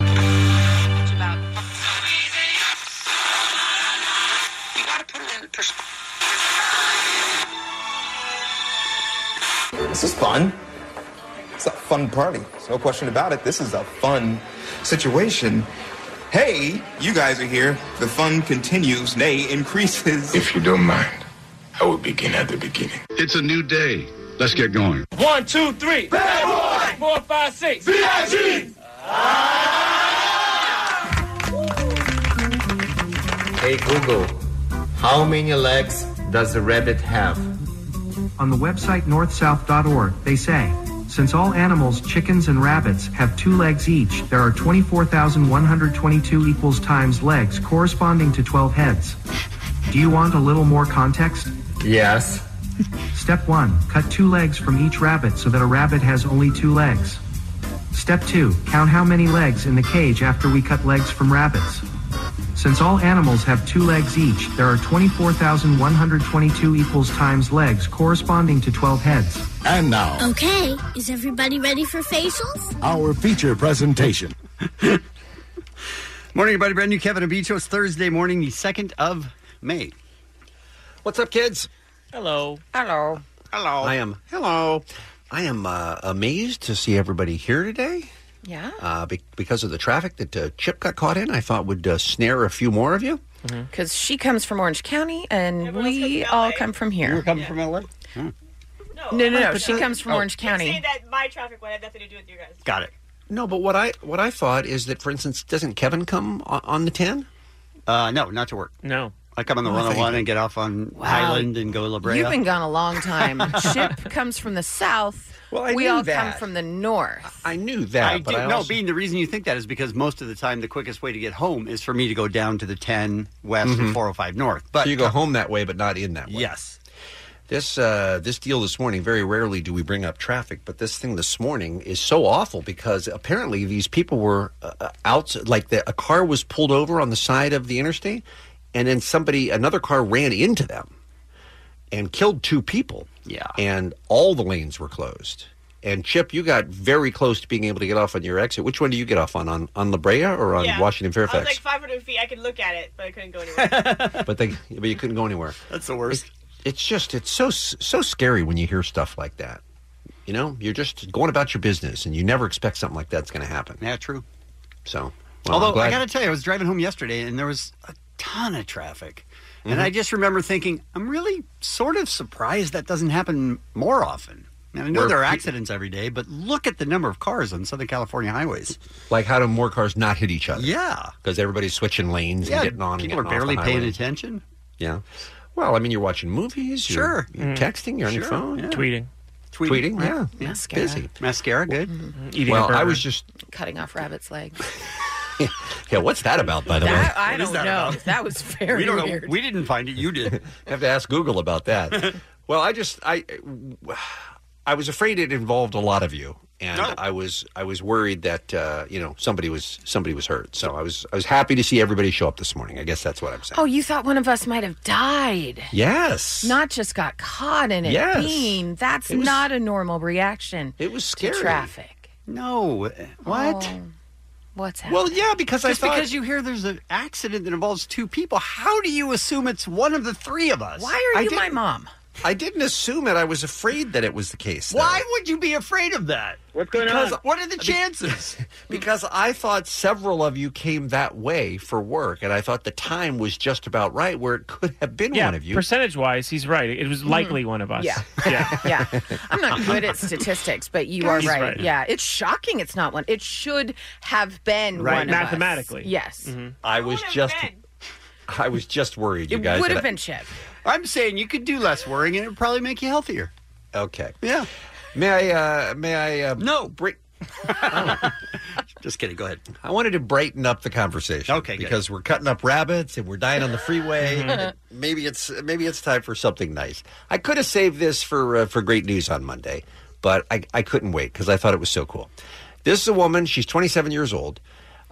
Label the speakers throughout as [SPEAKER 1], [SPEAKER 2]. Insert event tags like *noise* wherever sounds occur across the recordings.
[SPEAKER 1] much about. You gotta put it in perspective.
[SPEAKER 2] This is fun. It's a fun party. There's no question about it. This is a fun situation. Hey, you guys are here. The fun continues, nay, increases.
[SPEAKER 3] If you don't mind, I will begin at the beginning.
[SPEAKER 4] It's a new day. Let's get going.
[SPEAKER 5] One, two, three. Bad boy. Four, five, six.
[SPEAKER 3] B.I.G.
[SPEAKER 6] Hey Google, how many legs does a rabbit have?
[SPEAKER 7] On the website northsouth.org, they say, since all animals, chickens and rabbits, have two legs each, there are 24,122 equals times legs corresponding to 12 heads. Do you want a little more context?
[SPEAKER 6] Yes.
[SPEAKER 7] Step 1. Cut two legs from each rabbit so that a rabbit has only two legs. Step 2. Count how many legs in the cage after we cut legs from rabbits. Since all animals have two legs each, there are 24,122 equals times legs corresponding to 12 heads.
[SPEAKER 4] And now,
[SPEAKER 8] Okay, is everybody ready for facials?
[SPEAKER 4] our feature
[SPEAKER 9] *laughs*
[SPEAKER 4] presentation.
[SPEAKER 9] Morning, everybody. Brand new Kevin Abicho. It's Thursday morning, the 2nd of May. What's up, kids?
[SPEAKER 5] Hello.
[SPEAKER 9] Hello.
[SPEAKER 10] Hello.
[SPEAKER 9] I am. Hello. I am uh, amazed to see everybody here today
[SPEAKER 10] Yeah.
[SPEAKER 9] uh, be- because of the traffic that uh, Chip got caught in. I thought would uh, snare a few more of you.
[SPEAKER 10] Because she comes from Orange County and we all come from here.
[SPEAKER 9] You're coming from LA?
[SPEAKER 10] No, no,
[SPEAKER 9] I
[SPEAKER 10] no.
[SPEAKER 9] put
[SPEAKER 10] She
[SPEAKER 9] the-
[SPEAKER 10] comes from
[SPEAKER 9] oh.
[SPEAKER 10] Orange County.
[SPEAKER 11] that my traffic would have nothing to do with you guys.
[SPEAKER 9] Got it. No, but what I what I thought is that, for instance, doesn't Kevin come on, on the 10? Uh, no, not to work.
[SPEAKER 5] No.
[SPEAKER 9] I come on the
[SPEAKER 5] Oh, I thought you
[SPEAKER 9] 101 and get off on Highland and go to La Brea.
[SPEAKER 10] You've been gone a long
[SPEAKER 9] *laughs*
[SPEAKER 10] time. Ship comes from the south.
[SPEAKER 9] Well, I
[SPEAKER 10] we
[SPEAKER 9] knew
[SPEAKER 10] all come
[SPEAKER 9] that.
[SPEAKER 10] from the north.
[SPEAKER 9] I knew that.
[SPEAKER 10] I
[SPEAKER 9] but
[SPEAKER 10] do-
[SPEAKER 9] I
[SPEAKER 10] no,
[SPEAKER 9] also... being the reason you think that is because most of the time the quickest way to get home is for me to go down to the 10 west
[SPEAKER 6] Mhm.
[SPEAKER 9] and 405 north. But
[SPEAKER 6] So you go home that way, but not in that way.
[SPEAKER 9] Yes.
[SPEAKER 6] This uh, this deal this morning. Very rarely do we bring up traffic, but this thing this morning is so awful because apparently these people were uh, out. Like the, a car was pulled over on the side of the interstate, and then somebody another car ran into them and killed two people.
[SPEAKER 9] Yeah.
[SPEAKER 6] and all the lanes were closed. And Chip, you got very close to being able to get off on your exit. Which one do you get off on? On, on La Brea or on Washington Fairfax?
[SPEAKER 11] I was like 500 feet. I could look at it, but I couldn't go
[SPEAKER 2] *laughs*
[SPEAKER 11] anywhere.
[SPEAKER 6] but they but you couldn't go anywhere.
[SPEAKER 9] That's the worst.
[SPEAKER 6] it's just it's so so scary when you hear stuff like that. You know, you're just going about your business, and you never expect something like that's going to happen.
[SPEAKER 9] Yeah, true.
[SPEAKER 6] So,
[SPEAKER 9] Although I got to tell you, I was driving home yesterday and there was a ton of traffic. And
[SPEAKER 6] Mhm.
[SPEAKER 9] I just remember thinking, I'm really sort of surprised that doesn't happen more often. And I know
[SPEAKER 6] Where
[SPEAKER 9] there are
[SPEAKER 6] pe-
[SPEAKER 9] accidents every day, but look at the number of cars on Southern California highways.
[SPEAKER 6] like how do more cars not hit each other?
[SPEAKER 9] Yeah,
[SPEAKER 6] because everybody's switching lanes
[SPEAKER 9] Yeah,
[SPEAKER 6] and getting on.
[SPEAKER 9] people
[SPEAKER 6] and
[SPEAKER 9] are
[SPEAKER 6] getting off
[SPEAKER 9] barely
[SPEAKER 6] the
[SPEAKER 9] paying
[SPEAKER 6] highway.
[SPEAKER 9] attention.
[SPEAKER 6] Yeah. Well, I mean, you're watching movies. You're,
[SPEAKER 9] Sure.
[SPEAKER 6] You're
[SPEAKER 9] Mm.
[SPEAKER 6] texting. You're on your
[SPEAKER 9] Sure,
[SPEAKER 6] phone.
[SPEAKER 9] yeah. Tweeting.
[SPEAKER 6] Tweeting.
[SPEAKER 9] Tweeting,
[SPEAKER 6] yeah.
[SPEAKER 9] yeah.
[SPEAKER 10] Mascara.
[SPEAKER 6] Busy.
[SPEAKER 9] Mascara. Good.
[SPEAKER 10] Mm-hmm.
[SPEAKER 9] Mm-hmm.
[SPEAKER 10] eating a
[SPEAKER 6] well, I
[SPEAKER 10] burger.
[SPEAKER 6] was just.
[SPEAKER 10] Cutting off rabbits' legs.
[SPEAKER 6] Yeah. What's that about, by the way?
[SPEAKER 10] That, I don't know. That was very
[SPEAKER 6] we don't
[SPEAKER 10] weird.
[SPEAKER 6] know.
[SPEAKER 9] *laughs* We didn't find it. You
[SPEAKER 6] *laughs*
[SPEAKER 9] did.
[SPEAKER 6] Have to ask Google
[SPEAKER 9] *laughs*
[SPEAKER 6] about that. well, I just I I was afraid it involved a lot of you, and I was I was worried that uh, you know somebody was somebody was hurt. So I was I was happy to see everybody show up this morning. I guess that's what I'm saying.
[SPEAKER 10] Oh, you thought one of us might have died.
[SPEAKER 6] Yes.
[SPEAKER 10] Not just got caught in it.
[SPEAKER 6] Yes.
[SPEAKER 10] Bean, that's
[SPEAKER 6] It was-
[SPEAKER 10] not a normal reaction.
[SPEAKER 6] It was
[SPEAKER 10] To
[SPEAKER 6] scary.
[SPEAKER 10] traffic.
[SPEAKER 9] No. eh, What?
[SPEAKER 10] Oh, what's happening?
[SPEAKER 9] Well, yeah, because I
[SPEAKER 10] Just
[SPEAKER 9] thought
[SPEAKER 10] because
[SPEAKER 9] you hear there's an accident that involves two people, how do you assume it's one of the three of us?
[SPEAKER 10] Why are
[SPEAKER 9] I
[SPEAKER 10] you
[SPEAKER 9] didn't-
[SPEAKER 10] my mom?
[SPEAKER 6] I didn't assume it. I was afraid that it was the case. though.
[SPEAKER 9] Why would you be afraid of that? What's going
[SPEAKER 6] on?
[SPEAKER 9] What are the chances?
[SPEAKER 6] *laughs* Because I thought several of you came that way for work, and I thought the time was just about right where it could have been
[SPEAKER 5] Yeah,
[SPEAKER 6] one of you.
[SPEAKER 5] percentage wise, he's right. It
[SPEAKER 10] Hmm.
[SPEAKER 5] was likely one of us.
[SPEAKER 10] Mm-hmm. *laughs* Yeah.
[SPEAKER 5] Yeah.
[SPEAKER 10] I'm not good at statistics, but you are
[SPEAKER 5] He's
[SPEAKER 10] right.
[SPEAKER 5] right.
[SPEAKER 10] Yeah, it's shocking it's not one. It should have been
[SPEAKER 6] Right.
[SPEAKER 10] one of us.
[SPEAKER 6] Mathematically. Mm-hmm.
[SPEAKER 10] Yes.
[SPEAKER 5] Mm-hmm.
[SPEAKER 6] I was just, *laughs* I was just worried, you
[SPEAKER 9] It
[SPEAKER 6] guys.
[SPEAKER 9] would have
[SPEAKER 6] that I-
[SPEAKER 9] been
[SPEAKER 10] Chip.
[SPEAKER 9] I'm saying you could do less worrying and it would probably make you healthier.
[SPEAKER 6] Okay.
[SPEAKER 9] Yeah.
[SPEAKER 6] May I? Uh, may I? Uh, no. Bring. Just kidding. Go ahead. I wanted to brighten up the conversation. Okay,
[SPEAKER 9] good.
[SPEAKER 6] because we're cutting up rabbits and we're dying on the freeway.
[SPEAKER 9] Mhm.
[SPEAKER 6] maybe it's maybe it's time for something nice. I could have saved this for uh, for great news on Monday, but I, I couldn't wait because I thought it was so cool. This is a woman. She's 27 years old.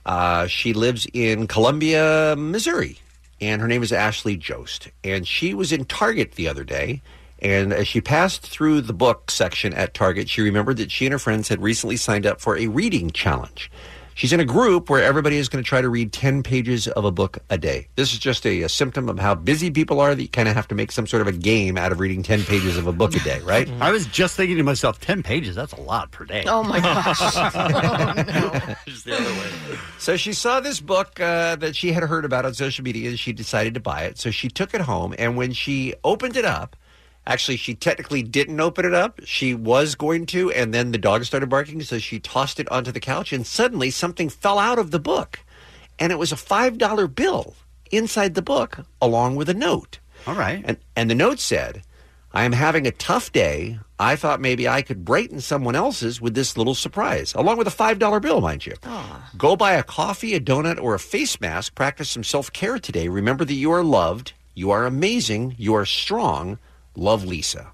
[SPEAKER 6] Uh, she lives in Columbia, Missouri, and her name is Ashley Jost. And she was in Target the other day. And as she passed through the book section at Target, she remembered that she and her friends had recently signed up for a reading challenge. She's in a group where everybody is going to try to read 10 pages of a book a day. This is just a, a symptom of how busy people are that you kind of have to make some sort of a game out of reading 10 pages of a book a day, right? I was just thinking to myself, 10 pages, that's a lot per day.
[SPEAKER 10] Oh my
[SPEAKER 6] *laughs*
[SPEAKER 10] gosh. Oh,
[SPEAKER 6] So she saw this book uh, that she had heard about on social media and she decided to buy it. So she took it home. And when she opened it up, actually, she technically didn't open it up. She was going to. And then the dog started barking. So she tossed it onto the couch. And suddenly something fell out of the book. And it was a $5 bill inside the book along with a note. All right. And, and the note said, I am having a tough day. I thought maybe I could brighten someone else's with this little surprise, along with a $5 bill, mind you. Go buy a coffee, a donut, or a face mask. Practice some self care today. Remember that you are loved, you are amazing, you are strong. Love Lisa.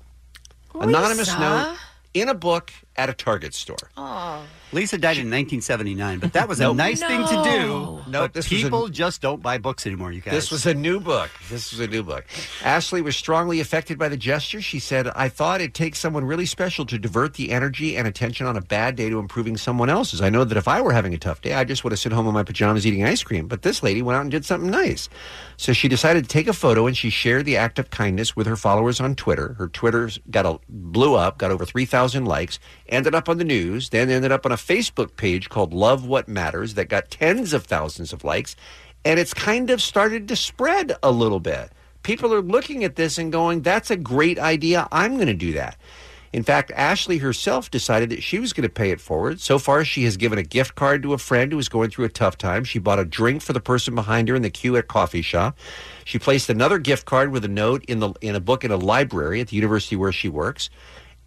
[SPEAKER 6] Anonymous
[SPEAKER 10] Lisa?
[SPEAKER 6] note in a book at a Target store.
[SPEAKER 10] Oh.
[SPEAKER 9] Lisa died in 1979, but that was a
[SPEAKER 6] Nope.
[SPEAKER 9] nice thing to
[SPEAKER 6] No.
[SPEAKER 9] do.
[SPEAKER 6] Nope,
[SPEAKER 9] but
[SPEAKER 6] this was a-
[SPEAKER 9] people just don't buy books anymore. You guys.
[SPEAKER 6] This was a new book. This was a new book. Ashley was strongly affected by the gesture. She said, I thought it takes someone really special to divert the energy and attention on a bad day to improving someone else's. I know that if I were having a tough day, I just would have sit home in my pajamas eating ice cream. But this lady went out and did something nice. So she decided to take a photo and she shared the act of kindness with her followers on Twitter. Her Twitter got a, blew up, got over 3,000 likes, ended up on the news, then ended up on a Facebook page called Love What Matters that got tens of thousands of likes and it's kind of started to spread a little bit. People are looking at this and going, that's a great idea. I'm going to do that. In fact, Ashley herself decided that she was going to pay it forward. So far, she has given a gift card to a friend who was going through a tough time. She bought a drink for the person behind her in the queue at a coffee shop. She placed another gift card with a note in the in a book in a library at the university where she works.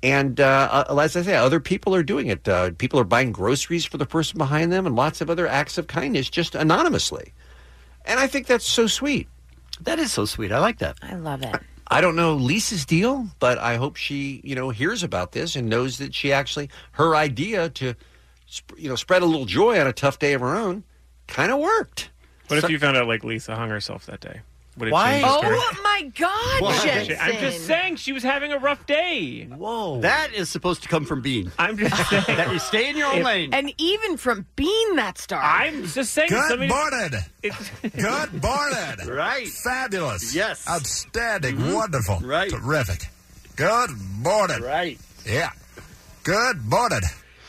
[SPEAKER 6] And uh, uh, as I say, other people are doing it. Uh, people are buying groceries for the person behind them, and lots of other acts of kindness just anonymously. And I think that's so sweet. That is so sweet. I like that.
[SPEAKER 10] I love it.
[SPEAKER 6] I don't know Lisa's deal, but I hope she, you know, hears about this and knows that she actually her idea to, sp- you know, spread a little joy on a tough day of her own, kind of worked.
[SPEAKER 12] What if you found out like Lisa hung herself that day? Would it
[SPEAKER 6] Why?
[SPEAKER 12] change the story?
[SPEAKER 10] Oh my God,
[SPEAKER 12] Why?
[SPEAKER 10] Jensen.
[SPEAKER 12] I'm just saying she was having a rough day.
[SPEAKER 6] Whoa.
[SPEAKER 9] That is supposed to come from Bean.
[SPEAKER 12] I'm just
[SPEAKER 9] *laughs*
[SPEAKER 12] saying
[SPEAKER 9] that you stay in your own lane.
[SPEAKER 10] And even from being that star.
[SPEAKER 12] I'm just saying
[SPEAKER 13] Good morning. *laughs* Good morning.
[SPEAKER 9] Right.
[SPEAKER 13] Fabulous.
[SPEAKER 9] Yes.
[SPEAKER 13] Outstanding.
[SPEAKER 2] Mm-hmm.
[SPEAKER 13] Wonderful. Right. Terrific. Good morning.
[SPEAKER 9] Right.
[SPEAKER 13] Yeah. Good morning.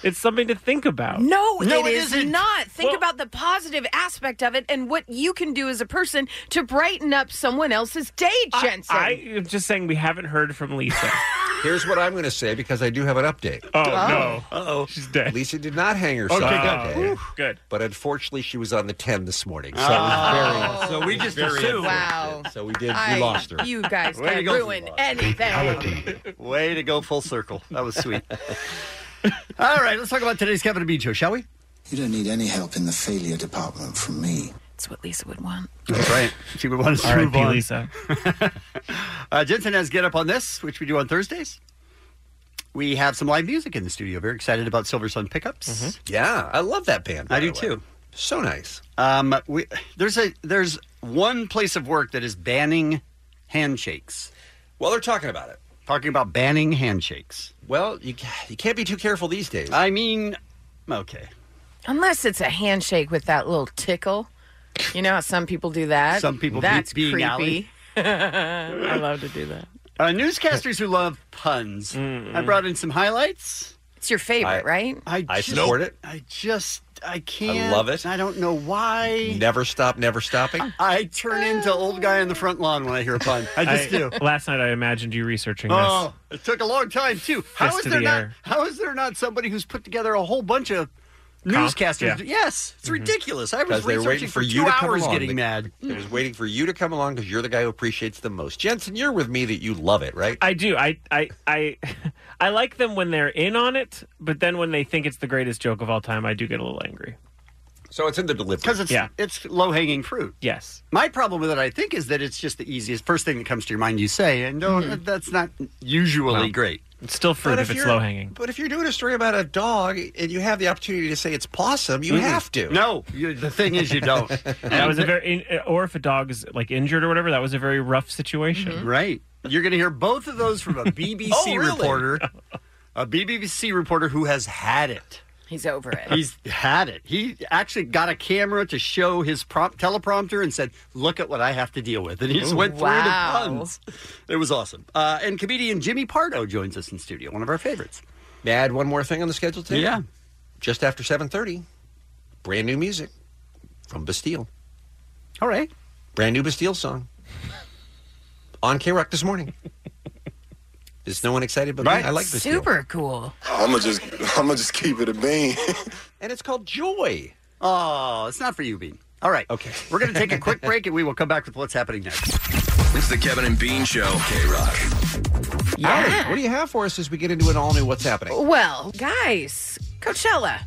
[SPEAKER 12] It's something to think about.
[SPEAKER 10] No, it is not. Think about the positive aspect of it and what you can do as a person to brighten up someone else's day, *laughs* Jensen.
[SPEAKER 12] I, am just saying we haven't heard from
[SPEAKER 9] *laughs*
[SPEAKER 12] Lisa.
[SPEAKER 6] Here's what I'm going to say because I do have an update.
[SPEAKER 12] Oh, no.
[SPEAKER 6] Uh-oh.
[SPEAKER 12] She's dead.
[SPEAKER 6] Lisa did not hang herself.
[SPEAKER 12] Okay,
[SPEAKER 6] that
[SPEAKER 12] good.
[SPEAKER 6] day,
[SPEAKER 12] Whew. Good.
[SPEAKER 6] But unfortunately, she was on the 10 this morning. So,
[SPEAKER 9] Oh.
[SPEAKER 6] very,
[SPEAKER 9] So we just
[SPEAKER 6] very
[SPEAKER 9] assumed.
[SPEAKER 6] unfortunate. *laughs* So we did. We
[SPEAKER 10] I-
[SPEAKER 6] lost her.
[SPEAKER 10] Oh. You guys
[SPEAKER 9] Way to
[SPEAKER 10] can
[SPEAKER 9] go.
[SPEAKER 10] ruin anything.
[SPEAKER 9] Way to go full circle. That was sweet. *laughs* All right, let's talk about today's Kevin and Bean show, shall we?
[SPEAKER 14] You don't need any help in the failure department from me.
[SPEAKER 10] That's what Lisa would want.
[SPEAKER 9] That's right. She would want us to
[SPEAKER 14] R.I.P.
[SPEAKER 9] move on.
[SPEAKER 14] Lisa.
[SPEAKER 9] uh, Jensen has Get Up on This, which we do on Thursdays. We have some live music in the studio. Very excited about Silver Sun Pickups.
[SPEAKER 6] Mm-hmm. Yeah, I love that band.
[SPEAKER 9] I do too.
[SPEAKER 6] So nice.
[SPEAKER 9] Um, we, there's a there's one place of work that is banning handshakes.
[SPEAKER 6] Well, they're talking about it.
[SPEAKER 9] Talking about banning handshakes.
[SPEAKER 6] Well, you ca- you can't be too careful these days.
[SPEAKER 9] I mean, okay.
[SPEAKER 10] Unless it's a handshake with that little tickle. You know how some people do that?
[SPEAKER 9] Some people be-
[SPEAKER 10] That's
[SPEAKER 9] being
[SPEAKER 10] creepy. *laughs*
[SPEAKER 9] Ally.
[SPEAKER 10] I love to do that.
[SPEAKER 9] Uh, newscasters who love puns. I brought in some highlights.
[SPEAKER 10] It's your favorite, right?
[SPEAKER 9] I,
[SPEAKER 6] I
[SPEAKER 9] just-
[SPEAKER 6] support it.
[SPEAKER 9] I just I can't.
[SPEAKER 6] love it.
[SPEAKER 9] I don't know why.
[SPEAKER 6] Never stop, never stopping.
[SPEAKER 9] I turn into old guy on the front lawn when I hear a pun. I just do.
[SPEAKER 12] Last night I imagined you researching this.
[SPEAKER 9] Oh, it took a long time too. How
[SPEAKER 12] Fist
[SPEAKER 9] is
[SPEAKER 12] to
[SPEAKER 9] there
[SPEAKER 12] the
[SPEAKER 9] not?
[SPEAKER 12] air.
[SPEAKER 9] How is there not somebody who's put together a whole bunch of
[SPEAKER 6] Comp?
[SPEAKER 9] newscasters?
[SPEAKER 6] Yeah.
[SPEAKER 9] Yes, it's ridiculous. I was
[SPEAKER 6] Because they were
[SPEAKER 9] researching
[SPEAKER 6] waiting
[SPEAKER 9] for,
[SPEAKER 6] for
[SPEAKER 9] two
[SPEAKER 6] you to come
[SPEAKER 9] hours
[SPEAKER 6] along.
[SPEAKER 9] getting
[SPEAKER 6] They-
[SPEAKER 9] mad.
[SPEAKER 6] They was waiting for you to come along because you're the guy who appreciates them most. Jensen, you're with me that you love it, right?
[SPEAKER 12] I do. I I I *laughs* I like them when they're in on it, but then when they think it's the greatest joke of all time, I do get a little angry.
[SPEAKER 6] So it's in the delivery
[SPEAKER 9] because it's it's low hanging fruit.
[SPEAKER 12] Yes.
[SPEAKER 9] My problem with it, I think, is that it's just the easiest first thing that comes to your mind. You say, and no,
[SPEAKER 6] Mhm.
[SPEAKER 9] that's not usually
[SPEAKER 6] Well,
[SPEAKER 9] great.
[SPEAKER 12] Mm-hmm. It's still
[SPEAKER 6] But you're- But if you're doing a story about a dog and you have the opportunity to say it's possum, you
[SPEAKER 12] Mm-mm.
[SPEAKER 6] have to.
[SPEAKER 9] Mm-hmm. No, you, the thing is, you
[SPEAKER 6] *laughs*
[SPEAKER 9] don't.
[SPEAKER 12] that *laughs* was a very, in- uh, or if a dog is like injured or whatever, that was a very rough situation.
[SPEAKER 9] Right. You're going to hear both of those
[SPEAKER 12] *laughs*
[SPEAKER 9] from a BBC
[SPEAKER 12] Mm-hmm. Oh, really? *laughs*
[SPEAKER 9] reporter, a BBC reporter who has had it.
[SPEAKER 10] He's over it.
[SPEAKER 9] He's had it. He actually got a camera to show his prompt teleprompter and said, "Look at what I have to deal with." And he just
[SPEAKER 12] Oh,
[SPEAKER 10] Ooh.
[SPEAKER 9] went
[SPEAKER 10] Wow.
[SPEAKER 9] through the puns. It was awesome. Uh, and comedian Jimmy Pardo joins us in studio, one of our favorites.
[SPEAKER 6] May I add one more thing on the schedule today?
[SPEAKER 9] Yeah.
[SPEAKER 6] Just after 7.30, brand new music from Bastille.
[SPEAKER 9] All right.
[SPEAKER 6] Brand new Bastille song. on K-Rock this morning. Is no one excited but me? I like Bastille.
[SPEAKER 10] Super cool.
[SPEAKER 15] I'ma just I'ma just keep it
[SPEAKER 6] *laughs*
[SPEAKER 15] a bean.
[SPEAKER 6] And it's called Joy.
[SPEAKER 9] Oh, it's not for you, Bean. All right. Okay. We're going to take a quick break and we will come back with what's happening next.
[SPEAKER 2] It's the Kevin and Bean Show. K Rock.
[SPEAKER 6] Allie, what do you have for us as we get into an all-new What's Happening?
[SPEAKER 10] Well, guys, Coachella,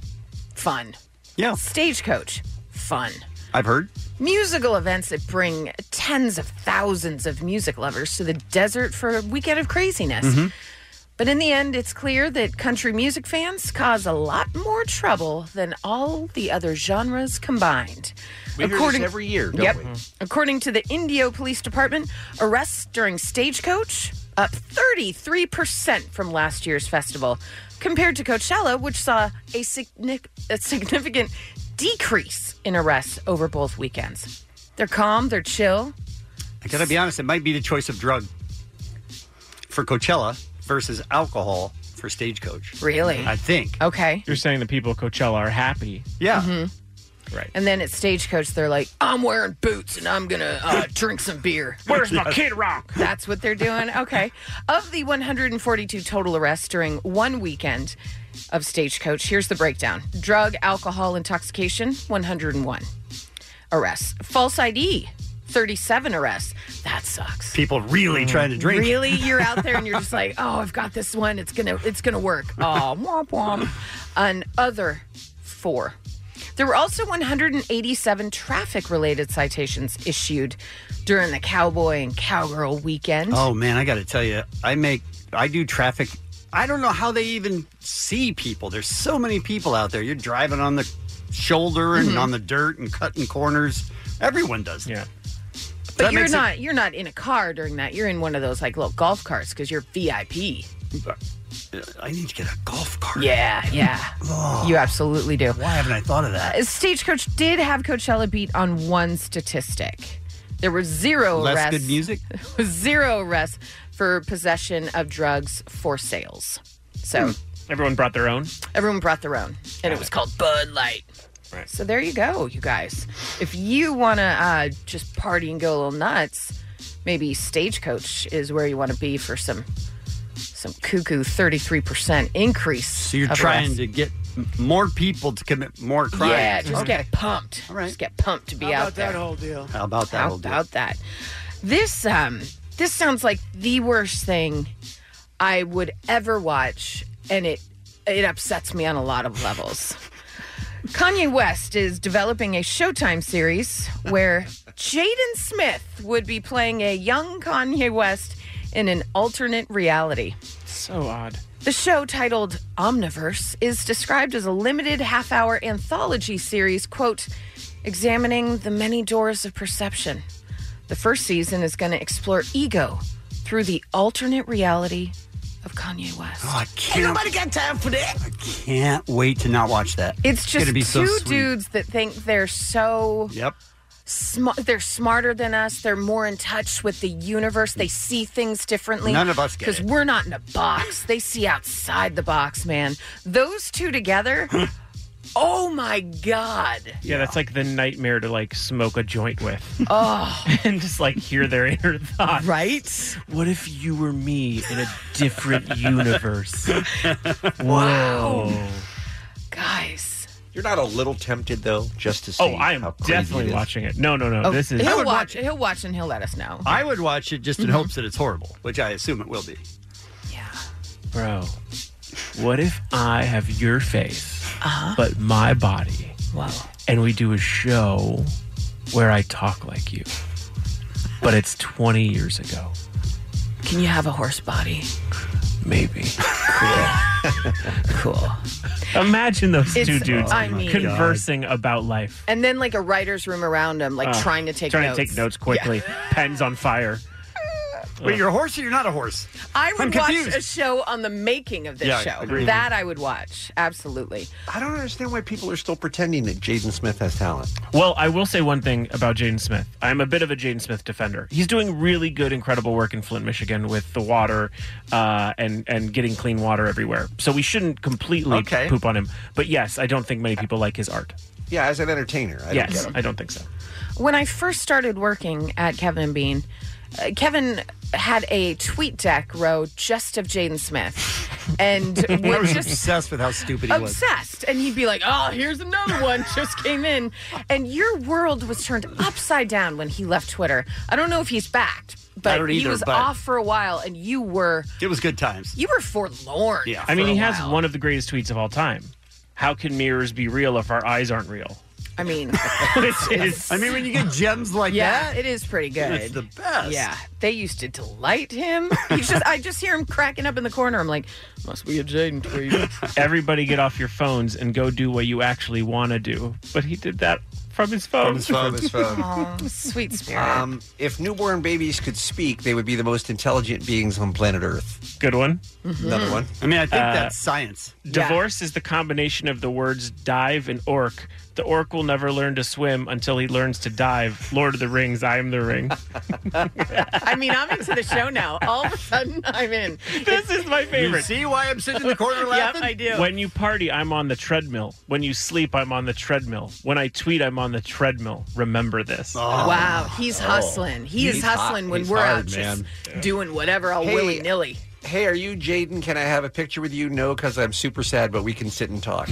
[SPEAKER 10] fun.
[SPEAKER 9] Yeah.
[SPEAKER 10] Stagecoach, fun.
[SPEAKER 9] I've heard.
[SPEAKER 10] Musical events that bring tens of thousands of music lovers to the desert for a weekend of craziness.
[SPEAKER 9] Mm-hmm.
[SPEAKER 16] Mm-hmm.
[SPEAKER 17] *laughs*
[SPEAKER 18] Mhm.
[SPEAKER 10] But in the end, it's clear that country music fans cause a lot more trouble than all the other genres combined.
[SPEAKER 6] We hear this every year, don't
[SPEAKER 10] yep. Mm-hmm.
[SPEAKER 6] we? Mhm.
[SPEAKER 10] According to the Indio Police Department, arrests during Stagecoach up 33% from last year's festival compared to Coachella, which saw a, signi- a significant decrease in arrests over both weekends. They're calm, they're chill.
[SPEAKER 9] I gotta be honest, it might be the choice of drug for Coachella versus alcohol for Stagecoach.
[SPEAKER 10] Really?
[SPEAKER 9] I think.
[SPEAKER 10] Okay.
[SPEAKER 12] You're saying the people at Coachella are happy.
[SPEAKER 9] Yeah.
[SPEAKER 12] Right.
[SPEAKER 10] Mm-hmm. And then at Stagecoach, they're like, I'm wearing boots and I'm going to
[SPEAKER 12] *laughs*
[SPEAKER 10] uh, drink some beer.
[SPEAKER 12] Where's my Kid Rock?
[SPEAKER 10] That's what they're doing. Okay. Of the 142 total arrests during one weekend of Stagecoach, here's the breakdown drug, alcohol, intoxication, 101 arrests. False ID, 37 arrests. That sucks.
[SPEAKER 9] People really trying to drink.
[SPEAKER 10] Really, you're out there and you're just like, oh, I've got this one. It's gonna, it's gonna work. Oh, womp womp. An other four. There were also 187 traffic-related citations issued during the cowboy and cowgirl weekend.
[SPEAKER 9] Oh man, I gotta tell you, I make I do traffic. I don't know how they even see people. There's so many people out there. You're driving on the shoulder and on the dirt and cutting corners. Everyone does. Yeah.
[SPEAKER 10] But you're not you're not in a car during that. You're in one of those like little golf carts because you're VIP.
[SPEAKER 9] I need to get a golf cart.
[SPEAKER 10] Yeah, yeah. You absolutely do.
[SPEAKER 9] Why haven't I thought of that?
[SPEAKER 10] Uh, Stagecoach did have Coachella beat on one statistic. There were zero
[SPEAKER 9] Less
[SPEAKER 10] arrests. *laughs*
[SPEAKER 9] good music?
[SPEAKER 10] zero arrests for possession of drugs for sales. So
[SPEAKER 9] Hmm.
[SPEAKER 12] Hmm. everyone brought their own.
[SPEAKER 10] Everyone brought their own, and it was called Bud Light.
[SPEAKER 12] Right.
[SPEAKER 10] So there you go, you guys. If you want to uh, just party and go a little nuts, maybe Stagecoach is where you want to be for some some cuckoo thirty three percent increase.
[SPEAKER 9] So you're trying to get m- more people to commit more crimes.
[SPEAKER 10] Yeah, just get pumped. Just get pumped to be
[SPEAKER 9] How
[SPEAKER 10] out
[SPEAKER 9] about that
[SPEAKER 10] there.
[SPEAKER 9] whole deal? How about that
[SPEAKER 10] How
[SPEAKER 9] whole deal?
[SPEAKER 10] about that? This um this sounds like the worst thing I would ever watch, and it it upsets me on a lot of levels. Kanye West is developing a Showtime series where Jaden Smith would be playing a young Kanye West in an alternate reality.
[SPEAKER 12] So odd.
[SPEAKER 10] The show titled Omniverse is described as a limited half hour anthology series, quote, examining the many doors of perception. The first season is going to explore ego through the alternate reality of Kanye West.
[SPEAKER 9] Oh, I can't.
[SPEAKER 10] got time for that.
[SPEAKER 9] Can't wait to not watch that.
[SPEAKER 10] It's just
[SPEAKER 9] gonna be so
[SPEAKER 10] two
[SPEAKER 9] sweet.
[SPEAKER 10] dudes that think they're so
[SPEAKER 9] Yep.
[SPEAKER 10] sm- they're smarter than us. They're more in touch with the universe. They see things differently.
[SPEAKER 9] None of us get
[SPEAKER 10] because
[SPEAKER 9] it.
[SPEAKER 10] we're not in a box. They see outside the box, man. Those two
[SPEAKER 9] *laughs*
[SPEAKER 10] together. oh my god.
[SPEAKER 12] Yeah, that's like the nightmare to like smoke a joint with. *laughs*
[SPEAKER 10] Oh.
[SPEAKER 12] and just like hear their inner thoughts.
[SPEAKER 10] Right?
[SPEAKER 12] What if you were me in a different *laughs* universe?
[SPEAKER 6] Wow.
[SPEAKER 10] Guys.
[SPEAKER 6] You're not a little tempted, though, just to see
[SPEAKER 12] Oh, I am
[SPEAKER 6] how crazy
[SPEAKER 12] definitely
[SPEAKER 6] it is?
[SPEAKER 12] watching it. No, no, no.
[SPEAKER 10] Oh,
[SPEAKER 12] this is.
[SPEAKER 10] he'll watch, it. He'll watch and he'll let us know.
[SPEAKER 9] I would watch it
[SPEAKER 10] Mm-hmm.
[SPEAKER 9] just in hopes that it's horrible, which I assume it will be.
[SPEAKER 12] Bro, what if I have your face,
[SPEAKER 10] Uh-huh.
[SPEAKER 12] but my body?
[SPEAKER 10] Wow.
[SPEAKER 12] and we do a show where I talk like you. But it's 20 years ago,
[SPEAKER 10] Can you have a horse body?
[SPEAKER 12] maybe.
[SPEAKER 10] *laughs*
[SPEAKER 12] Cool. cool. Imagine those
[SPEAKER 10] It's-
[SPEAKER 12] two dudes
[SPEAKER 10] I mean-
[SPEAKER 12] conversing about life.
[SPEAKER 10] And then like a writer's room around him, like
[SPEAKER 12] Uh,
[SPEAKER 10] trying to take
[SPEAKER 12] trying
[SPEAKER 10] notes.
[SPEAKER 12] to take notes quickly. Pens on fire.
[SPEAKER 9] Wait, you're a horse or you're not a horse?
[SPEAKER 10] I would
[SPEAKER 9] I'm
[SPEAKER 10] watch
[SPEAKER 9] confused.
[SPEAKER 10] a show on the making of this
[SPEAKER 6] Yeah,
[SPEAKER 10] show.
[SPEAKER 6] agreed.
[SPEAKER 10] That I would watch. Absolutely.
[SPEAKER 6] I don't understand why people are still pretending that Jaden Smith has talent.
[SPEAKER 12] Well, I will say one thing about Jaden Smith. I'm a bit of a Jaden Smith defender. He's doing really good, incredible work in Flint, Michigan, with the water uh, and and getting clean water everywhere. So we shouldn't completely
[SPEAKER 6] Okay.
[SPEAKER 12] poop on him. But yes, I don't think many people like his art.
[SPEAKER 6] Yeah, as an entertainer. I
[SPEAKER 12] yes,
[SPEAKER 6] don't get
[SPEAKER 12] I don't think so.
[SPEAKER 10] When I first started working at Kevin and Bean, uh, Kevin had a tweet deck row just of Jaden Smith. And
[SPEAKER 9] *laughs* I
[SPEAKER 10] would
[SPEAKER 9] was
[SPEAKER 10] just
[SPEAKER 9] obsessed with how stupid he was.
[SPEAKER 10] obsessed. And he'd be like, oh, here's another one *laughs* just came in. And your world was turned upside down when he left Twitter. I don't know if he's back, but
[SPEAKER 9] don't
[SPEAKER 10] he
[SPEAKER 9] either,
[SPEAKER 10] was
[SPEAKER 9] but-
[SPEAKER 10] off for a while and you were
[SPEAKER 9] It was good times.
[SPEAKER 10] you were forlorn.
[SPEAKER 12] I mean,
[SPEAKER 10] for a
[SPEAKER 12] he has
[SPEAKER 10] while.
[SPEAKER 12] one of the greatest tweets of all time. How can mirrors be real if our eyes aren't real?
[SPEAKER 10] I
[SPEAKER 9] *laughs*
[SPEAKER 10] mean,
[SPEAKER 12] This
[SPEAKER 10] *laughs*
[SPEAKER 12] is-
[SPEAKER 9] I mean, when you get gems like
[SPEAKER 10] yeah,
[SPEAKER 9] that,
[SPEAKER 10] it is pretty good.
[SPEAKER 9] It's the best.
[SPEAKER 10] Yeah, they used to delight him. He's just, I just hear him cracking up in the corner. I'm like, must be a Jaden tweet.
[SPEAKER 12] Everybody get off your phones and go do what you actually want to do. But he did that from his phone.
[SPEAKER 6] From his phone,
[SPEAKER 12] *laughs*
[SPEAKER 6] his phone.
[SPEAKER 10] *laughs* oh, sweet spirit.
[SPEAKER 6] Um, if newborn babies could speak, they would be the most intelligent beings on planet Earth. Mm-hmm.
[SPEAKER 12] Good one.
[SPEAKER 6] Another one.
[SPEAKER 9] I mean, I think
[SPEAKER 12] Uh,
[SPEAKER 9] that's science.
[SPEAKER 12] Divorce is the combination of the words dive and orc. The orc will never learn to swim until he learns to dive. Lord of the Rings, I am the
[SPEAKER 6] *laughs*
[SPEAKER 12] ring.
[SPEAKER 10] I mean, I'm into the show now. All of a sudden, I'm in.
[SPEAKER 12] this is my *laughs* favorite.
[SPEAKER 9] See why I'm sitting in
[SPEAKER 12] *laughs*
[SPEAKER 9] the corner
[SPEAKER 10] Yep,
[SPEAKER 9] laughing?
[SPEAKER 10] I do.
[SPEAKER 12] When you party, I'm on the treadmill. When you sleep, I'm on the treadmill. When I tweet, I'm on the treadmill. Remember this.
[SPEAKER 10] wow, he's hustling. He is
[SPEAKER 6] Oh. He's
[SPEAKER 10] hustling
[SPEAKER 6] hot.
[SPEAKER 10] when
[SPEAKER 6] He's
[SPEAKER 10] we're
[SPEAKER 6] hard,
[SPEAKER 10] out
[SPEAKER 6] man.
[SPEAKER 10] just doing whatever all
[SPEAKER 6] Hey.
[SPEAKER 10] willy nilly.
[SPEAKER 6] Hey, are you Jaden? Can I have a picture with you? No, because I'm super sad, but we can sit and talk.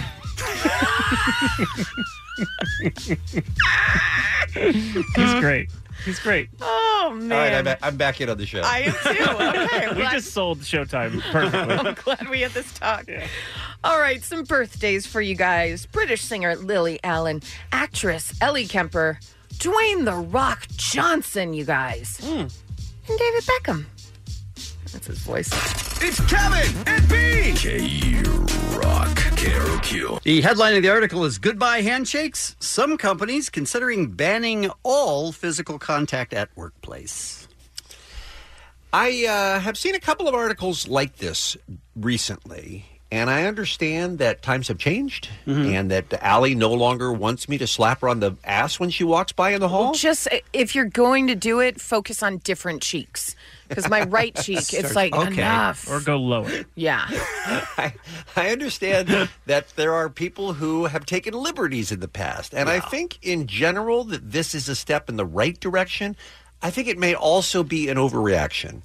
[SPEAKER 10] *laughs*
[SPEAKER 12] He's great. He's great.
[SPEAKER 10] *laughs* Oh
[SPEAKER 6] All right, I'm,
[SPEAKER 10] man,
[SPEAKER 6] ba- I'm back in on the show.
[SPEAKER 10] I am
[SPEAKER 2] *laughs*
[SPEAKER 10] too. Okay,
[SPEAKER 12] *laughs* We
[SPEAKER 10] well,
[SPEAKER 12] just sold Showtime perfectly.
[SPEAKER 6] *laughs*
[SPEAKER 10] I'm *laughs* glad we had this talk. All right, some birthdays for you guys. British singer Lily Allen, actress Ellie Kemper, Dwayne The Rock Johnson, you guys,
[SPEAKER 12] Hmm.
[SPEAKER 10] and David Beckham. That's his voice.
[SPEAKER 9] It's Kevin and Bean.
[SPEAKER 2] K Rock. K R O Q.
[SPEAKER 9] The headline of the article is Goodbye Handshakes. Some companies considering banning all physical contact at workplace.
[SPEAKER 6] I uh, have seen a couple of articles like this recently, and I understand that times have changed
[SPEAKER 10] Mm-hmm.
[SPEAKER 6] and that Allie no longer wants me to slap her on the ass when she walks by in the
[SPEAKER 12] Oh.
[SPEAKER 6] hall.
[SPEAKER 10] Just uh, if you're going to do it, focus on different cheeks. Because my
[SPEAKER 12] *laughs*
[SPEAKER 10] right
[SPEAKER 6] *laughs*
[SPEAKER 10] cheek, it's like
[SPEAKER 6] Okay.
[SPEAKER 10] enough.
[SPEAKER 12] or go lower.
[SPEAKER 10] yeah.
[SPEAKER 6] *laughs* I, I understand that there are people who have taken liberties in the past, and I think in general that this is a step in the right direction. I think it may also be an overreaction.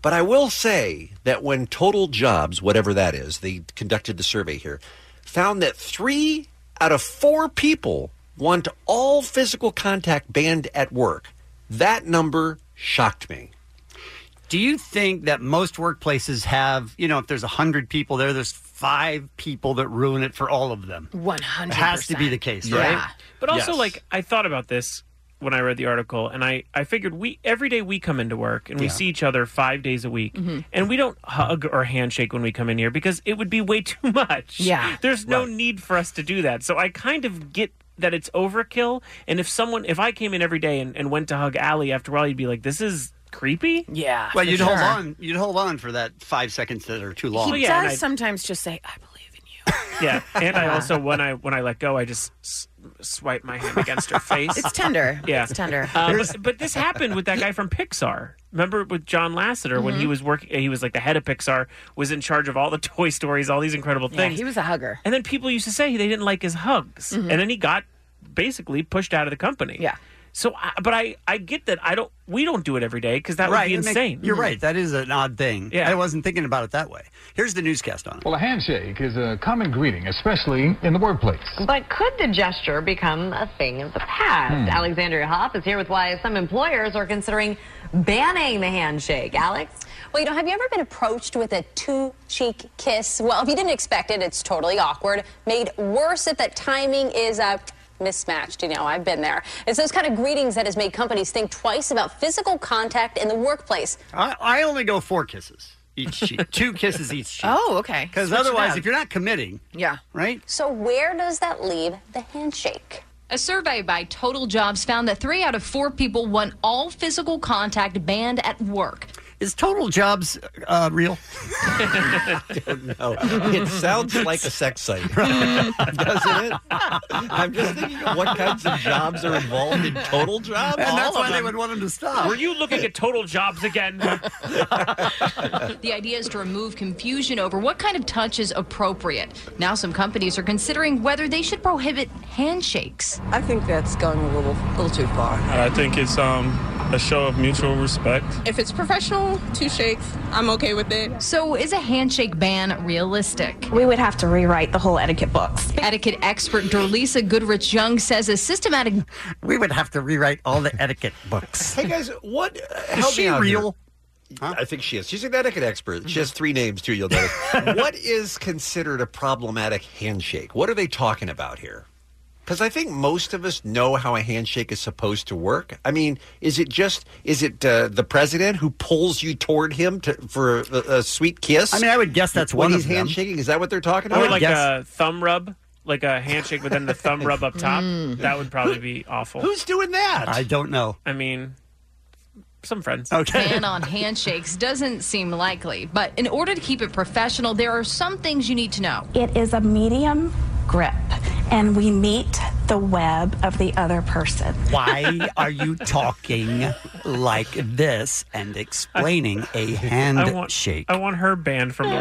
[SPEAKER 6] But I will say that when Total Jobs, whatever that is, they conducted the survey here, found that three out of four people want all physical contact banned at work. That number shocked me.
[SPEAKER 9] Do you think that most workplaces have, you know, if there's 100 people there, there's five people that ruin it for all of them?
[SPEAKER 10] 100%.
[SPEAKER 9] It has to be the case,
[SPEAKER 10] Yeah.
[SPEAKER 9] right?
[SPEAKER 12] But also,
[SPEAKER 9] Yes.
[SPEAKER 12] like, I thought about this when I read the article, and I, I figured we every day we come into work and we see each other five days a week,
[SPEAKER 10] Mm-hmm.
[SPEAKER 12] and we don't hug or handshake when we come in here because it would be way too *laughs* much.
[SPEAKER 10] Yeah.
[SPEAKER 12] there's no need for us to do that. So I kind of get that it's overkill. And if someone, if I came in every day and, and went to hug Allie after a while, you'd be like, this is creepy.
[SPEAKER 10] Yeah.
[SPEAKER 9] Well,
[SPEAKER 10] for
[SPEAKER 9] you'd hold
[SPEAKER 10] sure.
[SPEAKER 9] on. You'd hold on for that five seconds that are too
[SPEAKER 10] He
[SPEAKER 9] long.
[SPEAKER 12] Oh, yeah, and
[SPEAKER 10] does
[SPEAKER 12] I-
[SPEAKER 10] sometimes just say, I believe in you.
[SPEAKER 12] Yeah,
[SPEAKER 10] *laughs*
[SPEAKER 12] and I also when I when I let go, I just s- swipe my hand
[SPEAKER 10] *laughs*
[SPEAKER 12] against her face.
[SPEAKER 10] It's tender.
[SPEAKER 12] *laughs* Yeah.
[SPEAKER 10] It's tender.
[SPEAKER 12] Uh, but, but this happened with that guy from Pixar. Remember with John Lasseter when
[SPEAKER 10] Mm-hmm.
[SPEAKER 12] he was working, he was like the head of Pixar, was in charge of all the *laughs* Toy Stories, all these incredible
[SPEAKER 10] yeah,
[SPEAKER 12] things.
[SPEAKER 10] he was a hugger.
[SPEAKER 12] and then people used to say they didn't like his hugs, and then he got basically pushed out of the company.
[SPEAKER 10] Yeah.
[SPEAKER 12] So, I, but I I get that I don't we don't do it every day because that would be
[SPEAKER 9] it makes-
[SPEAKER 12] insane. Mm-hmm.
[SPEAKER 9] you're
[SPEAKER 6] Mm-hmm.
[SPEAKER 9] right. That is an odd thing.
[SPEAKER 12] Yeah.
[SPEAKER 9] I wasn't thinking about it that way. Here's the newscast on it.
[SPEAKER 18] Well, a handshake is a common greeting, especially in the workplace.
[SPEAKER 19] But could the gesture become a thing of the past?
[SPEAKER 12] Hmm.
[SPEAKER 19] Alexandria Hoff is here with why some employers are considering banning the handshake. Alex?
[SPEAKER 20] Well, you know, have you ever been approached with a two cheek kiss? Well, if you didn't expect it, it's totally awkward. Made worse if that timing is uh,
[SPEAKER 21] mismatched. You know, I've been there. It's those kind of greetings that has made companies think twice about physical contact in the workplace.
[SPEAKER 9] I, I only go four kisses each cheek, two kisses each cheek.
[SPEAKER 10] Oh, okay.
[SPEAKER 9] Because
[SPEAKER 10] Switch it
[SPEAKER 9] otherwise,
[SPEAKER 10] up.
[SPEAKER 9] if you're not committing,
[SPEAKER 10] yeah,
[SPEAKER 9] right?
[SPEAKER 21] So where does that leave the handshake?
[SPEAKER 20] A survey by Total Jobs found that three out of four people want all physical contact banned at work.
[SPEAKER 9] Is total jobs uh, real? *laughs*
[SPEAKER 6] no, it sounds like a sex site, *laughs* doesn't it? I'm just thinking of what kinds of jobs are involved in total jobs.
[SPEAKER 9] And that's why they would want him to stop.
[SPEAKER 12] Were you looking at total jobs
[SPEAKER 9] *laughs*
[SPEAKER 12] again?
[SPEAKER 20] The idea is to remove confusion over what kind of touch is appropriate. Now, some companies are considering whether they should prohibit handshakes.
[SPEAKER 22] I think that's going a little, little too far.
[SPEAKER 23] And I think it's um, a show of mutual respect.
[SPEAKER 16] If it's professional, two shakes, I'm okay with it.
[SPEAKER 20] So, is a handshake ban realistic?
[SPEAKER 24] We would have to rewrite the whole etiquette books.
[SPEAKER 20] Etiquette expert Dorlisa Goodrich Young says a systematic.
[SPEAKER 9] We would have to rewrite all the etiquette books.
[SPEAKER 6] Hey guys, what? Uh,
[SPEAKER 9] Is
[SPEAKER 6] help
[SPEAKER 9] she
[SPEAKER 6] me out here.
[SPEAKER 9] real?
[SPEAKER 6] I think she is. She's a etiquette expert. She has three names too. You'll
[SPEAKER 9] *laughs*
[SPEAKER 6] notice. what is considered a problematic handshake? What are they talking about here? Because I think most of us know how a handshake is supposed to work. I mean, is it just is it uh, the president who pulls you toward him to, for a, a sweet kiss?
[SPEAKER 9] I mean, I would guess that's
[SPEAKER 6] when
[SPEAKER 9] one
[SPEAKER 6] he's
[SPEAKER 9] of them.
[SPEAKER 6] handshaking. Is that what they're talking
[SPEAKER 12] Or
[SPEAKER 6] about?
[SPEAKER 12] like uh, a thumb rub, like a handshake, but then the thumb rub up
[SPEAKER 6] *laughs*
[SPEAKER 12] top. That would probably be awful.
[SPEAKER 6] Mm. Who's doing that?
[SPEAKER 9] I don't know.
[SPEAKER 12] I mean, some friends.
[SPEAKER 20] ban on handshakes doesn't seem likely, but in order to keep it professional, there are some things you need to know.
[SPEAKER 24] It is a medium grip, and we meet the web of the other person.
[SPEAKER 9] Why are you talking like this and explaining a
[SPEAKER 12] I want,
[SPEAKER 9] handshake?
[SPEAKER 12] I want her banned from the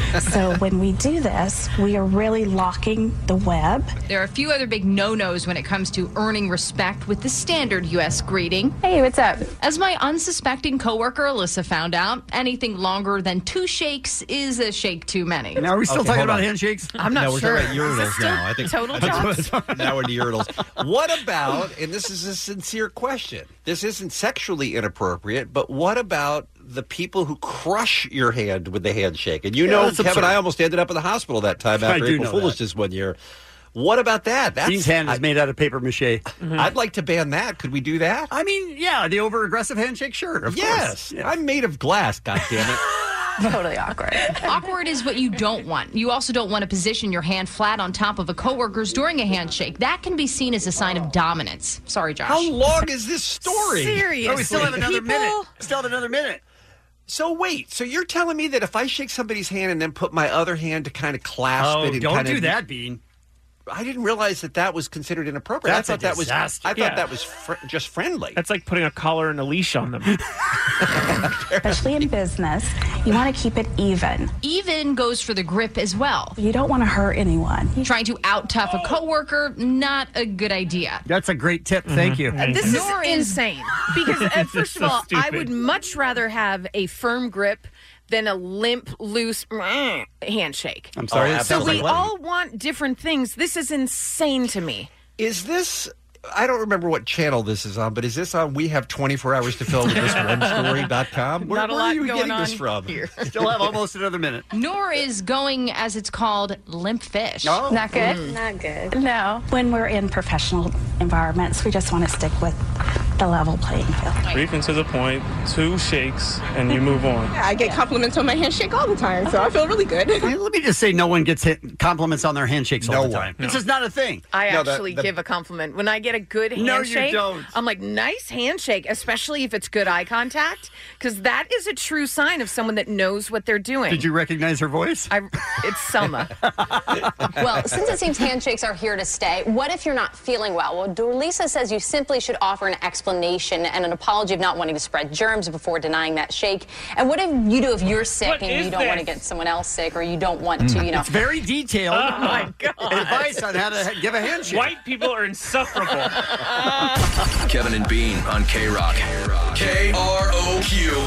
[SPEAKER 6] *laughs*
[SPEAKER 12] workplace.
[SPEAKER 24] *laughs* so when we do this, we are really locking the web.
[SPEAKER 20] There are a few other big no nos when it comes to earning respect with the standard U.S. greeting.
[SPEAKER 24] Hey, what's up?
[SPEAKER 20] As my unsuspecting coworker Alyssa found out, anything longer than two shakes is a shake too many.
[SPEAKER 9] Now are we still
[SPEAKER 6] Okay,
[SPEAKER 9] talking
[SPEAKER 6] hold
[SPEAKER 9] about
[SPEAKER 6] on.
[SPEAKER 9] handshakes?
[SPEAKER 10] I'm not
[SPEAKER 6] no, we're
[SPEAKER 10] sure.
[SPEAKER 6] talking about urinals now. I think
[SPEAKER 10] total
[SPEAKER 6] that's what- now we're into urinals. What about? And this is a sincere question. This isn't sexually inappropriate, but what about the people who crush your hand with the handshake? And you
[SPEAKER 9] Yeah,
[SPEAKER 6] know,
[SPEAKER 9] that's
[SPEAKER 6] Kevin,
[SPEAKER 9] absurd.
[SPEAKER 6] I almost ended up in the hospital that
[SPEAKER 9] *laughs*
[SPEAKER 6] time
[SPEAKER 9] I
[SPEAKER 6] after
[SPEAKER 9] do
[SPEAKER 6] April
[SPEAKER 9] know
[SPEAKER 6] Foolish
[SPEAKER 9] that.
[SPEAKER 6] this one year. What about that? That's Mm-hmm.
[SPEAKER 9] Dean's hand is made out of paper mache.
[SPEAKER 6] I'd like to ban that. Could we do that?
[SPEAKER 9] I mean, yeah, the over aggressive handshake, sure. Of
[SPEAKER 6] yes,
[SPEAKER 9] course. Yeah.
[SPEAKER 6] I'm made of glass. God damn it.
[SPEAKER 24] Totally awkward.
[SPEAKER 20] *laughs* Awkward is what you don't want. You also don't want to position your hand flat on top of a coworker's during a handshake. That can be seen as a sign of dominance. Sorry, Josh.
[SPEAKER 6] How long is this story?
[SPEAKER 10] Seriously.
[SPEAKER 9] Oh, we still have another
[SPEAKER 10] People-
[SPEAKER 9] minute. Still have another minute.
[SPEAKER 6] So wait, so you're telling me that if I shake somebody's hand and then put my other hand to kind of clasp
[SPEAKER 9] Oh,
[SPEAKER 6] it and
[SPEAKER 9] don't
[SPEAKER 6] kind
[SPEAKER 9] do
[SPEAKER 6] of,
[SPEAKER 9] that, Bean.
[SPEAKER 6] I didn't realize that that was considered
[SPEAKER 9] *laughs*
[SPEAKER 6] inappropriate.
[SPEAKER 9] That's
[SPEAKER 6] I
[SPEAKER 9] a
[SPEAKER 6] thought that was I
[SPEAKER 9] disaster.
[SPEAKER 6] thought
[SPEAKER 12] Yeah.
[SPEAKER 6] that was fr- just friendly.
[SPEAKER 12] That's like putting a collar and a leash on
[SPEAKER 6] *laughs*
[SPEAKER 12] them.
[SPEAKER 24] Especially in business, you want to keep it even.
[SPEAKER 20] Even goes for the grip as well.
[SPEAKER 24] You don't want to hurt anyone.
[SPEAKER 20] Trying to out tough a coworker, not a good idea.
[SPEAKER 9] *laughs* That's a great tip.
[SPEAKER 12] Mm-hmm.
[SPEAKER 9] Thank you.
[SPEAKER 10] This is
[SPEAKER 20] Nor is-
[SPEAKER 10] insane because uh, first of
[SPEAKER 12] so
[SPEAKER 10] all, I
[SPEAKER 12] stupid.
[SPEAKER 10] would much rather have a firm grip than a limp, loose *sniffs* mm, handshake.
[SPEAKER 9] I'm sorry.
[SPEAKER 6] Oh,
[SPEAKER 9] that
[SPEAKER 10] So
[SPEAKER 9] sounds
[SPEAKER 6] absolutely.
[SPEAKER 10] we
[SPEAKER 9] like-
[SPEAKER 10] all want different things. This is insane to me.
[SPEAKER 6] Is this? I don't remember what channel this is on, but is this on? We have 24 hours to fill with this one story.com. Um, Where,
[SPEAKER 10] Not a
[SPEAKER 6] where
[SPEAKER 10] lot
[SPEAKER 6] are you
[SPEAKER 10] going
[SPEAKER 6] getting
[SPEAKER 10] on
[SPEAKER 6] this from?
[SPEAKER 10] here.
[SPEAKER 9] still have almost another minute.
[SPEAKER 20] Nor is going, as it's called, limp fish.
[SPEAKER 9] No. Mm.
[SPEAKER 24] Not good?
[SPEAKER 21] Not good.
[SPEAKER 24] No. When we're in professional environments, we just want to stick with the level playing field.
[SPEAKER 23] Brief and to the point, two shakes, and you move on.
[SPEAKER 16] I get compliments on my handshake all the time, so I feel really good.
[SPEAKER 9] I mean, let me just say, no one gets hit compliments on their handshakes
[SPEAKER 6] No
[SPEAKER 9] all the
[SPEAKER 6] one.
[SPEAKER 9] time. It's just not a thing.
[SPEAKER 10] I
[SPEAKER 6] No, the-
[SPEAKER 10] actually
[SPEAKER 6] the-
[SPEAKER 10] give a compliment when I get a good handshake.
[SPEAKER 9] No, you don't.
[SPEAKER 10] I'm like, nice handshake, especially if it's good eye contact, because that is a true sign of someone that knows what they're doing.
[SPEAKER 9] Did you recognize her voice?
[SPEAKER 10] I, it's
[SPEAKER 9] *laughs*
[SPEAKER 10] Selma.
[SPEAKER 21] Well, since it seems handshakes are here to stay, what if you're not feeling well? Well, Dorlisa says you simply should offer an explanation and an apology of not wanting to spread germs before denying that shake. And what if you do if you're sick
[SPEAKER 12] What
[SPEAKER 21] and
[SPEAKER 12] is
[SPEAKER 21] you don't want to
[SPEAKER 12] this?
[SPEAKER 21] get someone else sick or you don't want to, you know?
[SPEAKER 9] Mm.
[SPEAKER 12] *laughs*
[SPEAKER 9] It's very detailed
[SPEAKER 12] Oh
[SPEAKER 6] Oh
[SPEAKER 10] my God.
[SPEAKER 9] *laughs* advice on how to give a handshake.
[SPEAKER 6] *laughs*
[SPEAKER 12] White people are insufferable.
[SPEAKER 25] Kevin and Bean on K Rock.
[SPEAKER 2] K R O Q.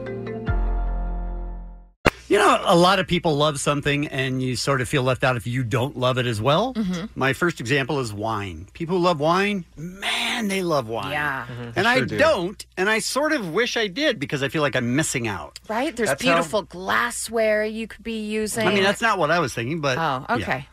[SPEAKER 9] You know, a lot of people love something and you sort of feel left out if you don't love it as well.
[SPEAKER 10] Mhm.
[SPEAKER 9] My first example is wine. People who love wine, man, they love wine.
[SPEAKER 10] Yeah.
[SPEAKER 9] And I don't, and I sort of wish I did because I feel like I'm missing out.
[SPEAKER 10] Right? There's
[SPEAKER 9] That's how-
[SPEAKER 10] beautiful glassware you could be using.
[SPEAKER 9] I mean, that's not what I was thinking, but
[SPEAKER 10] Oh, okay.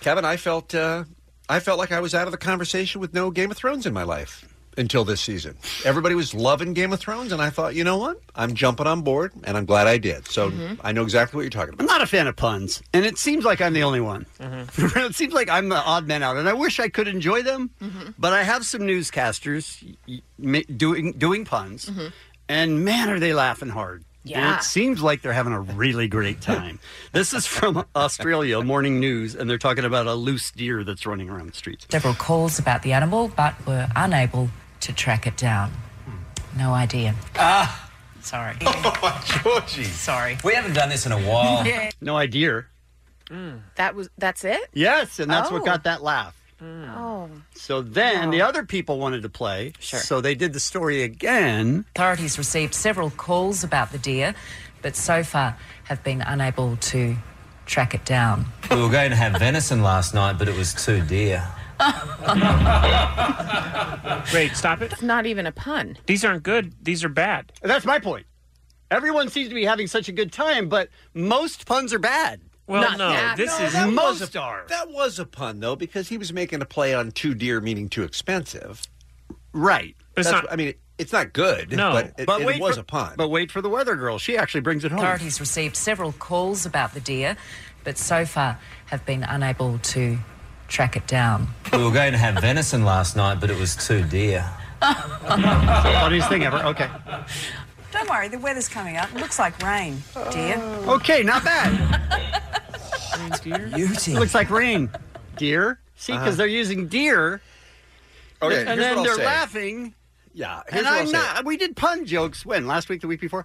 [SPEAKER 6] Kevin, I felt uh, I felt like I was out of the conversation with no Game of Thrones in my life until this season. Everybody was loving Game of Thrones, and I thought, you know what? I'm jumping on board, and I'm glad I did. So
[SPEAKER 9] Mhm.
[SPEAKER 6] I know exactly what you're talking about.
[SPEAKER 9] I'm not a fan of puns, and it seems like I'm the only one. it seems like I'm the odd man out, and I wish I could enjoy them. But I have some newscasters y- y- ma- doing doing puns,
[SPEAKER 2] Mm-hmm.
[SPEAKER 25] Mhm.
[SPEAKER 9] and man, are they laughing hard! And
[SPEAKER 25] Yeah.
[SPEAKER 9] it seems like they're having a really great time. this is from Australia Morning News, and they're talking about a loose deer that's running around the streets.
[SPEAKER 26] Several calls about the animal, but were unable to track it down. No idea.
[SPEAKER 27] Ah, Oh,
[SPEAKER 26] Sorry.
[SPEAKER 27] *laughs* Georgie.
[SPEAKER 26] Sorry.
[SPEAKER 27] We haven't done this in a while.
[SPEAKER 10] *laughs* Yeah.
[SPEAKER 9] No idea.
[SPEAKER 10] Mm. That was that's it?
[SPEAKER 9] Yes, and that's
[SPEAKER 10] Oh.
[SPEAKER 9] what got that laugh.
[SPEAKER 10] Oh.
[SPEAKER 9] So then the other people wanted to play. Sure. So they did the story again.
[SPEAKER 26] Authorities received several calls about the deer, but so far have been unable to track it down.
[SPEAKER 27] We were going to have venison last night, but it was too dear.
[SPEAKER 12] Wait, stop it.
[SPEAKER 10] It's not even a pun.
[SPEAKER 12] These aren't
[SPEAKER 9] *laughs*
[SPEAKER 12] good. These are bad.
[SPEAKER 9] That's my point. Everyone seems to be having such a good time, but most puns are bad.
[SPEAKER 12] Well, Not no, that.
[SPEAKER 6] This is
[SPEAKER 9] most
[SPEAKER 6] was a,
[SPEAKER 9] are.
[SPEAKER 6] That was a pun though, because he was making a play on too dear, meaning too expensive.
[SPEAKER 9] Right.
[SPEAKER 6] But it's not, I mean, it's not good. but it, it was a pun.
[SPEAKER 9] But wait for the weather girl. She actually brings it home.
[SPEAKER 26] Authorities received several calls about the deer, but so far have been unable to track it down.
[SPEAKER 27] We were going to have venison last night, but it was too dear.
[SPEAKER 9] Funniest thing ever. Okay.
[SPEAKER 28] Don't worry, the weather's coming up. It looks like rain, dear.
[SPEAKER 16] Oh.
[SPEAKER 9] Okay, not bad.
[SPEAKER 27] Beauty.
[SPEAKER 9] Looks like rain. Deer. See, because
[SPEAKER 6] Uh-huh.
[SPEAKER 9] they're using deer.
[SPEAKER 6] Okay,
[SPEAKER 9] And
[SPEAKER 6] here's
[SPEAKER 9] then
[SPEAKER 6] what I'll
[SPEAKER 9] they're
[SPEAKER 6] say.
[SPEAKER 9] laughing.
[SPEAKER 6] Yeah,
[SPEAKER 9] And
[SPEAKER 6] here's what I'll
[SPEAKER 9] I'm
[SPEAKER 6] say.
[SPEAKER 9] not. We did pun jokes when? Last week, the week before?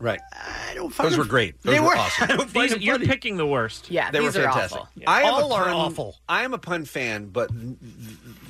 [SPEAKER 6] Right.
[SPEAKER 9] I don't
[SPEAKER 6] Those
[SPEAKER 9] fucking-
[SPEAKER 6] were great. Those
[SPEAKER 9] they
[SPEAKER 6] were
[SPEAKER 9] were
[SPEAKER 6] awesome.
[SPEAKER 9] I don't find
[SPEAKER 12] These,
[SPEAKER 9] them
[SPEAKER 12] you're
[SPEAKER 9] funny.
[SPEAKER 12] picking the worst.
[SPEAKER 10] Yeah,
[SPEAKER 6] they were fantastic. I am a pun, I am a pun fan, but th-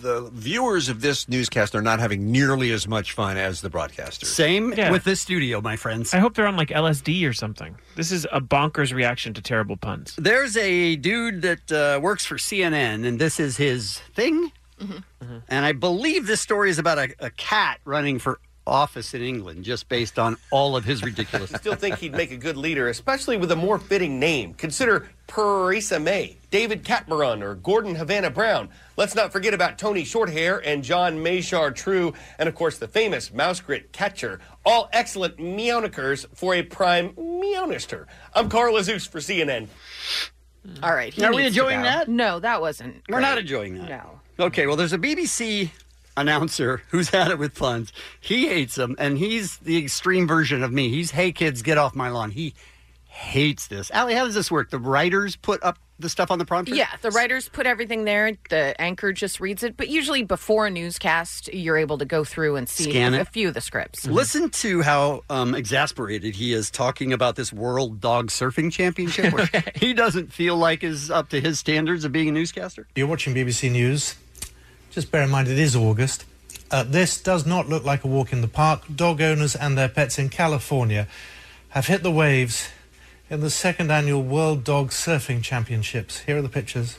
[SPEAKER 6] the viewers of this newscast are not having nearly as much fun as the broadcasters.
[SPEAKER 9] Same
[SPEAKER 12] Yeah.
[SPEAKER 9] with this studio, my friends.
[SPEAKER 12] I hope they're on like LSD or something. This is a bonkers reaction to terrible puns.
[SPEAKER 9] There's a dude that uh, works for CNN, and this is his thing.
[SPEAKER 10] Mm-hmm,
[SPEAKER 9] And I believe this story is about a, a cat running for office in England, just based on all of his ridiculous.
[SPEAKER 5] *laughs* Still think he'd make a good leader, especially with a more fitting name. Consider Parisa May, David Catmaron, or Gordon Havana Brown. Let's not forget about Tony Shorthair and John Mayshar True, and of course the famous Mouse Grit Catcher. All excellent meownikers for a prime meownister. I'm Carla Zeus for CNN.
[SPEAKER 10] All right. he
[SPEAKER 9] Are we
[SPEAKER 10] needs to
[SPEAKER 9] enjoying
[SPEAKER 10] go.
[SPEAKER 9] that?
[SPEAKER 10] No, that wasn't.
[SPEAKER 9] We're not
[SPEAKER 10] great.
[SPEAKER 9] enjoying that.
[SPEAKER 10] No.
[SPEAKER 9] *laughs* Okay, well, there's a BBC announcer who's had it with puns. He hates them, and he's the extreme version of me. He's, hey, kids, get off my lawn. He hates this. Allie, how does this work? The writers put up the stuff on the prompter?
[SPEAKER 10] Yeah, the writers put everything there. The anchor just reads it, but usually before a newscast, you're able to go through and see
[SPEAKER 9] Scan
[SPEAKER 10] a,
[SPEAKER 9] it.
[SPEAKER 10] a few of the scripts.
[SPEAKER 9] Listen to how um, exasperated he is talking about this World Dog Surfing Championship. Where He doesn't feel like is up to his standards of being a newscaster.
[SPEAKER 29] You're watching BBC News. Just bear in mind it is August. Uh, this does not look like a walk in the park. Dog owners and their pets in California have hit the waves in the second annual World Dog Surfing Championships. Here are the pictures.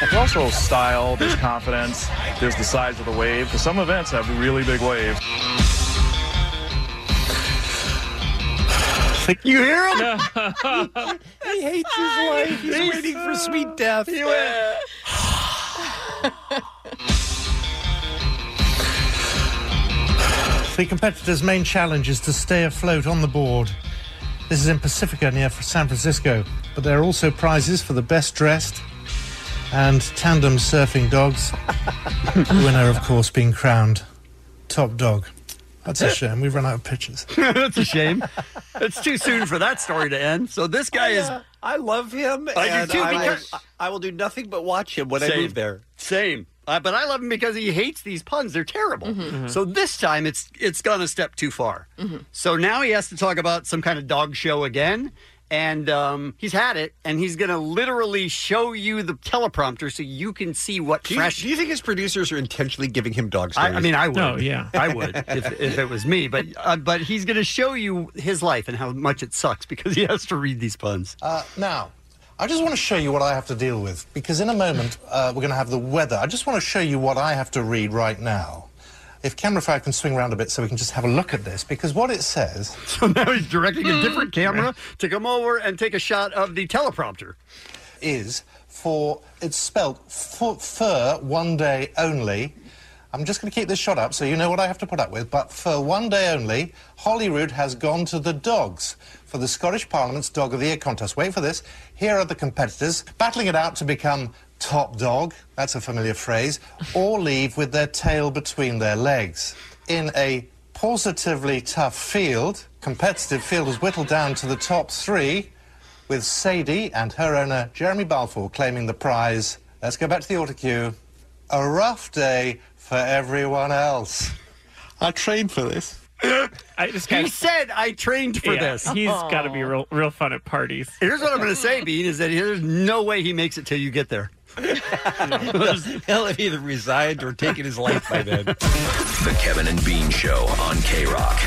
[SPEAKER 30] There's also style, there's confidence, there's the size of the wave. 'cause Some events have really big waves.
[SPEAKER 9] *laughs* You hear him?
[SPEAKER 2] *laughs*
[SPEAKER 10] mm-hmm.
[SPEAKER 12] he hates his life.
[SPEAKER 9] He's waiting for sweet death.
[SPEAKER 10] *laughs*
[SPEAKER 12] He went.
[SPEAKER 2] *sighs*
[SPEAKER 29] The competitor's main challenge is to stay afloat on the board. This is in Pacifica near San Francisco, but there are also prizes for the best dressed and tandem surfing *laughs* dogs. the winner, of course, being crowned top dog. That's a shame. We've run out of pictures.
[SPEAKER 9] *laughs* That's a shame. It's too soon for that story to end. So this guy is.
[SPEAKER 6] I love him.
[SPEAKER 9] I do
[SPEAKER 6] and
[SPEAKER 9] too,
[SPEAKER 6] I will-
[SPEAKER 9] because-
[SPEAKER 6] I will do nothing but watch him when I
[SPEAKER 9] Same.
[SPEAKER 6] move there.
[SPEAKER 9] Same. Uh, but I love him because he hates these puns. They're terrible.
[SPEAKER 6] Mm-hmm.
[SPEAKER 9] So this time it's it's gone a step too far. So now he has to talk about some kind of dog show again. And um, he's had it, and he's going to literally show you the teleprompter so you can see what
[SPEAKER 6] Do you,
[SPEAKER 9] fresh.
[SPEAKER 6] do you think his producers are intentionally giving him dog
[SPEAKER 9] I,
[SPEAKER 6] stories?
[SPEAKER 9] I mean, I would. I would if, if it was me. But uh, but he's going to show you his life and how much it sucks because he has to read these puns. *laughs*
[SPEAKER 29] Uh, now, I just want to show you what I have to deal with because in a moment uh, we're going to have the weather. I just want to show you what I have to read right now. If camera five can swing around a bit so we can just have a look at this because what it says.
[SPEAKER 9] So now he's directing a
[SPEAKER 12] *laughs*
[SPEAKER 9] different camera to come over and take a shot of the teleprompter.
[SPEAKER 29] Is for it's spelt fu- fur one day only. I'm just going to keep this shot up so you know what I have to put up with. But for one day only, Holyrood has gone to the dogs for the Scottish Parliament's Dog of the Year contest. Wait for this. Here are the competitors battling it out to become top dog. That's a familiar phrase. Or leave with their tail between their legs. In a positively tough field, competitive field was whittled down to the top three with Sadie and her owner Jeremy Balfour claiming the prize. Let's go back to the auto cue. A rough day for everyone else. I trained for this.
[SPEAKER 12] *laughs* I just
[SPEAKER 9] He said, "I trained for
[SPEAKER 12] Yeah,
[SPEAKER 9] this."
[SPEAKER 12] He's got to be real, real fun at parties.
[SPEAKER 9] Here's what I'm going to say, Bean, is that there's no way he makes it till you get there.
[SPEAKER 6] *laughs* He'll have either resigned or taken his life
[SPEAKER 9] *laughs*
[SPEAKER 6] by then.
[SPEAKER 2] The Kevin and Bean Show on K Rock.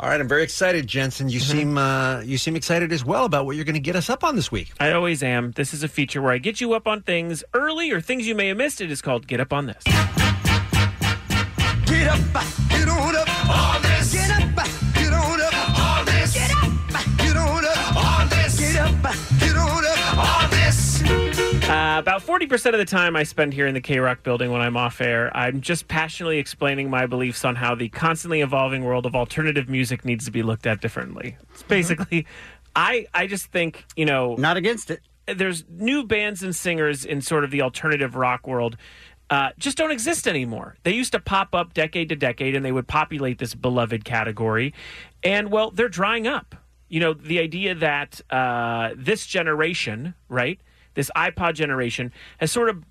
[SPEAKER 6] All right, I'm very excited, Jensen. You seem uh, you seem excited as well about what you're going to get us up on this week.
[SPEAKER 12] I always am. This is a feature where I get you up on things early or things you may have missed. It is called Get Up on This.
[SPEAKER 2] Get up, get on up on this. Get up, get on up on this. Get up, get on up on this. Get up, get on up on this.
[SPEAKER 12] Uh, about 40% of the time I spend here in the K Rock building when I'm off air, I'm just passionately explaining my beliefs on how the constantly evolving world of alternative music needs to be looked at differently. It's basically, I, I just think, you know.
[SPEAKER 9] Mm-hmm. Not against it.
[SPEAKER 12] There's new bands and singers in sort of the alternative rock world. Uh, just don't exist anymore. They used to pop up decade to decade and they would populate this beloved category. And well, they're drying up. You know, the idea that uh, this generation, right, this iPod generation, has sort of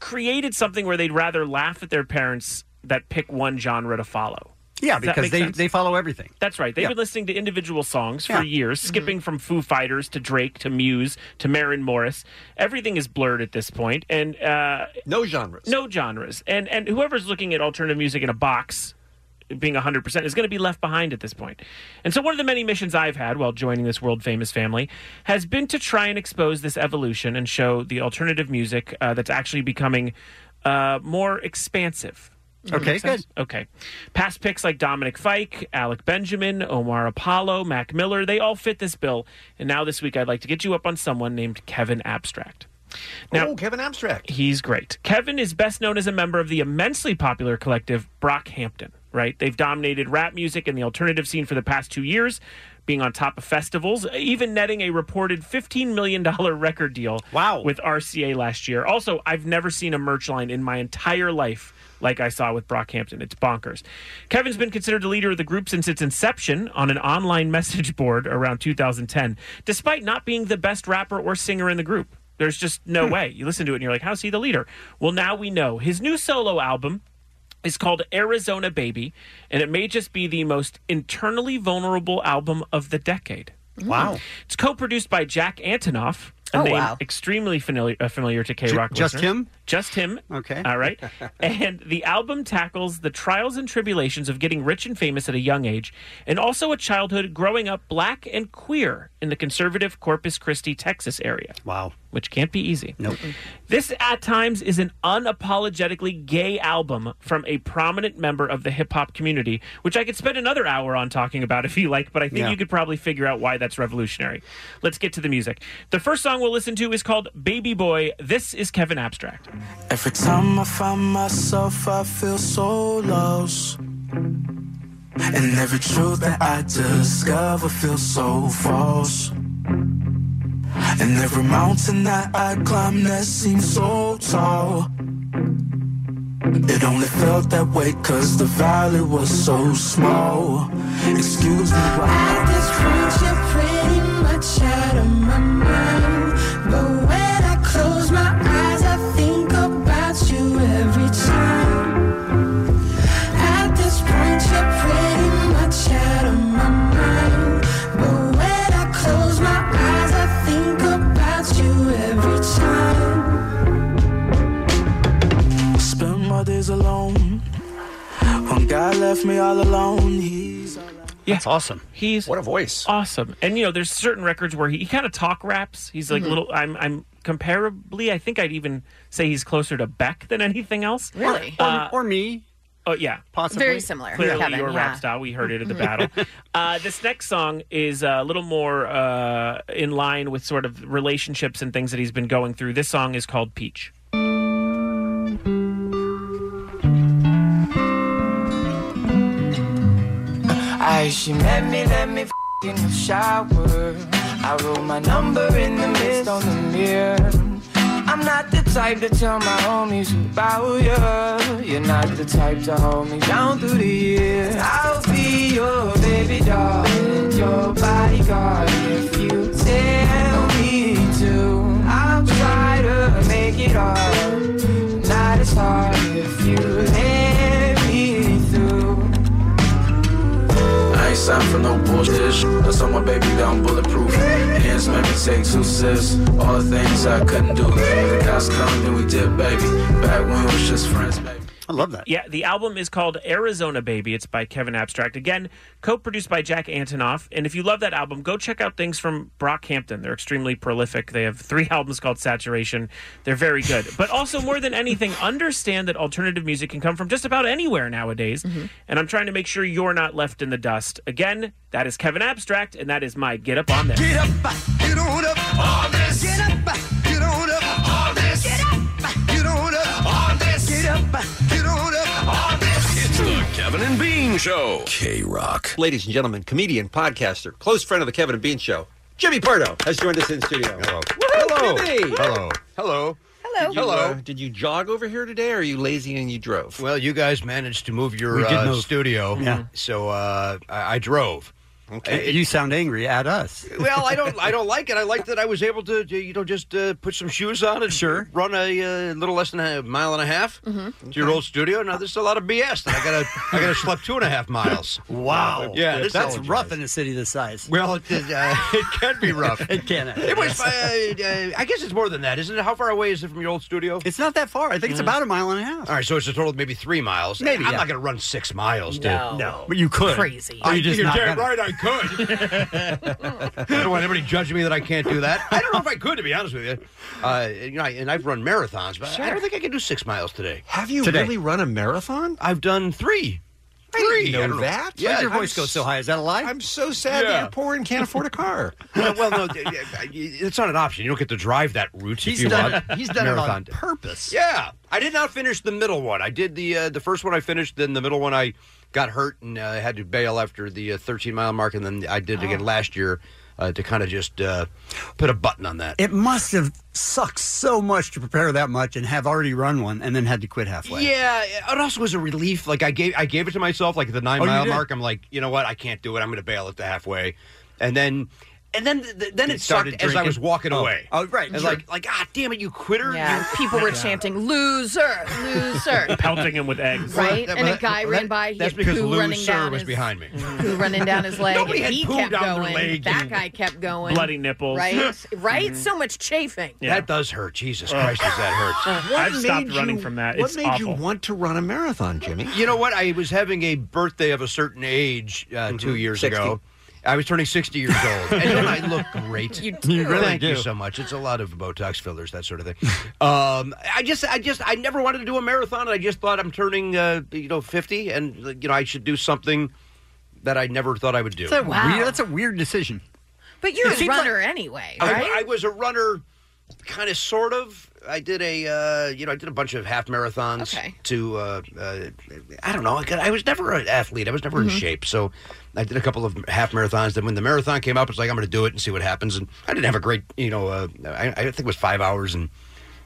[SPEAKER 12] created something where they'd rather laugh at their parents that pick one genre to follow.
[SPEAKER 9] Yeah,
[SPEAKER 12] Does that
[SPEAKER 9] because
[SPEAKER 12] make
[SPEAKER 9] they,
[SPEAKER 12] sense?
[SPEAKER 9] they follow everything.
[SPEAKER 12] That's right. They've
[SPEAKER 9] Yeah.
[SPEAKER 12] been listening to individual songs for
[SPEAKER 9] Yeah.
[SPEAKER 12] years, skipping from Foo Fighters to Drake to Muse to Marin Morris. Everything is blurred at this point, and uh,
[SPEAKER 6] No genres.
[SPEAKER 12] no genres. And and whoever's looking at alternative music in a box, being 100%, is going to be left behind at this point. And so one of the many missions I've had while joining this world famous family has been to try and expose this evolution and show the alternative music uh, that's actually becoming uh, more expansive.
[SPEAKER 9] Okay,
[SPEAKER 12] Makes sense? Okay. Past picks like Dominic Fike, Alec Benjamin, Omar Apollo, Mac Miller, they all fit this bill. And now this week I'd like to get you up on someone named Kevin Abstract. Now,
[SPEAKER 6] oh, Kevin Abstract.
[SPEAKER 12] He's great. Kevin is best known as a member of the immensely popular collective Brockhampton, right? They've dominated rap music and the alternative scene for the past two years, being on top of festivals, even netting a reported $15 million record deal
[SPEAKER 9] Wow.
[SPEAKER 12] with RCA last year. Also, I've never seen a merch line in my entire life like I saw with Brockhampton. It's bonkers. Kevin's been considered the leader of the group since its inception on an online *laughs* message board around 2010, despite not being the best rapper or singer in the group. There's just no way. You listen to it and you're like, how's he the leader? Well, now we know. His new solo album, is called Arizona Baby, and it may just be the most internally vulnerable album of the decade.
[SPEAKER 9] Wow.
[SPEAKER 12] It's co produced by Jack Antonoff, a
[SPEAKER 10] Oh,
[SPEAKER 12] name
[SPEAKER 10] wow.
[SPEAKER 12] extremely familiar, uh, familiar to K Rock.
[SPEAKER 9] just him?
[SPEAKER 12] Just him. Okay. All right. and the album tackles the trials and tribulations of getting rich and famous at a young age, and also a childhood growing up black and queer in the conservative Corpus Christi, Texas area. Wow. Which can't be easy. Nope. This, at times, is an unapologetically gay album from a prominent member of the hip hop community, which I could spend another hour on talking about if you like, but I think
[SPEAKER 25] Yeah.
[SPEAKER 12] you could probably figure out why that's revolutionary. Let's get to the music. The first song we'll listen to is called Baby Boy. This is Kevin Abstract.
[SPEAKER 15] Every time I find myself, I feel so lost. And every truth that I discover feels so false. And every mountain that I climb that seems so tall. It only felt that way cause the valley was so small. Excuse me while
[SPEAKER 2] This creature pretty much out of my mind. But when I close my eyes, I think about you every time. At this point, you're pretty much out of my mind. But when I close my eyes, I think about you every time.
[SPEAKER 15] I spend my days alone. One guy left me all alone. He's
[SPEAKER 12] Yeah. That's awesome. He's what a voice. Awesome. And you know, there's certain records where he, he kind of talk raps. He's like
[SPEAKER 15] Mhm.
[SPEAKER 12] little I'm I'm comparably I think I'd even say he's closer to Beck than anything else.
[SPEAKER 10] Really? Or-
[SPEAKER 12] Uh, or me. Oh yeah.
[SPEAKER 10] Possibly. Very similar,
[SPEAKER 12] Clearly
[SPEAKER 10] Kevin,
[SPEAKER 12] your
[SPEAKER 10] yeah.
[SPEAKER 12] rap style. We heard it at the
[SPEAKER 10] Mhm.
[SPEAKER 12] battle. Uh, this next song is a little more uh, in line with sort of relationships and things that he's been going through. This song is called Peach.
[SPEAKER 15] I she met me, let me f- in the shower. I wrote my number in the mist on the mirror. I'm not the type to tell my homies about you. You're not the type to hold me down through the years. I'll be your baby doll, your bodyguard if you tell me to. I'll try to make it hard, not as hard if you let me through. I ain't signed for no bullshit. sh- That's on my baby, down bulletproof. Hands made me take two sips. All the things I couldn't do. The cops come, then we did, baby. Back when we was just friends, baby.
[SPEAKER 12] I love that. Yeah, the album is called Arizona Baby. It's by Kevin Abstract. Again, co produced by Jack Antonoff. And if you love that album, go check out things from Brockhampton. They're extremely prolific. They have three *laughs* albums called Saturation. They're very good. But also, more than anything, *laughs* understand that alternative music can come from just about anywhere nowadays.
[SPEAKER 10] Mm-hmm.
[SPEAKER 12] And I'm trying to make sure you're not left in the dust. Again, that is Kevin Abstract, and that is my Get Up On This.
[SPEAKER 2] Get up, get on up, all this. Get up, get on up, all this. Get up, get on up, all this. Get up, get on up, all this. It's the
[SPEAKER 6] Kevin and Bean Show. K Rock. Ladies and gentlemen, comedian, podcaster, close friend of the Kevin and Bean Show, Jimmy Pardo has joined us in studio. Hello. Hello. Jimmy.
[SPEAKER 31] Hello.
[SPEAKER 6] Hello.
[SPEAKER 31] Hello.
[SPEAKER 6] Did you,
[SPEAKER 31] Hello.
[SPEAKER 6] uh, did you jog over here today, or are you lazy and you drove?
[SPEAKER 31] Well, you guys managed to move your
[SPEAKER 6] We did
[SPEAKER 31] uh,
[SPEAKER 6] move.
[SPEAKER 31] studio,
[SPEAKER 6] Yeah.
[SPEAKER 31] so uh, I, I drove.
[SPEAKER 9] Uh,
[SPEAKER 31] Okay. you sound angry at us. well, I don't. I don't like it. I like that I was able to, to, you know, just uh, put some shoes on and sure. run a uh, little less than a mile and a half to your old studio. Now there's a lot of BS that I gotta. I gotta schlep two and a half miles.
[SPEAKER 9] *laughs* Wow.
[SPEAKER 31] Yeah, this-
[SPEAKER 9] that's rough in a city this size.
[SPEAKER 31] Well, it, uh, *laughs* it can be
[SPEAKER 9] *laughs*
[SPEAKER 31] rough.
[SPEAKER 9] *laughs* it can. actually.
[SPEAKER 31] It was. Uh, uh, I guess it's more than that, isn't it? How far away is it from your old studio? Mm-hmm.
[SPEAKER 9] It's not that far. I think it's
[SPEAKER 31] Yeah.
[SPEAKER 9] about a mile and a half.
[SPEAKER 31] All right, so it's a total of maybe three miles.
[SPEAKER 9] Maybe,
[SPEAKER 31] I'm
[SPEAKER 9] yeah.
[SPEAKER 31] not going to run six miles, dude.
[SPEAKER 9] No. No. But you could. Crazy. Or
[SPEAKER 31] I,
[SPEAKER 9] you're
[SPEAKER 31] you're
[SPEAKER 9] just not
[SPEAKER 31] damn
[SPEAKER 9] gonna.
[SPEAKER 31] right I could. I don't want anybody judging me that I can't do that. I don't know if I could, to be honest with you. Uh, you know, I, and I've run marathons, but I don't think I can do six miles today.
[SPEAKER 6] Have you
[SPEAKER 31] Today.
[SPEAKER 6] really run a marathon?
[SPEAKER 31] I've done three. Three.
[SPEAKER 6] know
[SPEAKER 31] I don't
[SPEAKER 6] that.
[SPEAKER 31] Yeah,
[SPEAKER 6] Why'd your
[SPEAKER 31] I'm
[SPEAKER 6] voice go so
[SPEAKER 31] high? Is that a lie?
[SPEAKER 6] I'm so sad that
[SPEAKER 31] Yeah.
[SPEAKER 6] you're poor and can't afford a car.
[SPEAKER 31] *laughs* well, well, no, d- d- it's not an option. You don't get to drive that route. He's if you done want. it- he's done it on purpose. Yeah, I did not finish the middle one. I did the uh, the first one. I finished. Then the middle one, I got hurt and uh, had to bail after the uh, 13 mile mark. And then I did it again
[SPEAKER 9] Oh.
[SPEAKER 31] last year uh, to kind of just uh, put a button on that.
[SPEAKER 9] It must have sucked so much to prepare that much and have already run one and then had to quit halfway.
[SPEAKER 31] Yeah, it also was a relief. Like I gave I gave it to myself like at the nine
[SPEAKER 9] Oh, you
[SPEAKER 31] mile
[SPEAKER 9] did?
[SPEAKER 31] mark. I'm like, you know what? I can't do it. I'm going to bail at the halfway, and then and then th- then
[SPEAKER 9] He
[SPEAKER 31] it sucked
[SPEAKER 9] started
[SPEAKER 31] as I
[SPEAKER 9] drinking?
[SPEAKER 31] was walking
[SPEAKER 9] Oh.
[SPEAKER 31] away.
[SPEAKER 9] Oh, right,
[SPEAKER 31] And
[SPEAKER 9] sure.
[SPEAKER 31] like like ah damn it, you quitter.
[SPEAKER 10] Yeah,
[SPEAKER 31] you-"
[SPEAKER 9] *laughs*
[SPEAKER 10] people were
[SPEAKER 31] Yeah.
[SPEAKER 10] chanting "loser, loser,"
[SPEAKER 12] *laughs* pelting him with eggs.
[SPEAKER 10] right?
[SPEAKER 31] Well,
[SPEAKER 10] and a
[SPEAKER 31] that-
[SPEAKER 10] guy
[SPEAKER 31] well,
[SPEAKER 10] ran
[SPEAKER 31] that-
[SPEAKER 10] by. He
[SPEAKER 31] That's
[SPEAKER 10] had
[SPEAKER 31] because
[SPEAKER 10] poo
[SPEAKER 31] Lou
[SPEAKER 10] running
[SPEAKER 31] Sir
[SPEAKER 10] down
[SPEAKER 31] was
[SPEAKER 10] his,
[SPEAKER 31] behind me.
[SPEAKER 10] poo running down his leg.
[SPEAKER 31] Nobody
[SPEAKER 10] and
[SPEAKER 31] had
[SPEAKER 10] he
[SPEAKER 31] poo
[SPEAKER 10] kept
[SPEAKER 31] down their
[SPEAKER 10] going.
[SPEAKER 31] leg.
[SPEAKER 10] That guy kept going.
[SPEAKER 12] Bloody nipples.
[SPEAKER 9] *laughs*
[SPEAKER 10] Right, right.
[SPEAKER 9] Mm-hmm.
[SPEAKER 12] Mhm.
[SPEAKER 10] So much chafing.
[SPEAKER 31] That does hurt. Jesus Christ, does that hurt?
[SPEAKER 12] I've stopped running from that.
[SPEAKER 31] What
[SPEAKER 12] It's
[SPEAKER 31] made you
[SPEAKER 12] awful.
[SPEAKER 31] want to run a marathon, Jimmy? You know what? I was having a birthday of a certain age uh, two years
[SPEAKER 6] 60.
[SPEAKER 31] ago. I was turning 60 years old, and don't I *laughs* look great?
[SPEAKER 6] You You do. really
[SPEAKER 31] Thank you
[SPEAKER 6] do.
[SPEAKER 31] so much. It's a lot of Botox fillers, that sort of thing. um, I just, I just, I never wanted to do a marathon. I just thought I'm turning, uh, you know, 50, and you know, I should do something that I never thought I would do.
[SPEAKER 10] So, wow. Weird-
[SPEAKER 31] that's
[SPEAKER 9] a weird decision.
[SPEAKER 10] But you're
[SPEAKER 31] It
[SPEAKER 10] a
[SPEAKER 31] seems
[SPEAKER 10] runner anyway,
[SPEAKER 31] I-
[SPEAKER 10] right?
[SPEAKER 31] I, was a runner, kind of, sort of. I did a, uh, you know, I did a bunch of half marathons. To, uh, uh, I don't know. I, got- I was never an athlete. I was never in shape, so I did a couple of half marathons. Then when the marathon came up, it's like I'm going to do it and see what happens. And I didn't have a great, you know, uh, I, I think it was five hours and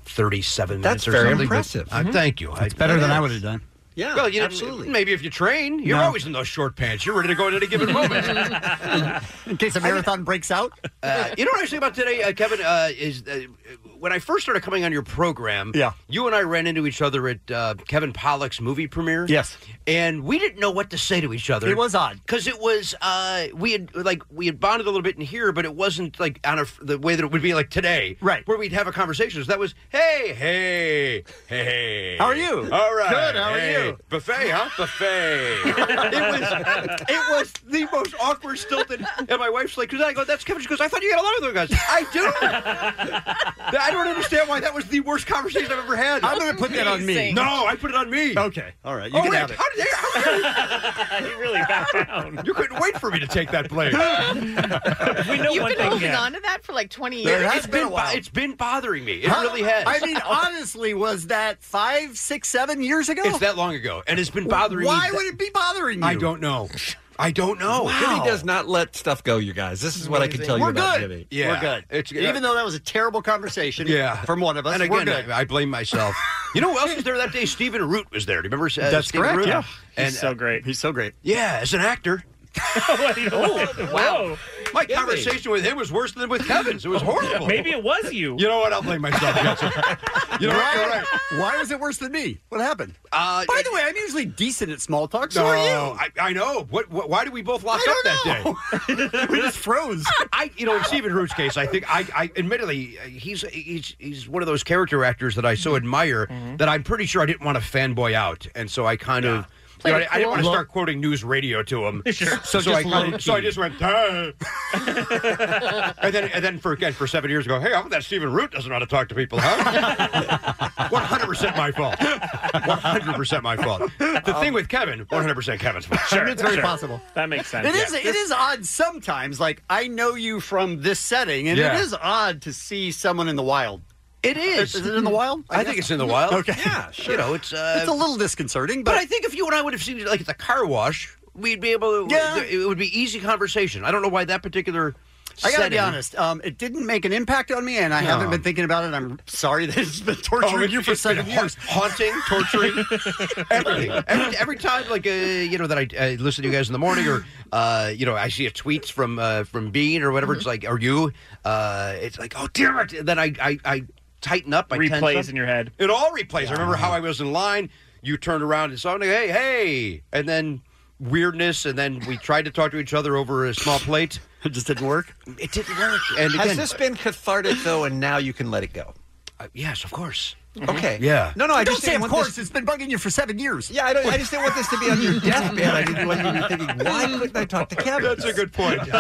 [SPEAKER 31] thirty-seven minutes.
[SPEAKER 9] That's
[SPEAKER 31] or
[SPEAKER 9] very
[SPEAKER 31] something, but,
[SPEAKER 9] impressive.
[SPEAKER 31] uh,
[SPEAKER 9] Mhm.
[SPEAKER 31] Thank you.
[SPEAKER 9] It's better than I would have done.
[SPEAKER 31] Yeah, well, you know, Maybe if you train, you're
[SPEAKER 9] No.
[SPEAKER 31] always in those short pants. You're ready to go at any
[SPEAKER 9] *laughs*
[SPEAKER 31] given moment.
[SPEAKER 9] In case a marathon breaks out.
[SPEAKER 31] Uh, you know what I was thinking about today, uh, Kevin? Uh, is uh, when I first started coming on your program, yeah. you and I ran into each other at uh, Kevin Pollock's movie premiere. Yes, and we didn't know what to say to each other.
[SPEAKER 9] It was odd.
[SPEAKER 31] because it was uh, we had like we had bonded a little bit in here, but it wasn't like on a, the way that it would be like today, right? Where we'd have a conversation. So that was hey, hey, hey.
[SPEAKER 9] How are you?
[SPEAKER 31] All right,
[SPEAKER 9] Good, how are
[SPEAKER 31] hey.
[SPEAKER 9] you?
[SPEAKER 31] Buffet, huh? Buffet. *laughs* it was it was the most awkward, stilted. And my wife's like, because I go, that's Kevin. She goes, I thought you had a lot of other guys. I do. I don't understand why that was the worst conversation I've ever had.
[SPEAKER 9] I'm gonna put that on me.
[SPEAKER 31] No, I put it on me.
[SPEAKER 9] Okay. All right. You
[SPEAKER 31] oh,
[SPEAKER 9] can
[SPEAKER 31] wait,
[SPEAKER 9] have it.
[SPEAKER 31] how did they? How *laughs* did you really back down? You couldn't wait for me to take that blame. *laughs* we know
[SPEAKER 10] You've been holding on to that for like 20 years.
[SPEAKER 31] It's been, bo- it's been bothering me. It
[SPEAKER 9] Huh?
[SPEAKER 31] really has.
[SPEAKER 9] I *laughs* mean, honestly, was that five, six, seven years ago?
[SPEAKER 31] it's that long ago, and it's been bothering me.
[SPEAKER 9] Why
[SPEAKER 31] that-
[SPEAKER 9] would it be bothering you?
[SPEAKER 31] I don't know. I don't know.
[SPEAKER 9] Wow.
[SPEAKER 6] Jimmy does not let stuff go, you guys. This is what I can tell
[SPEAKER 9] we're
[SPEAKER 6] you about
[SPEAKER 9] good.
[SPEAKER 6] Jimmy.
[SPEAKER 31] Yeah.
[SPEAKER 9] We're good.
[SPEAKER 31] It's-
[SPEAKER 9] Even though that was a terrible conversation
[SPEAKER 31] Yeah,
[SPEAKER 9] from one of us,
[SPEAKER 31] And again,
[SPEAKER 9] we're good.
[SPEAKER 31] I, I blame
[SPEAKER 9] *laughs*
[SPEAKER 31] myself. you know who else was there that day? Stephen Root was there. Do you remember? Uh,
[SPEAKER 9] That's
[SPEAKER 31] Stephen
[SPEAKER 9] correct,
[SPEAKER 31] Root?
[SPEAKER 9] yeah.
[SPEAKER 31] and,
[SPEAKER 9] He's so
[SPEAKER 31] great.
[SPEAKER 9] He's so great.
[SPEAKER 31] Yeah, as an
[SPEAKER 9] *laughs*
[SPEAKER 31] actor.
[SPEAKER 12] oh, wow.
[SPEAKER 31] My conversation with him was worse than with Kevin's. It was
[SPEAKER 9] Oh,
[SPEAKER 31] horrible.
[SPEAKER 12] Oh, Maybe
[SPEAKER 31] *laughs*
[SPEAKER 12] it was you.
[SPEAKER 31] You know what? I'll blame myself.
[SPEAKER 12] *laughs*
[SPEAKER 31] Jensen. you know what? You're right.
[SPEAKER 9] Why was it worse than me? What happened?
[SPEAKER 31] Uh,
[SPEAKER 9] By the way, I'm usually decent at small talk. So
[SPEAKER 31] no,
[SPEAKER 9] are you?
[SPEAKER 31] I, I know. What, what? Why did we both lock
[SPEAKER 9] I
[SPEAKER 31] up that day?
[SPEAKER 9] day. we just *laughs* froze.
[SPEAKER 31] I, you know, in Stephen Root's case, I think I, I admittedly, uh, he's he's he's one of those character actors that I
[SPEAKER 9] Mm-hmm.
[SPEAKER 31] so admire that I'm pretty sure I didn't want to fanboy out, and so I kind of. You
[SPEAKER 9] Played
[SPEAKER 31] know, I,
[SPEAKER 9] it
[SPEAKER 31] I didn't want to
[SPEAKER 9] cool.
[SPEAKER 31] start quoting news radio to him,
[SPEAKER 9] *laughs* Sure.
[SPEAKER 31] so,
[SPEAKER 9] So
[SPEAKER 31] I
[SPEAKER 9] just
[SPEAKER 31] kind
[SPEAKER 9] low-key.
[SPEAKER 31] of, so I just went, "Hey." and then and then for again for seven years ago, hey, how about that Stephen Root doesn't know how to talk to people, huh? *laughs* One hundred percent my fault. One hundred percent my fault. The thing with Kevin, one hundred percent Kevin's fault.
[SPEAKER 9] Sure, It's very sure. possible.
[SPEAKER 12] That makes sense.
[SPEAKER 9] It is. It is odd sometimes. Like I know you from this setting, and
[SPEAKER 31] Yeah.
[SPEAKER 9] it is odd to see someone in the wild.
[SPEAKER 31] It is.
[SPEAKER 9] Is it in the wild?
[SPEAKER 31] I, think
[SPEAKER 9] guess.
[SPEAKER 31] it's in the wild.
[SPEAKER 9] Okay.
[SPEAKER 31] Yeah, sure. You know, it's uh,
[SPEAKER 9] It's a little disconcerting,
[SPEAKER 31] But
[SPEAKER 9] but,
[SPEAKER 31] I think if you and I would have seen it like at the car wash, we'd be able to.
[SPEAKER 9] Yeah.
[SPEAKER 31] It would be easy conversation. I don't know why that particular.
[SPEAKER 9] I gotta be
[SPEAKER 31] setting-
[SPEAKER 9] honest. Um, it didn't make an impact on me, and I
[SPEAKER 31] No.
[SPEAKER 9] haven't been thinking about it. I'm
[SPEAKER 31] *laughs*
[SPEAKER 9] sorry that it's been torturing
[SPEAKER 31] Oh,
[SPEAKER 9] you for
[SPEAKER 31] it's been
[SPEAKER 9] seven
[SPEAKER 31] ha-
[SPEAKER 9] years.
[SPEAKER 31] *laughs* Haunting, torturing, everything. Every, every time, like uh, you know, that I, I listen to you guys in the morning, or uh, you know, I see a tweet from uh, from Bean or whatever. It's like, or you? Uh, it's like, oh damn it! Then I I, I tighten up. I tense
[SPEAKER 12] Replays
[SPEAKER 31] up.
[SPEAKER 12] in your head.
[SPEAKER 31] It all replays. I remember how I was in line. You turned around and saw me. Hey, hey, and then weirdness, and then we tried to talk to each other over a small plate.
[SPEAKER 9] it just didn't work.
[SPEAKER 31] It didn't work. And
[SPEAKER 6] Has
[SPEAKER 31] again,
[SPEAKER 6] this been cathartic though, and now you can let it go?
[SPEAKER 31] uh, yes, of course.
[SPEAKER 6] Mm-hmm. Okay.
[SPEAKER 31] Yeah.
[SPEAKER 6] No, no. I
[SPEAKER 9] don't
[SPEAKER 6] just
[SPEAKER 9] say
[SPEAKER 6] didn't
[SPEAKER 9] of
[SPEAKER 6] want
[SPEAKER 9] course.
[SPEAKER 6] This,
[SPEAKER 9] It's been bugging you for seven years.
[SPEAKER 6] yeah, I don't. I just didn't want this to
[SPEAKER 31] *laughs*
[SPEAKER 6] be
[SPEAKER 9] *laughs*
[SPEAKER 6] on your deathbed. I didn't want you to be thinking, why couldn't I talk to Kevin?
[SPEAKER 31] That's a good point. Uh,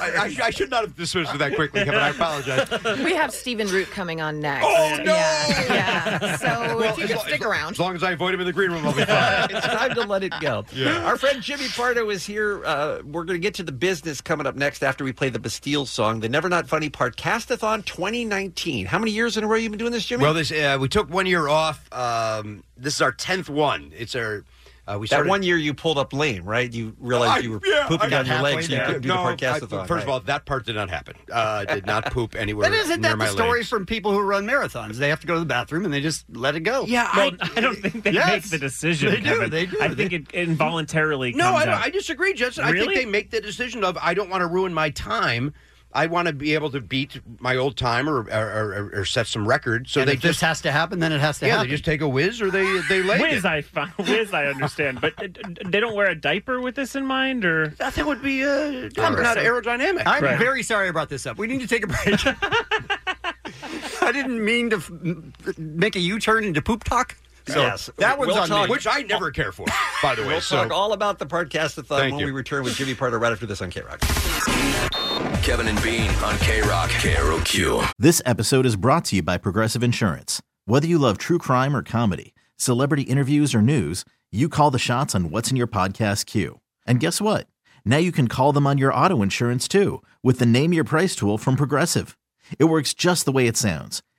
[SPEAKER 31] I, I, I should not have dismissed it that quickly, Kevin. I apologize.
[SPEAKER 10] *laughs* We have Stephen Root coming on next.
[SPEAKER 31] Oh, no!
[SPEAKER 10] Yeah. yeah.
[SPEAKER 31] *laughs*
[SPEAKER 10] So if you can stick around.
[SPEAKER 31] As long as I avoid him in the green room, I'll be fine.
[SPEAKER 6] *laughs* it's time to let it go.
[SPEAKER 31] Yeah.
[SPEAKER 6] Our friend Jimmy Pardo is here. Uh, we're going to get to the business coming up next after we play the Bastille song, the Never Not Funny Podcastathon 2019. How many years in a row you been doing this,
[SPEAKER 31] *laughs*
[SPEAKER 6] Jimmy?
[SPEAKER 31] Well, this uh, we took one year off. Um, this is our tenth one. It's our uh, we
[SPEAKER 6] that
[SPEAKER 31] started
[SPEAKER 6] one year you pulled up lame, right? You realized you were pooping down your legs, and you couldn't do
[SPEAKER 31] no,
[SPEAKER 6] the podcastathon.
[SPEAKER 31] I- first of all, that part did not happen. Uh, I did not poop anywhere.
[SPEAKER 6] *laughs*
[SPEAKER 9] But isn't
[SPEAKER 31] near
[SPEAKER 9] that
[SPEAKER 31] my
[SPEAKER 9] the story
[SPEAKER 31] legs.
[SPEAKER 9] from people who run marathons? They have to go to the bathroom and they just let it go.
[SPEAKER 31] Yeah,
[SPEAKER 12] Well, I, don't think they
[SPEAKER 9] Yes.
[SPEAKER 12] make the decision.
[SPEAKER 9] They do,
[SPEAKER 12] Kevin.
[SPEAKER 9] they do.
[SPEAKER 12] I think it involuntarily.
[SPEAKER 31] No,
[SPEAKER 12] comes
[SPEAKER 31] I, don't,
[SPEAKER 12] out.
[SPEAKER 31] I disagree, Judson. I
[SPEAKER 12] Really?
[SPEAKER 31] think they make the decision of I don't want to ruin my time. I want to be able to beat my old time or or, or, or set some record. So
[SPEAKER 9] And
[SPEAKER 31] they
[SPEAKER 9] if
[SPEAKER 31] just
[SPEAKER 9] this has to happen, then it has to
[SPEAKER 31] yeah,
[SPEAKER 9] happen.
[SPEAKER 31] they just take a whiz or they they lay
[SPEAKER 12] Whiz, I find, *laughs* whiz, I understand, but d- d- they don't wear a diaper with this in mind, or
[SPEAKER 31] that would be uh,
[SPEAKER 9] Cumbersome.
[SPEAKER 31] aerodynamic.
[SPEAKER 9] I'm
[SPEAKER 12] Right.
[SPEAKER 9] very sorry I brought this up. We need to take a break. *laughs* I didn't mean to f- m- make a U-turn into poop talk. So that one's
[SPEAKER 6] We'll
[SPEAKER 9] on
[SPEAKER 6] talk-
[SPEAKER 9] me.
[SPEAKER 31] which I never care for, by the way.
[SPEAKER 6] *laughs* We'll
[SPEAKER 31] so
[SPEAKER 6] talk all about the podcastathon
[SPEAKER 31] Thank
[SPEAKER 6] when
[SPEAKER 31] you.
[SPEAKER 6] we return with Jimmy Parter right after this on K Rock.
[SPEAKER 25] Kevin and Bean on K Rock. KROQ.
[SPEAKER 32] This episode is brought to you by Progressive Insurance. Whether you love true crime or comedy, celebrity interviews or news, you call the shots on what's in your podcast queue. And guess what? Now you can call them on your auto insurance too with the Name Your Price tool from Progressive. It works just the way it sounds.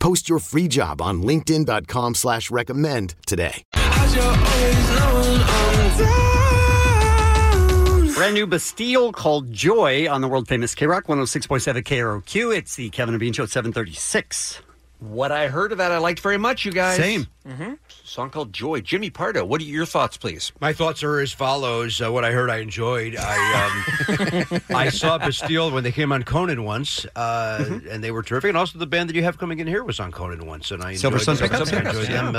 [SPEAKER 33] Post your free job on linkedin.com/recommend slash recommend today.
[SPEAKER 9] Brand new Bastille called Joy on the world famous oh K Rock 106.7 KROQ. It's the Kevin and Bean Show at 736.
[SPEAKER 6] What I heard of that, I liked very much, you guys.
[SPEAKER 9] Same.
[SPEAKER 6] Song called Joy. Jimmy Pardo, what are your thoughts, please?
[SPEAKER 31] My thoughts are as follows. Uh, what I heard, I enjoyed. I um, I saw Bastille when they came on Conan once, uh, and they were terrific. And also the band that you have coming in here was on Conan once, and I
[SPEAKER 9] Silver
[SPEAKER 31] enjoyed,
[SPEAKER 9] Sun Pickups?
[SPEAKER 31] I enjoyed
[SPEAKER 9] Yeah.
[SPEAKER 31] them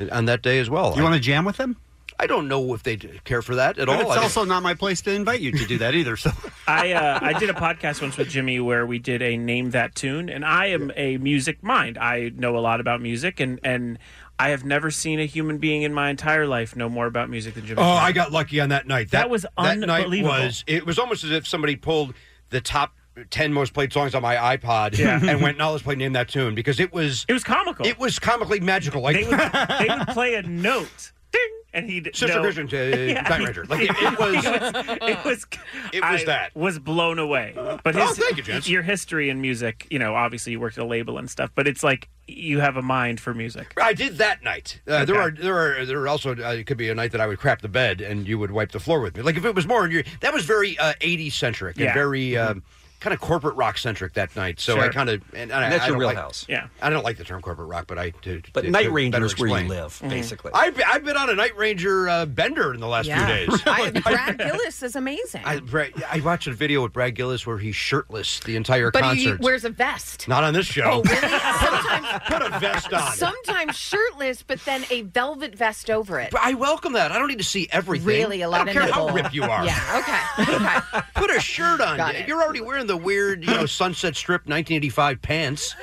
[SPEAKER 31] uh, on that day as well.
[SPEAKER 9] You want to jam with them?
[SPEAKER 31] I don't know if they care for that at
[SPEAKER 9] But
[SPEAKER 31] all.
[SPEAKER 9] It's
[SPEAKER 31] I don't-
[SPEAKER 9] also not my place to invite you to do that either. So *laughs*
[SPEAKER 12] I uh, I did a podcast once with Jimmy where we did a name that tune, and I am a music mind. I know a lot about music, and and I have never seen a human being in my entire life know more about music than Jimmy.
[SPEAKER 31] Oh,
[SPEAKER 12] Pardo.
[SPEAKER 31] I got lucky on that night.
[SPEAKER 12] That was
[SPEAKER 31] night
[SPEAKER 12] unbelievable.
[SPEAKER 31] was it was almost as if somebody pulled the top ten most played songs on my iPod
[SPEAKER 12] Yeah.
[SPEAKER 31] and went, "Now let's play name that tune" because it was
[SPEAKER 12] it was comical.
[SPEAKER 31] It was comically magical. Like
[SPEAKER 12] they would, they would play a note, ding, and he'd
[SPEAKER 31] Sister
[SPEAKER 12] know. *laughs*
[SPEAKER 31] Christian, uh, Knight Rider. Like, it- it was-
[SPEAKER 12] it was,
[SPEAKER 31] It was
[SPEAKER 12] I
[SPEAKER 31] that.
[SPEAKER 12] was blown away. But
[SPEAKER 31] Oh,
[SPEAKER 12] his,
[SPEAKER 31] thank you, Jess.
[SPEAKER 12] Your history in music, you know, obviously you worked at a label and stuff, but it's like you have a mind for music.
[SPEAKER 31] I did that night. Uh, There
[SPEAKER 12] Okay.
[SPEAKER 31] are there are there are also uh, it could be a night that I would crap the bed and you would wipe the floor with me. Like if it was more, you that was very uh, 80s centric and
[SPEAKER 12] Yeah. Mm-hmm.
[SPEAKER 31] very. Um, Kind of corporate rock centric that night, so I
[SPEAKER 6] Sure.
[SPEAKER 31] kind of and, and I-
[SPEAKER 6] That's
[SPEAKER 31] I
[SPEAKER 6] your
[SPEAKER 31] don't like-
[SPEAKER 6] wheelhouse.
[SPEAKER 12] Yeah.
[SPEAKER 31] I don't like the term corporate rock, but I to,
[SPEAKER 6] But
[SPEAKER 31] to-
[SPEAKER 6] Night
[SPEAKER 31] to
[SPEAKER 6] Ranger
[SPEAKER 31] better
[SPEAKER 6] is where you
[SPEAKER 31] explain.
[SPEAKER 6] live,
[SPEAKER 10] Mm-hmm.
[SPEAKER 6] Mhm. basically.
[SPEAKER 31] I've I've been on a Night Ranger uh, bender in the last
[SPEAKER 10] Yeah.
[SPEAKER 31] few days.
[SPEAKER 10] *laughs* I, Brad Gillis is amazing.
[SPEAKER 31] I, Brad- I watched a video with Brad Gillis where he's shirtless the entire
[SPEAKER 10] but he
[SPEAKER 31] concert.
[SPEAKER 10] wears a vest.
[SPEAKER 31] Not on this
[SPEAKER 10] Oh,
[SPEAKER 31] show.
[SPEAKER 10] really? Sometimes,
[SPEAKER 31] *laughs* Put a vest on. *laughs*
[SPEAKER 10] sometimes shirtless, but then a velvet vest over it.
[SPEAKER 31] But I welcome that. I don't need to see everything.
[SPEAKER 10] Really, a lot
[SPEAKER 31] I don't
[SPEAKER 10] of
[SPEAKER 31] care how
[SPEAKER 10] nipple.
[SPEAKER 31] ripped you are.
[SPEAKER 10] Yeah,
[SPEAKER 31] okay. *laughs* Put a shirt on.
[SPEAKER 10] Got it.
[SPEAKER 31] You're already wearing the weird, you know, Sunset Strip 1985 pants.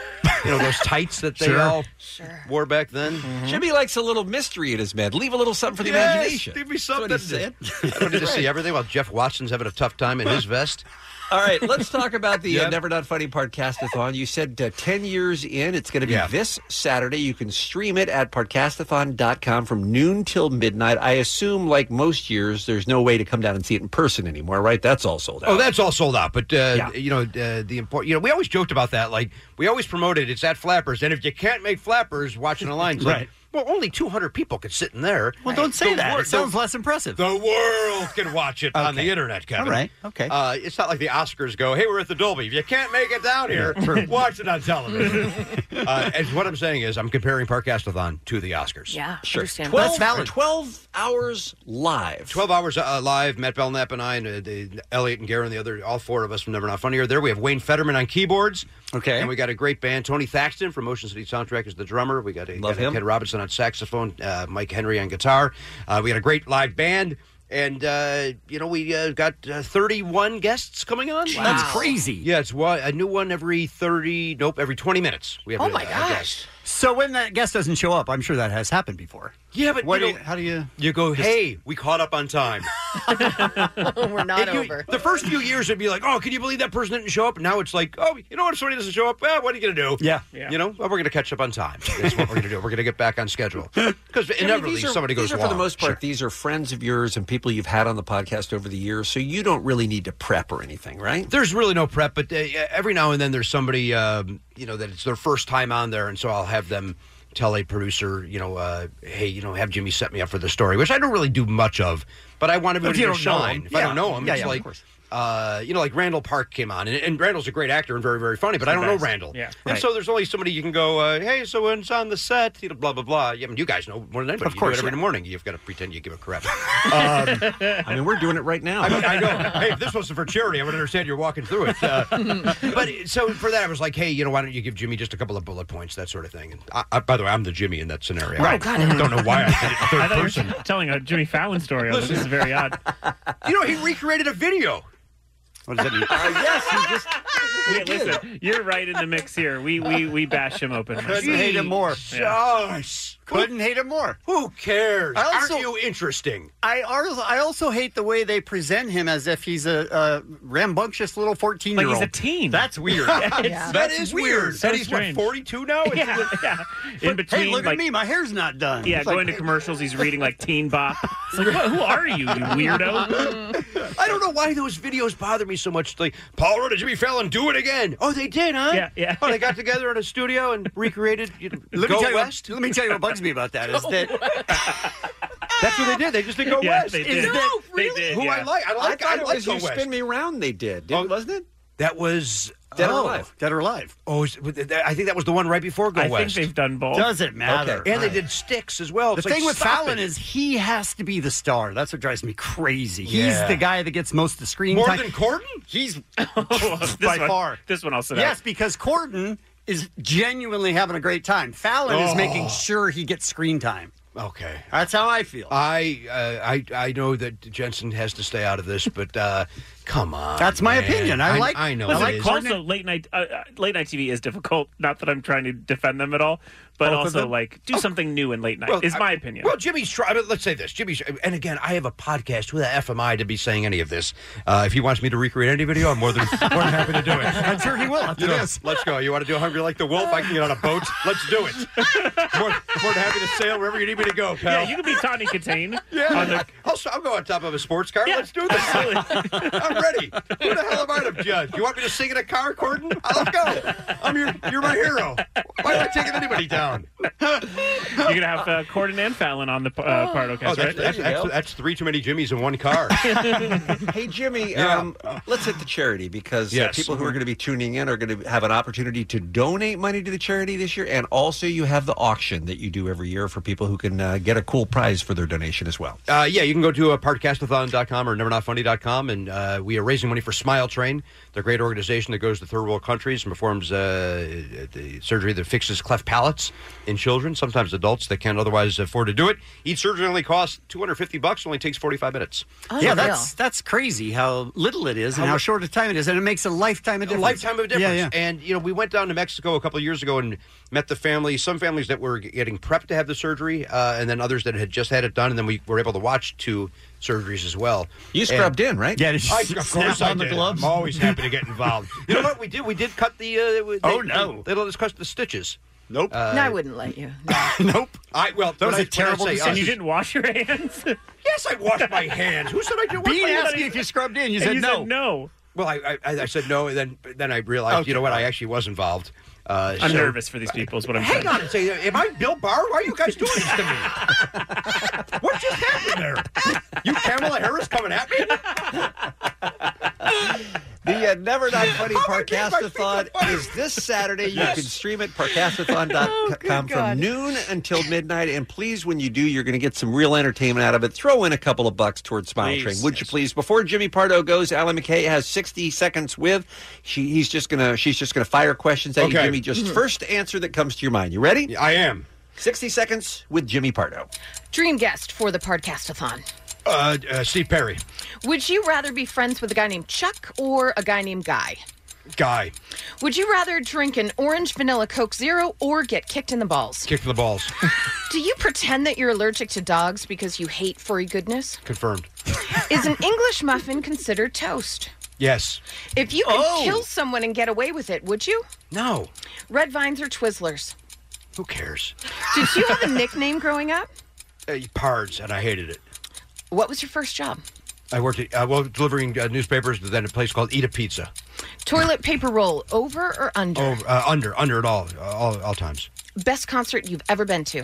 [SPEAKER 31] You know those tights that they
[SPEAKER 6] Sure.
[SPEAKER 31] all wore back then.
[SPEAKER 6] Jimmy likes a little mystery in his bed. Leave a little something for the
[SPEAKER 31] Yes,
[SPEAKER 6] imagination.
[SPEAKER 31] Give me
[SPEAKER 6] That's
[SPEAKER 31] something.
[SPEAKER 6] what he said.
[SPEAKER 31] *laughs* I don't need to see everything while Jeff Watson's having a tough time in his vest.
[SPEAKER 6] *laughs* All right, let's talk about the uh,
[SPEAKER 31] Yep.
[SPEAKER 6] Never Not Funny Podcastathon. You said uh, 10 years in. It's going to be this Saturday. You can stream it at podcastathon.com from noon till midnight. I assume, like most years, there's no way to come down and see it in person anymore, right? That's all sold out.
[SPEAKER 31] Oh, that's all sold out. But uh, you know uh, the important. You know we always joked about that. Like we always promoted it's at Flappers, and if you can't make Flappers, watching a line. It's
[SPEAKER 9] Right.
[SPEAKER 31] Like, well, only 200 people could sit in there.
[SPEAKER 9] Well, don't say that. It sounds
[SPEAKER 31] less
[SPEAKER 9] impressive.
[SPEAKER 31] The world can watch it on
[SPEAKER 9] Okay.
[SPEAKER 31] the internet, Kevin.
[SPEAKER 9] All right. Okay.
[SPEAKER 31] Uh, it's not like the Oscars go, hey, we're at the Dolby. If you can't make it down *laughs*
[SPEAKER 9] *laughs*
[SPEAKER 31] here, watch it on television. uh, and what I'm saying is, I'm comparing Parkastathon to the Oscars.
[SPEAKER 6] Yeah, Sure. understandable.
[SPEAKER 31] 12,
[SPEAKER 6] That's valid.
[SPEAKER 31] 12 hours live. 12 hours uh, live. Matt Belknap and I, and uh, the, Elliot and Garen, the other, all four of us from Never Not Funny are there. We have Wayne Fetterman on keyboards.
[SPEAKER 9] Okay.
[SPEAKER 31] And we got a great band. Tony Thaxton from Ocean City Soundtrack is the drummer. We got a,
[SPEAKER 6] Love
[SPEAKER 31] got a
[SPEAKER 6] him.
[SPEAKER 31] Ken Robinson on saxophone, uh, Mike Henry on guitar. Uh, we got a great live band. And, uh, you know, we uh, got uh, 31 guests coming on.
[SPEAKER 9] That's Wow. crazy.
[SPEAKER 31] Yeah, it's one, a new one every 30, nope, every 20 minutes. We have
[SPEAKER 9] Oh
[SPEAKER 31] a,
[SPEAKER 9] my
[SPEAKER 31] a
[SPEAKER 9] gosh.
[SPEAKER 31] guest.
[SPEAKER 9] So when that guest doesn't show up, I'm sure that has happened before.
[SPEAKER 31] Yeah, but
[SPEAKER 9] What
[SPEAKER 31] you
[SPEAKER 9] do
[SPEAKER 31] know-
[SPEAKER 9] you- how do you?
[SPEAKER 31] You go,
[SPEAKER 9] Just-
[SPEAKER 31] hey, we caught up on time.
[SPEAKER 10] We're not
[SPEAKER 31] You-
[SPEAKER 10] over.
[SPEAKER 31] The first few years, it'd be like, oh, can you believe that person didn't show up? Now it's like, oh, you know what? If somebody doesn't show up, well, what are you going to do?
[SPEAKER 9] Yeah. Yeah.
[SPEAKER 31] You know, well, we're going to catch up on time. That's what we're going to do. We're going to get back on schedule. Because
[SPEAKER 6] I mean,
[SPEAKER 31] inevitably,
[SPEAKER 6] these are-
[SPEAKER 31] somebody goes
[SPEAKER 6] these are,
[SPEAKER 31] long.
[SPEAKER 6] For the most part, these are friends of yours and people you've had on the podcast over the years, so you don't really need to prep or anything, right?
[SPEAKER 31] There's really no prep, but uh, every now and then there's somebody, um, you know, that it's their first time on there, and so I'll have them tell a producer, you know, uh, hey, you know, have Jimmy set me up for the story, which I don't really do much of, but I want
[SPEAKER 9] If
[SPEAKER 31] everybody
[SPEAKER 9] you
[SPEAKER 31] to
[SPEAKER 9] don't know
[SPEAKER 31] shine.
[SPEAKER 9] him.
[SPEAKER 31] If I don't
[SPEAKER 9] Yeah.
[SPEAKER 31] know him,
[SPEAKER 9] Yeah,
[SPEAKER 31] it's
[SPEAKER 9] yeah, of
[SPEAKER 31] like,
[SPEAKER 9] course.
[SPEAKER 31] uh, you know, like Randall Park came on, and, and Randall's a great actor and very, very funny, but I
[SPEAKER 9] The
[SPEAKER 31] don't know
[SPEAKER 9] best.
[SPEAKER 31] Randall.
[SPEAKER 9] Yeah.
[SPEAKER 31] And
[SPEAKER 9] Right.
[SPEAKER 31] so there's only somebody you can go, uh, hey, so when it's on the set, you know, blah, blah, blah. I mean, you guys know more than anybody.
[SPEAKER 6] Of course,
[SPEAKER 31] You do it every
[SPEAKER 6] yeah.
[SPEAKER 31] morning. You've got to pretend you give a crap.
[SPEAKER 6] um, I mean, we're doing it right now.
[SPEAKER 31] I, mean, I
[SPEAKER 6] *laughs*
[SPEAKER 31] know. Hey, if this wasn't for charity, I would understand you're walking through it.
[SPEAKER 12] *laughs*
[SPEAKER 31] Uh, but it- so for that, I was like, hey, you know, why don't you give Jimmy just a couple of bullet points, that sort of thing. And I, I, by the way, I'm the Jimmy in that scenario.
[SPEAKER 12] Right. Oh,
[SPEAKER 31] I don't know why I
[SPEAKER 12] *laughs*
[SPEAKER 31] did it
[SPEAKER 12] I
[SPEAKER 31] third
[SPEAKER 12] thought you were
[SPEAKER 31] person.
[SPEAKER 12] *laughs* telling a Jimmy Fallon story. although This is very odd.
[SPEAKER 31] *laughs* You know, he recreated a video. Uh,
[SPEAKER 9] What does
[SPEAKER 31] *laughs*
[SPEAKER 9] that mean?
[SPEAKER 31] yes, he just.
[SPEAKER 12] *laughs* Yeah, listen, you're right in the mix here. We we we bash him open.
[SPEAKER 9] Couldn't hate him more. Gosh, couldn't hate him more.
[SPEAKER 31] Who cares?
[SPEAKER 9] I also-
[SPEAKER 31] Aren't you interesting?
[SPEAKER 9] I also, I also hate the way they present him as if he's a, a rambunctious little fourteen year
[SPEAKER 12] Like he's
[SPEAKER 9] old.
[SPEAKER 12] a teen.
[SPEAKER 9] That's
[SPEAKER 12] *laughs*
[SPEAKER 9] weird.
[SPEAKER 12] Yeah.
[SPEAKER 9] That
[SPEAKER 12] That's
[SPEAKER 9] is
[SPEAKER 12] weird.
[SPEAKER 9] weird.
[SPEAKER 12] So
[SPEAKER 9] and he's
[SPEAKER 12] strange.
[SPEAKER 9] what forty two now. It's-
[SPEAKER 12] Yeah, yeah. In
[SPEAKER 9] But,
[SPEAKER 12] between,
[SPEAKER 9] hey, look
[SPEAKER 12] like,
[SPEAKER 9] at me. My hair's not done.
[SPEAKER 12] Yeah,
[SPEAKER 9] It's like,
[SPEAKER 12] going to commercials, he's reading like Teen Bop. It's like, "Wha- who are you, you weirdo?
[SPEAKER 31] I don't know why those videos bother me so much. Like, Paul Rudd and Jimmy Fallon do it again. Oh, they did, huh?
[SPEAKER 9] Yeah, yeah.
[SPEAKER 31] Oh, they got together in a studio and recreated you know,
[SPEAKER 9] *laughs* Let me,
[SPEAKER 31] Go
[SPEAKER 9] tell you
[SPEAKER 31] West.
[SPEAKER 9] what, let me tell you what bugs me about *laughs* that is that that's what they did. They just did go
[SPEAKER 31] Yeah,
[SPEAKER 9] west.
[SPEAKER 31] they
[SPEAKER 9] Is
[SPEAKER 31] did.
[SPEAKER 9] that
[SPEAKER 6] Oh,
[SPEAKER 31] No, really? Who I like- I like-
[SPEAKER 6] thought
[SPEAKER 31] I
[SPEAKER 6] it
[SPEAKER 31] like
[SPEAKER 6] was
[SPEAKER 31] Go
[SPEAKER 6] you
[SPEAKER 31] West.
[SPEAKER 6] spin me round. They did, didn't, wasn't it?
[SPEAKER 31] Oh, That was
[SPEAKER 6] Dead or
[SPEAKER 31] oh,
[SPEAKER 6] Alive.
[SPEAKER 9] Dead or Alive.
[SPEAKER 31] Oh, is- was it- I think that was the one right before Go
[SPEAKER 12] I think
[SPEAKER 31] West.
[SPEAKER 12] they've done both.
[SPEAKER 9] Doesn't matter.
[SPEAKER 31] And they did Sticks as well. Oh,
[SPEAKER 9] The
[SPEAKER 31] It's like,
[SPEAKER 9] thing with
[SPEAKER 31] stop
[SPEAKER 9] Fallon
[SPEAKER 31] it.
[SPEAKER 9] is he has to be the star. That's what drives me crazy.
[SPEAKER 31] Yeah.
[SPEAKER 9] He's the guy that gets most of the screen
[SPEAKER 31] more
[SPEAKER 9] time.
[SPEAKER 31] than Corden. *laughs*
[SPEAKER 9] He's
[SPEAKER 31] Oh,
[SPEAKER 12] This
[SPEAKER 9] by
[SPEAKER 12] one-
[SPEAKER 9] far.
[SPEAKER 12] This one also.
[SPEAKER 9] Yes, because Corden is genuinely having a great time. Fallon is
[SPEAKER 31] Oh.
[SPEAKER 9] making sure he gets screen time.
[SPEAKER 31] Okay.
[SPEAKER 9] That's how I feel.
[SPEAKER 31] I, uh, I I know that Jensen has to stay out of this, but uh, come on.
[SPEAKER 9] That's my
[SPEAKER 31] man.
[SPEAKER 9] opinion. I like-
[SPEAKER 31] I know.
[SPEAKER 9] I
[SPEAKER 31] it
[SPEAKER 9] like
[SPEAKER 31] is.
[SPEAKER 12] Also, late night uh, uh, late night TV is difficult. Not that I'm trying to defend them at all, but
[SPEAKER 31] Both of
[SPEAKER 12] also
[SPEAKER 31] them? Oh.
[SPEAKER 12] like do something new in late night
[SPEAKER 31] Well,
[SPEAKER 12] is
[SPEAKER 31] I-
[SPEAKER 12] my opinion.
[SPEAKER 31] Well, Jimmy's trying. But let's say this, Jimmy's. And again, I have a podcast. Who the f am I to be saying any of this? Uh, if he wants me to recreate any video, I'm more
[SPEAKER 9] *laughs*
[SPEAKER 31] than more than happy to do it.
[SPEAKER 9] I'm sure he will after
[SPEAKER 31] You know,
[SPEAKER 9] this.
[SPEAKER 31] Let's go. You want to do Hungry Like the Wolf? I can get on a boat. Let's do it. More, more than happy to sail wherever you need me to go, pal.
[SPEAKER 12] yeah, you could be Tawny
[SPEAKER 31] *laughs*
[SPEAKER 12] Katane.
[SPEAKER 31] Yeah,
[SPEAKER 12] on the-
[SPEAKER 31] I'll, I'll go on top of a sports car. Let's do this. *laughs* I'm ready. Who the hell am I to judge? You want me to sing in a car, Corden? I'll go. I'm your, you're my hero. Why am I taking anybody down?
[SPEAKER 12] you're gonna have uh, Corden and Fallon on the uh, Pardo
[SPEAKER 31] Oh,
[SPEAKER 12] cast,
[SPEAKER 31] that's,
[SPEAKER 12] right?
[SPEAKER 31] that's, that's, that's three too many Jimmys in one car.
[SPEAKER 6] hey
[SPEAKER 31] *laughs*
[SPEAKER 6] Jimmy,
[SPEAKER 31] Yeah.
[SPEAKER 6] um, let's hit the charity because uh,
[SPEAKER 31] Yes. Mm-hmm.
[SPEAKER 6] people who are going to be tuning in are going to have an opportunity to donate money to the charity this year, and also you have the auction that you do every year for people who can uh, get a cool prize for their donation as well.
[SPEAKER 31] Uh, yeah, you can go to uh, podcastathon.com or nevernotfunny.com, and uh, we are raising money for Smile Train. They're a great organization that goes to third world countries and performs uh, the surgery that fixes cleft palates in children, sometimes adults that can't otherwise afford to do it. Each surgery only costs 250 bucks, only takes 45 minutes.
[SPEAKER 9] yeah, that's that's crazy how little it is and
[SPEAKER 31] How
[SPEAKER 9] how,
[SPEAKER 31] mu-
[SPEAKER 9] short a time it is, and it makes a lifetime of
[SPEAKER 31] a
[SPEAKER 9] difference.
[SPEAKER 31] lifetime of difference.
[SPEAKER 9] Yeah, yeah.
[SPEAKER 31] And you know, we went down to Mexico a couple of years ago and met the family. Some families that were getting prepped to have the surgery, uh, and then others that had just had it done. And then we were able to watch two surgeries as well.
[SPEAKER 6] You
[SPEAKER 31] And-
[SPEAKER 6] scrubbed in, right?
[SPEAKER 9] Yeah, did you
[SPEAKER 31] I,
[SPEAKER 9] *laughs*
[SPEAKER 31] of
[SPEAKER 9] snap
[SPEAKER 31] course I
[SPEAKER 9] on the
[SPEAKER 31] did.
[SPEAKER 9] gloves?
[SPEAKER 31] I'm always happy to get
[SPEAKER 9] *laughs*
[SPEAKER 31] involved. you know what we did? We did cut the. Uh, they,
[SPEAKER 9] Oh, no.
[SPEAKER 31] They let us cut the stitches.
[SPEAKER 9] Nope.
[SPEAKER 31] Uh,
[SPEAKER 10] no, I wouldn't let you.
[SPEAKER 9] nope.
[SPEAKER 31] I well,
[SPEAKER 9] That
[SPEAKER 31] when
[SPEAKER 9] was a
[SPEAKER 31] I- when I
[SPEAKER 9] terrible
[SPEAKER 31] say
[SPEAKER 9] decision.
[SPEAKER 31] us-
[SPEAKER 12] You didn't wash your hands.
[SPEAKER 31] Yes, I washed my hands. Who said I did?
[SPEAKER 9] Bean asked me if you scrubbed in. You said
[SPEAKER 12] you
[SPEAKER 9] no.
[SPEAKER 12] said no.
[SPEAKER 31] Well, I, I, I said no, and then then I realized, you know what? I actually was involved. Uh,
[SPEAKER 12] I'm
[SPEAKER 31] so-
[SPEAKER 12] nervous for these people. Is what I'm
[SPEAKER 31] Hang
[SPEAKER 12] saying.
[SPEAKER 31] on and say, am I Bill Barr? Why are you guys doing this to me?
[SPEAKER 12] *laughs*
[SPEAKER 31] what just happened there? You Kamala Harris coming at me?
[SPEAKER 6] The uh, Never Not Funny
[SPEAKER 31] Oh, my God, my
[SPEAKER 6] Parcastathon is this Saturday. You
[SPEAKER 31] Yes.
[SPEAKER 6] can stream it parcastathon.com from noon until midnight. And please, when you do, you're going to get some real entertainment out of it. Throw in a couple of bucks towards Smile
[SPEAKER 9] Please.
[SPEAKER 6] Train, would you please? Before Jimmy Pardo goes, Alan McKay has 60 seconds with. She, he's just gonna. She's just gonna fire questions at you,
[SPEAKER 31] Okay.
[SPEAKER 6] Jimmy. Just
[SPEAKER 31] Mhm.
[SPEAKER 6] first answer that comes to your mind. You ready?
[SPEAKER 31] I am.
[SPEAKER 6] 60 seconds with Jimmy Pardo.
[SPEAKER 10] Dream guest for the podcastathon.
[SPEAKER 31] Uh, uh, Steve Perry.
[SPEAKER 10] Would you rather be friends with a guy named Chuck or a guy named Guy?
[SPEAKER 31] guy.
[SPEAKER 10] Would you rather drink an orange vanilla Coke Zero or get kicked in the balls?
[SPEAKER 31] Kick to the balls.
[SPEAKER 10] Do you pretend that you're allergic to dogs because you hate furry goodness?
[SPEAKER 31] Confirmed.
[SPEAKER 10] Is an English muffin considered toast?
[SPEAKER 31] Yes.
[SPEAKER 10] If you could
[SPEAKER 31] Oh.
[SPEAKER 10] kill someone and get away with it, would you?
[SPEAKER 31] No.
[SPEAKER 10] Red vines or Twizzlers?
[SPEAKER 31] Who cares?
[SPEAKER 10] Did you have a nickname growing up?
[SPEAKER 31] Uh, pards, and I hated it.
[SPEAKER 10] What was your first job?
[SPEAKER 31] I worked at, uh, well, delivering uh, newspapers, then a place called Eat a Pizza.
[SPEAKER 10] Toilet paper roll, over or under?
[SPEAKER 31] Oh, uh, under, under at all, uh, all, all times.
[SPEAKER 10] Best concert you've ever been to?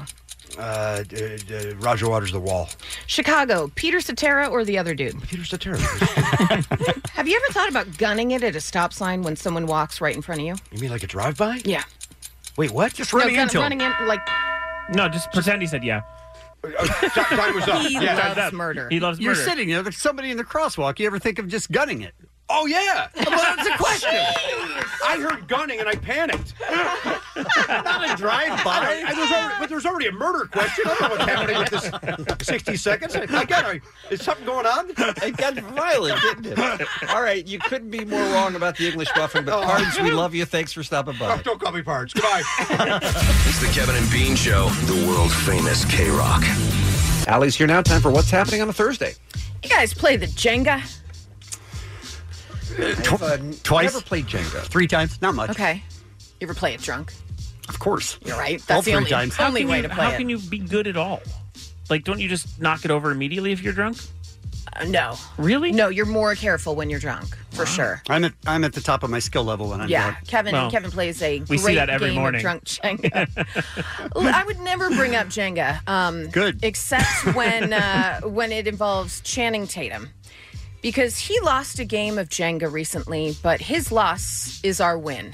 [SPEAKER 31] Uh, d- d- Roger Waters, The Wall.
[SPEAKER 10] Chicago, Peter Cetera or the other dude?
[SPEAKER 31] Peter Cetera.
[SPEAKER 10] *laughs* Have you ever thought about gunning it at a stop sign when someone walks right in front of you?
[SPEAKER 31] You mean like a drive-by?
[SPEAKER 10] Yeah.
[SPEAKER 31] Wait, what? Just
[SPEAKER 10] No, gun- running in like
[SPEAKER 12] No, just pretend he said yeah.
[SPEAKER 31] time was up.
[SPEAKER 10] He
[SPEAKER 31] Yeah,
[SPEAKER 10] loves
[SPEAKER 31] time's up.
[SPEAKER 10] murder.
[SPEAKER 12] He loves
[SPEAKER 9] You're
[SPEAKER 12] murder.
[SPEAKER 9] sitting there. There's somebody in the crosswalk. You ever think of just gunning it?
[SPEAKER 31] Oh yeah. Well,
[SPEAKER 9] that's a question.
[SPEAKER 31] I heard gunning and I panicked.
[SPEAKER 9] Not a drive-by.
[SPEAKER 31] I, I, there's already, but there's already a murder question. I don't know what's happening with this 60 seconds. I, I got I- Is something going on?
[SPEAKER 6] It got violent, didn't it? *laughs* Oh. All right, you couldn't be more wrong about the English muffin, but Cards, we love you. Thanks for stopping by.
[SPEAKER 31] Oh, Don't call me Pards. Goodbye.
[SPEAKER 25] It's the Kevin and Bean Show, the world famous K Rock.
[SPEAKER 6] Allie's here now. Time for what's happening on a Thursday.
[SPEAKER 10] you guys play the Jenga.
[SPEAKER 9] Tw- twice.
[SPEAKER 6] uh, never played Jenga.
[SPEAKER 9] Three times. Not much.
[SPEAKER 10] Okay. You ever play it drunk?
[SPEAKER 9] Of course.
[SPEAKER 10] You're right. That's
[SPEAKER 9] All
[SPEAKER 10] the
[SPEAKER 9] three
[SPEAKER 10] only,
[SPEAKER 9] times.
[SPEAKER 10] only
[SPEAKER 12] How can
[SPEAKER 10] way
[SPEAKER 12] you-
[SPEAKER 10] to play
[SPEAKER 12] How
[SPEAKER 10] it.
[SPEAKER 12] can you be good at all? Like, don't you just knock it over immediately if you're drunk?
[SPEAKER 10] Uh, no.
[SPEAKER 12] Really?
[SPEAKER 10] No, you're more careful when you're drunk, for sure.
[SPEAKER 9] I'm at I'm at the top of my skill level when I'm
[SPEAKER 10] yeah,
[SPEAKER 9] drunk.
[SPEAKER 10] Kevin. Kevin plays a
[SPEAKER 9] we
[SPEAKER 10] great
[SPEAKER 9] see that every
[SPEAKER 10] game
[SPEAKER 9] morning.
[SPEAKER 10] of
[SPEAKER 9] *laughs*
[SPEAKER 10] drunk Jenga. L- I would never bring up Jenga. Um,
[SPEAKER 9] Good.
[SPEAKER 10] except
[SPEAKER 9] *laughs*
[SPEAKER 10] when uh, when it involves Channing Tatum, because he lost a game of Jenga recently, but his loss is our win.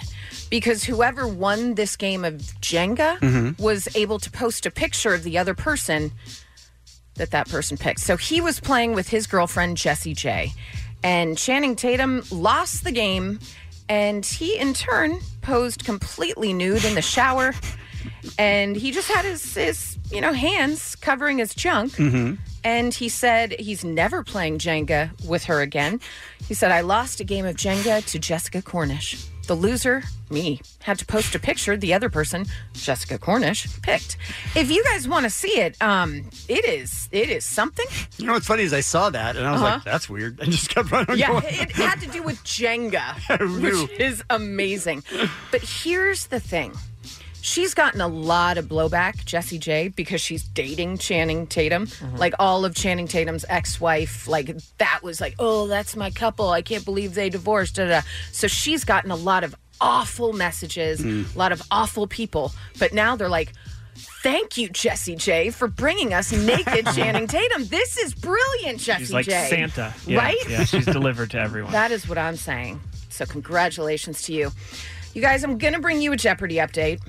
[SPEAKER 10] Because whoever won this game of Jenga
[SPEAKER 13] Mhm.
[SPEAKER 9] Mm-hmm.
[SPEAKER 10] was able to post a picture of the other person that that person picked. So he was playing with his girlfriend Jessie J, and Channing Tatum lost the game, and he in turn posed completely nude in the shower, and he just had his his you know hands covering his junk.
[SPEAKER 13] Mm-hmm.
[SPEAKER 10] And he said he's never playing Jenga with her again. He said, I lost a game of Jenga to Jessica Cornish. The loser, me, had to post a picture the other person, Jessica Cornish, picked. If you guys want to see it, um, it is it is something.
[SPEAKER 9] You know what's funny is I saw that and I was
[SPEAKER 10] Uh-huh.
[SPEAKER 9] like, that's weird. *laughs* I just kept running.
[SPEAKER 10] yeah,
[SPEAKER 9] going.
[SPEAKER 31] *laughs*
[SPEAKER 10] it *laughs* had to do with Jenga,
[SPEAKER 9] knew.
[SPEAKER 10] which is amazing. But here's the thing. She's gotten a lot of blowback, Jessie J, because she's dating Channing Tatum. Like all of Channing Tatum's ex-wife, like that was like, oh, that's my couple. I can't believe they divorced. Da, da, da. So she's gotten a lot of awful messages,
[SPEAKER 13] Mm.
[SPEAKER 10] a lot of awful people. But now they're like, thank you, Jessie J, for bringing us naked Channing Tatum. This is brilliant, Jessie
[SPEAKER 12] She's like
[SPEAKER 10] J.
[SPEAKER 12] Santa. Yeah,
[SPEAKER 10] right?
[SPEAKER 12] Yeah, she's delivered to
[SPEAKER 10] *laughs*
[SPEAKER 12] everyone.
[SPEAKER 10] That is what I'm saying. So congratulations to you. You guys, I'm gonna bring you a Jeopardy update.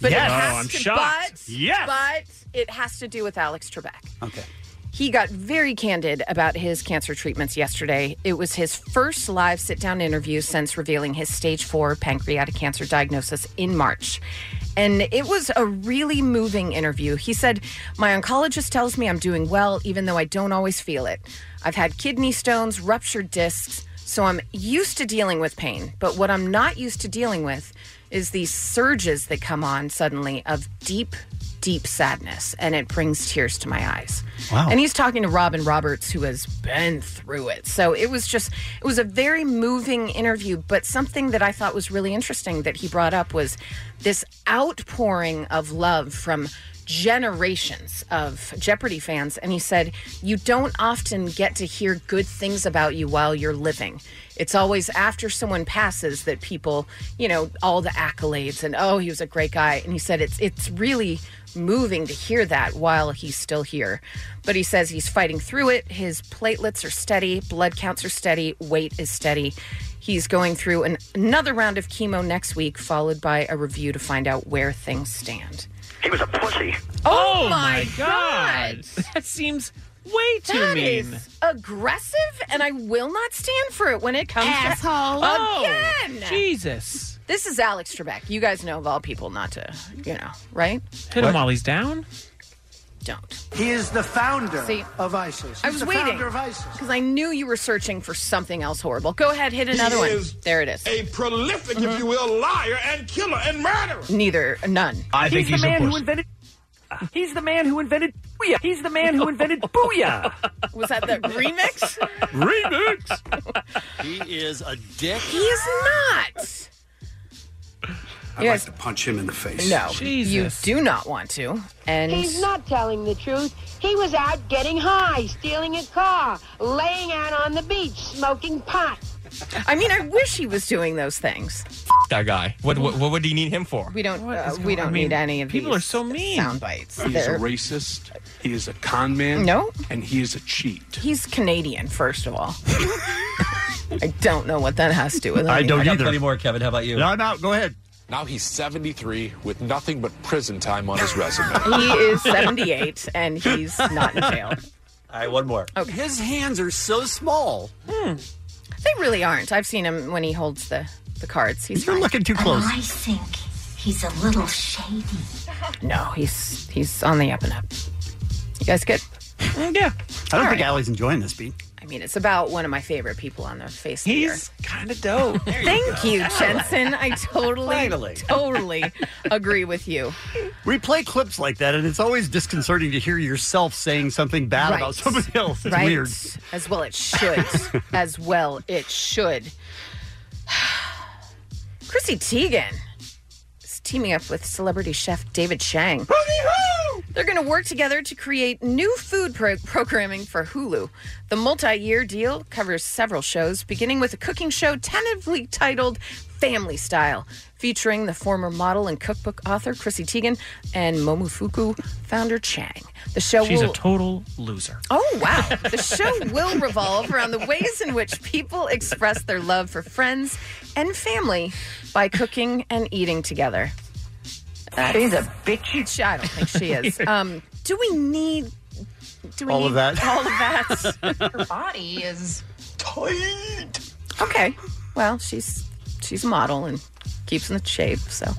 [SPEAKER 10] But
[SPEAKER 12] Yes.
[SPEAKER 10] it has
[SPEAKER 12] Oh, I'm
[SPEAKER 10] to,
[SPEAKER 12] shocked.
[SPEAKER 10] But,
[SPEAKER 12] Yes.
[SPEAKER 10] but it has to do with Alex Trebek.
[SPEAKER 9] Okay.
[SPEAKER 10] He got very candid about his cancer treatments yesterday. It was his first live sit down interview since revealing his stage four pancreatic cancer diagnosis in March. And it was a really moving interview. He said, My oncologist tells me I'm doing well, even though I don't always feel it. I've had kidney stones, ruptured discs, so I'm used to dealing with pain. But what I'm not used to dealing with is these surges that come on suddenly of deep, deep sadness, and it brings tears to my eyes.
[SPEAKER 13] Wow.
[SPEAKER 10] And he's talking to Robin Roberts, who has been through it. So it was just, it was a very moving interview. But something that I thought was really interesting that he brought up was this outpouring of love from generations of Jeopardy fans. And he said, You don't often get to hear good things about you while you're living. It's always after someone passes that people, you know, all the accolades and, oh, he was a great guy. And he said, It's, it's really moving to hear that while he's still here. But he says he's fighting through it. His platelets are steady, blood counts are steady, weight is steady. He's going through an, another round of chemo next week, followed by a review to find out where things stand.
[SPEAKER 12] Oh,
[SPEAKER 10] my
[SPEAKER 12] God. That seems way too
[SPEAKER 10] That
[SPEAKER 12] mean.
[SPEAKER 10] is aggressive, and I will not stand for it when it comes
[SPEAKER 12] Asshole. Oh,
[SPEAKER 10] to again.
[SPEAKER 12] Jesus.
[SPEAKER 10] This is Alex Trebek. You guys know of all people not to, you know, right?
[SPEAKER 12] Hit him while he's down.
[SPEAKER 10] Don't.
[SPEAKER 13] He is the founder
[SPEAKER 10] See,
[SPEAKER 13] of ISIS.
[SPEAKER 10] I
[SPEAKER 13] He's
[SPEAKER 10] was
[SPEAKER 13] the
[SPEAKER 10] waiting
[SPEAKER 13] founder of ISIS.
[SPEAKER 10] because I knew you were searching for something else horrible. Go ahead, hit another
[SPEAKER 13] He
[SPEAKER 10] one.
[SPEAKER 13] is
[SPEAKER 10] there it is.
[SPEAKER 13] a
[SPEAKER 10] prolific,
[SPEAKER 13] if you will,
[SPEAKER 10] liar and killer and murderer. Neither, none.
[SPEAKER 14] I think he's the man who invented. He's the man who invented booyah. He's the man who
[SPEAKER 9] *laughs*
[SPEAKER 14] invented booyah.
[SPEAKER 10] Was that the remix?
[SPEAKER 14] Remix.
[SPEAKER 9] He is a dick.
[SPEAKER 10] He is not.
[SPEAKER 9] I'd
[SPEAKER 10] Yes.
[SPEAKER 9] like to punch him in the face.
[SPEAKER 10] No, you do not want to. And
[SPEAKER 18] He's not telling the truth. He was out getting high, stealing a car, laying out on the beach, smoking pot.
[SPEAKER 10] I mean, I wish he was doing those things.
[SPEAKER 27] that guy. What, what what would you need him for?
[SPEAKER 10] We don't. Uh,
[SPEAKER 27] is
[SPEAKER 10] we
[SPEAKER 27] going-
[SPEAKER 10] don't
[SPEAKER 27] I mean,
[SPEAKER 10] need any of
[SPEAKER 27] people
[SPEAKER 10] these
[SPEAKER 27] are so mean.
[SPEAKER 10] sound bites.
[SPEAKER 14] He is a
[SPEAKER 10] They're-
[SPEAKER 14] racist. He is a con man.
[SPEAKER 10] No.
[SPEAKER 14] And he is a cheat.
[SPEAKER 10] He's Canadian, first
[SPEAKER 27] *laughs*
[SPEAKER 10] of all. I don't know what that has to do with
[SPEAKER 14] I don't got either. plenty
[SPEAKER 27] more, Kevin. How about you?
[SPEAKER 14] No,
[SPEAKER 27] I'm out. Go ahead.
[SPEAKER 14] Now he's 73 with nothing but prison time on his resume.
[SPEAKER 10] *laughs* He is 78 and he's not in
[SPEAKER 27] *laughs*
[SPEAKER 10] jail.
[SPEAKER 14] All right, one more.
[SPEAKER 10] Okay. His hands are so small. Hmm. They really aren't. I've seen him when he holds the, the cards. He's You're looking too
[SPEAKER 19] And I think he's a little shady.
[SPEAKER 10] No, he's he's on the up and up. You guys good? Uh, yeah.
[SPEAKER 9] I don't think Allie's enjoying this, Pete.
[SPEAKER 10] I mean, it's about one of my favorite people on the face of the earth.
[SPEAKER 12] Kind of dope.
[SPEAKER 10] Thank you, Jensen. I totally,
[SPEAKER 9] Finally.
[SPEAKER 10] totally agree with you.
[SPEAKER 9] We play clips like that, and it's always disconcerting to hear yourself saying something bad about somebody else. It's
[SPEAKER 10] right?
[SPEAKER 9] weird.
[SPEAKER 10] As well, it should. As well, it should. Chrissy Teigen is teaming up with celebrity chef David Chang. They're going to work together to create new food pro- programming for Hulu. The multi year deal covers several shows, beginning with a cooking show tentatively titled Family Style, featuring the former model and cookbook author Chrissy Teigen and Momofuku founder Chang. The show
[SPEAKER 12] She's
[SPEAKER 10] will
[SPEAKER 12] a total loser.
[SPEAKER 10] Oh, wow. The show will revolve around the ways in which people express their love for friends and family by cooking and eating together.
[SPEAKER 18] She's a
[SPEAKER 10] bitch. I don't think she *laughs* is. Um, do we need. Do we
[SPEAKER 18] All of
[SPEAKER 10] need
[SPEAKER 18] that?
[SPEAKER 10] All of that. *laughs* Her body is tight. Okay. Well, she's she's a model and keeps in the shape, so.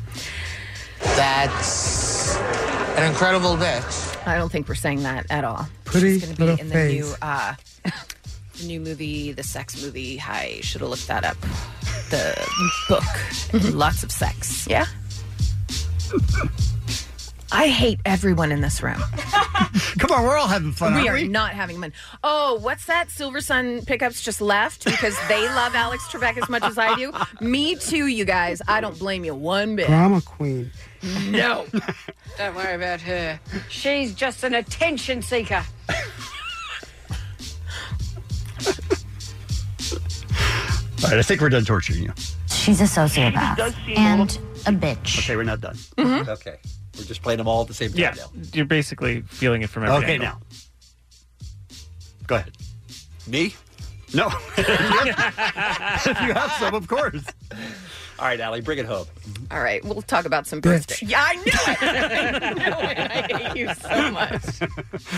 [SPEAKER 10] That's an incredible bitch. I don't think we're saying that at all.
[SPEAKER 20] Pretty
[SPEAKER 10] She's gonna
[SPEAKER 20] little
[SPEAKER 10] be in
[SPEAKER 20] face.
[SPEAKER 10] the new uh *laughs* the new movie, the sex movie. I should have looked that up. The
[SPEAKER 20] *laughs*
[SPEAKER 10] um, book. Lots of sex. Yeah. I hate everyone in this
[SPEAKER 20] *laughs*
[SPEAKER 10] room.
[SPEAKER 9] Come on, we're all having fun.
[SPEAKER 10] we
[SPEAKER 9] aren't
[SPEAKER 10] are not having fun. Oh, what's that? Silver Sun pickups just left because they love Alex Trebek as much as I do. Me too, you guys. I don't blame you one bit.
[SPEAKER 20] Drama queen.
[SPEAKER 10] No.
[SPEAKER 18] Don't worry about her. She's just an attention seeker.
[SPEAKER 9] All right, I think we're done torturing you.
[SPEAKER 20] She's a sociopath and a bitch.
[SPEAKER 9] Okay, we're not done.
[SPEAKER 10] Mm-hmm.
[SPEAKER 6] Okay. We're just playing them all at the same time
[SPEAKER 12] Yeah,
[SPEAKER 6] now.
[SPEAKER 12] you're basically feeling it from every
[SPEAKER 6] Okay,
[SPEAKER 12] angle.
[SPEAKER 6] now.
[SPEAKER 9] Go ahead.
[SPEAKER 6] Me?
[SPEAKER 9] No. *laughs* if you have *laughs* some, of course.
[SPEAKER 6] All right, Allie, bring it home.
[SPEAKER 10] All right, we'll talk about some birthday. Yeah, I knew it. I knew it. *laughs* I hate you
[SPEAKER 20] *laughs*
[SPEAKER 10] so much.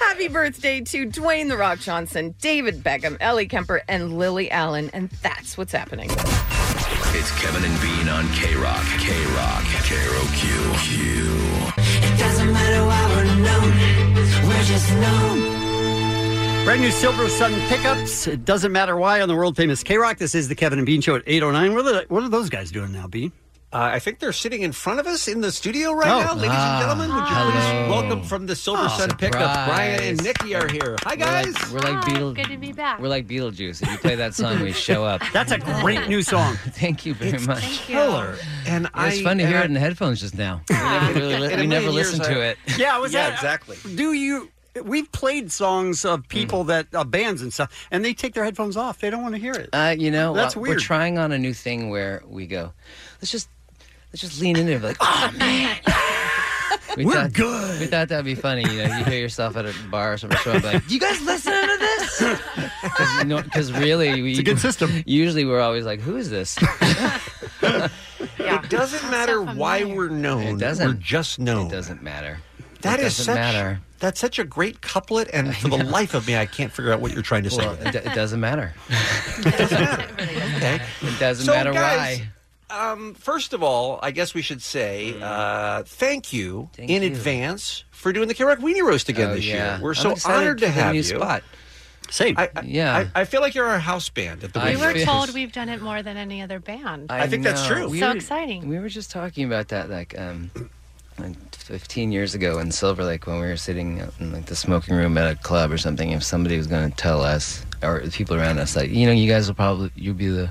[SPEAKER 10] Happy birthday to Dwayne the Rock Johnson, David Beckham, Ellie Kemper, and Lily Allen, and that's what's happening.
[SPEAKER 25] It's Kevin and Bean on K Rock. K Rock. K R O Q.
[SPEAKER 2] It doesn't matter why we're known, we're just known.
[SPEAKER 9] Brand new Silver Sun pickups. It doesn't matter why on the world famous K Rock. This is the Kevin and Bean Show at 809. What are, the, what are those guys doing now, Bean?
[SPEAKER 6] Uh, I think they're sitting in front of us in the studio right
[SPEAKER 9] Oh.
[SPEAKER 6] now, ladies
[SPEAKER 9] Ah.
[SPEAKER 6] and gentlemen. Would you
[SPEAKER 9] Hello.
[SPEAKER 6] please welcome from the Silver
[SPEAKER 17] Oh,
[SPEAKER 6] Sun pickup?
[SPEAKER 17] surprise.
[SPEAKER 6] Brian and Nikki are here. Hi, guys.
[SPEAKER 17] We're like, we're like Beetle-
[SPEAKER 18] to be back.
[SPEAKER 17] We're like Beetlejuice. If you play that song, we show up.
[SPEAKER 9] That's a great new song.
[SPEAKER 17] *laughs* Thank you very much.
[SPEAKER 6] Killer. And
[SPEAKER 17] It was
[SPEAKER 6] I-
[SPEAKER 17] fun to hear
[SPEAKER 6] and
[SPEAKER 17] it in the headphones just now. We never, uh, *laughs* really li-
[SPEAKER 9] In a
[SPEAKER 17] we never
[SPEAKER 9] million years,
[SPEAKER 17] listened to
[SPEAKER 9] I-
[SPEAKER 17] it.
[SPEAKER 9] *laughs* Yeah, I was
[SPEAKER 6] Yeah,
[SPEAKER 9] at- uh,
[SPEAKER 6] exactly.
[SPEAKER 9] Do you? We've played songs
[SPEAKER 17] Mm.
[SPEAKER 9] of people that uh, bands and stuff, and they take their headphones off. They don't want to hear it.
[SPEAKER 17] Uh, you know,
[SPEAKER 9] That's
[SPEAKER 17] well,
[SPEAKER 9] weird.
[SPEAKER 17] We're trying on a new thing where we go, let's just let's just lean into it. Like, oh *laughs* man, we
[SPEAKER 2] We're
[SPEAKER 17] thought, good. We thought that'd be funny. You know, you hear yourself at a bar or something, show up like, *laughs* you guys listening to this? Because really, we, it's a good system. *laughs* Usually, we're always like, who is *laughs* this?
[SPEAKER 6] It doesn't matter why we're known.
[SPEAKER 17] It doesn't.
[SPEAKER 6] We're just known. It
[SPEAKER 17] doesn't matter.
[SPEAKER 6] That
[SPEAKER 17] It
[SPEAKER 6] is
[SPEAKER 17] doesn't
[SPEAKER 6] such,
[SPEAKER 17] matter.
[SPEAKER 6] That's such a great couplet, and for the life of me, I can't figure out what you're trying to say.
[SPEAKER 17] Well,
[SPEAKER 6] with *laughs*
[SPEAKER 17] *laughs* it, do- it doesn't matter.
[SPEAKER 6] okay.
[SPEAKER 17] It doesn't
[SPEAKER 6] So,
[SPEAKER 17] matter
[SPEAKER 6] guys,
[SPEAKER 17] why.
[SPEAKER 6] um, first of all, I guess we should say
[SPEAKER 17] Mm.
[SPEAKER 6] uh, thank you in you. advance for doing the Kerouac Weenie Roast again
[SPEAKER 17] Oh,
[SPEAKER 6] this
[SPEAKER 17] yeah.
[SPEAKER 6] year. We're
[SPEAKER 17] I'm
[SPEAKER 6] so
[SPEAKER 17] excited
[SPEAKER 6] honored to
[SPEAKER 17] for the
[SPEAKER 6] have
[SPEAKER 17] new
[SPEAKER 6] you.
[SPEAKER 17] spot.
[SPEAKER 6] Same. I, I,
[SPEAKER 17] Yeah.
[SPEAKER 6] I, I feel like you're our house band at the
[SPEAKER 16] We
[SPEAKER 6] Weenie
[SPEAKER 16] were
[SPEAKER 6] Roast.
[SPEAKER 16] told we've done it more than any other band.
[SPEAKER 17] I think that's know. true. We
[SPEAKER 16] so
[SPEAKER 17] were-
[SPEAKER 16] exciting.
[SPEAKER 17] We were just talking about that like um like 15 years ago in Silver Lake when we were sitting out in like the smoking room at a club or something if somebody was going to tell us or the people around us like you know you guys will probably you'll be the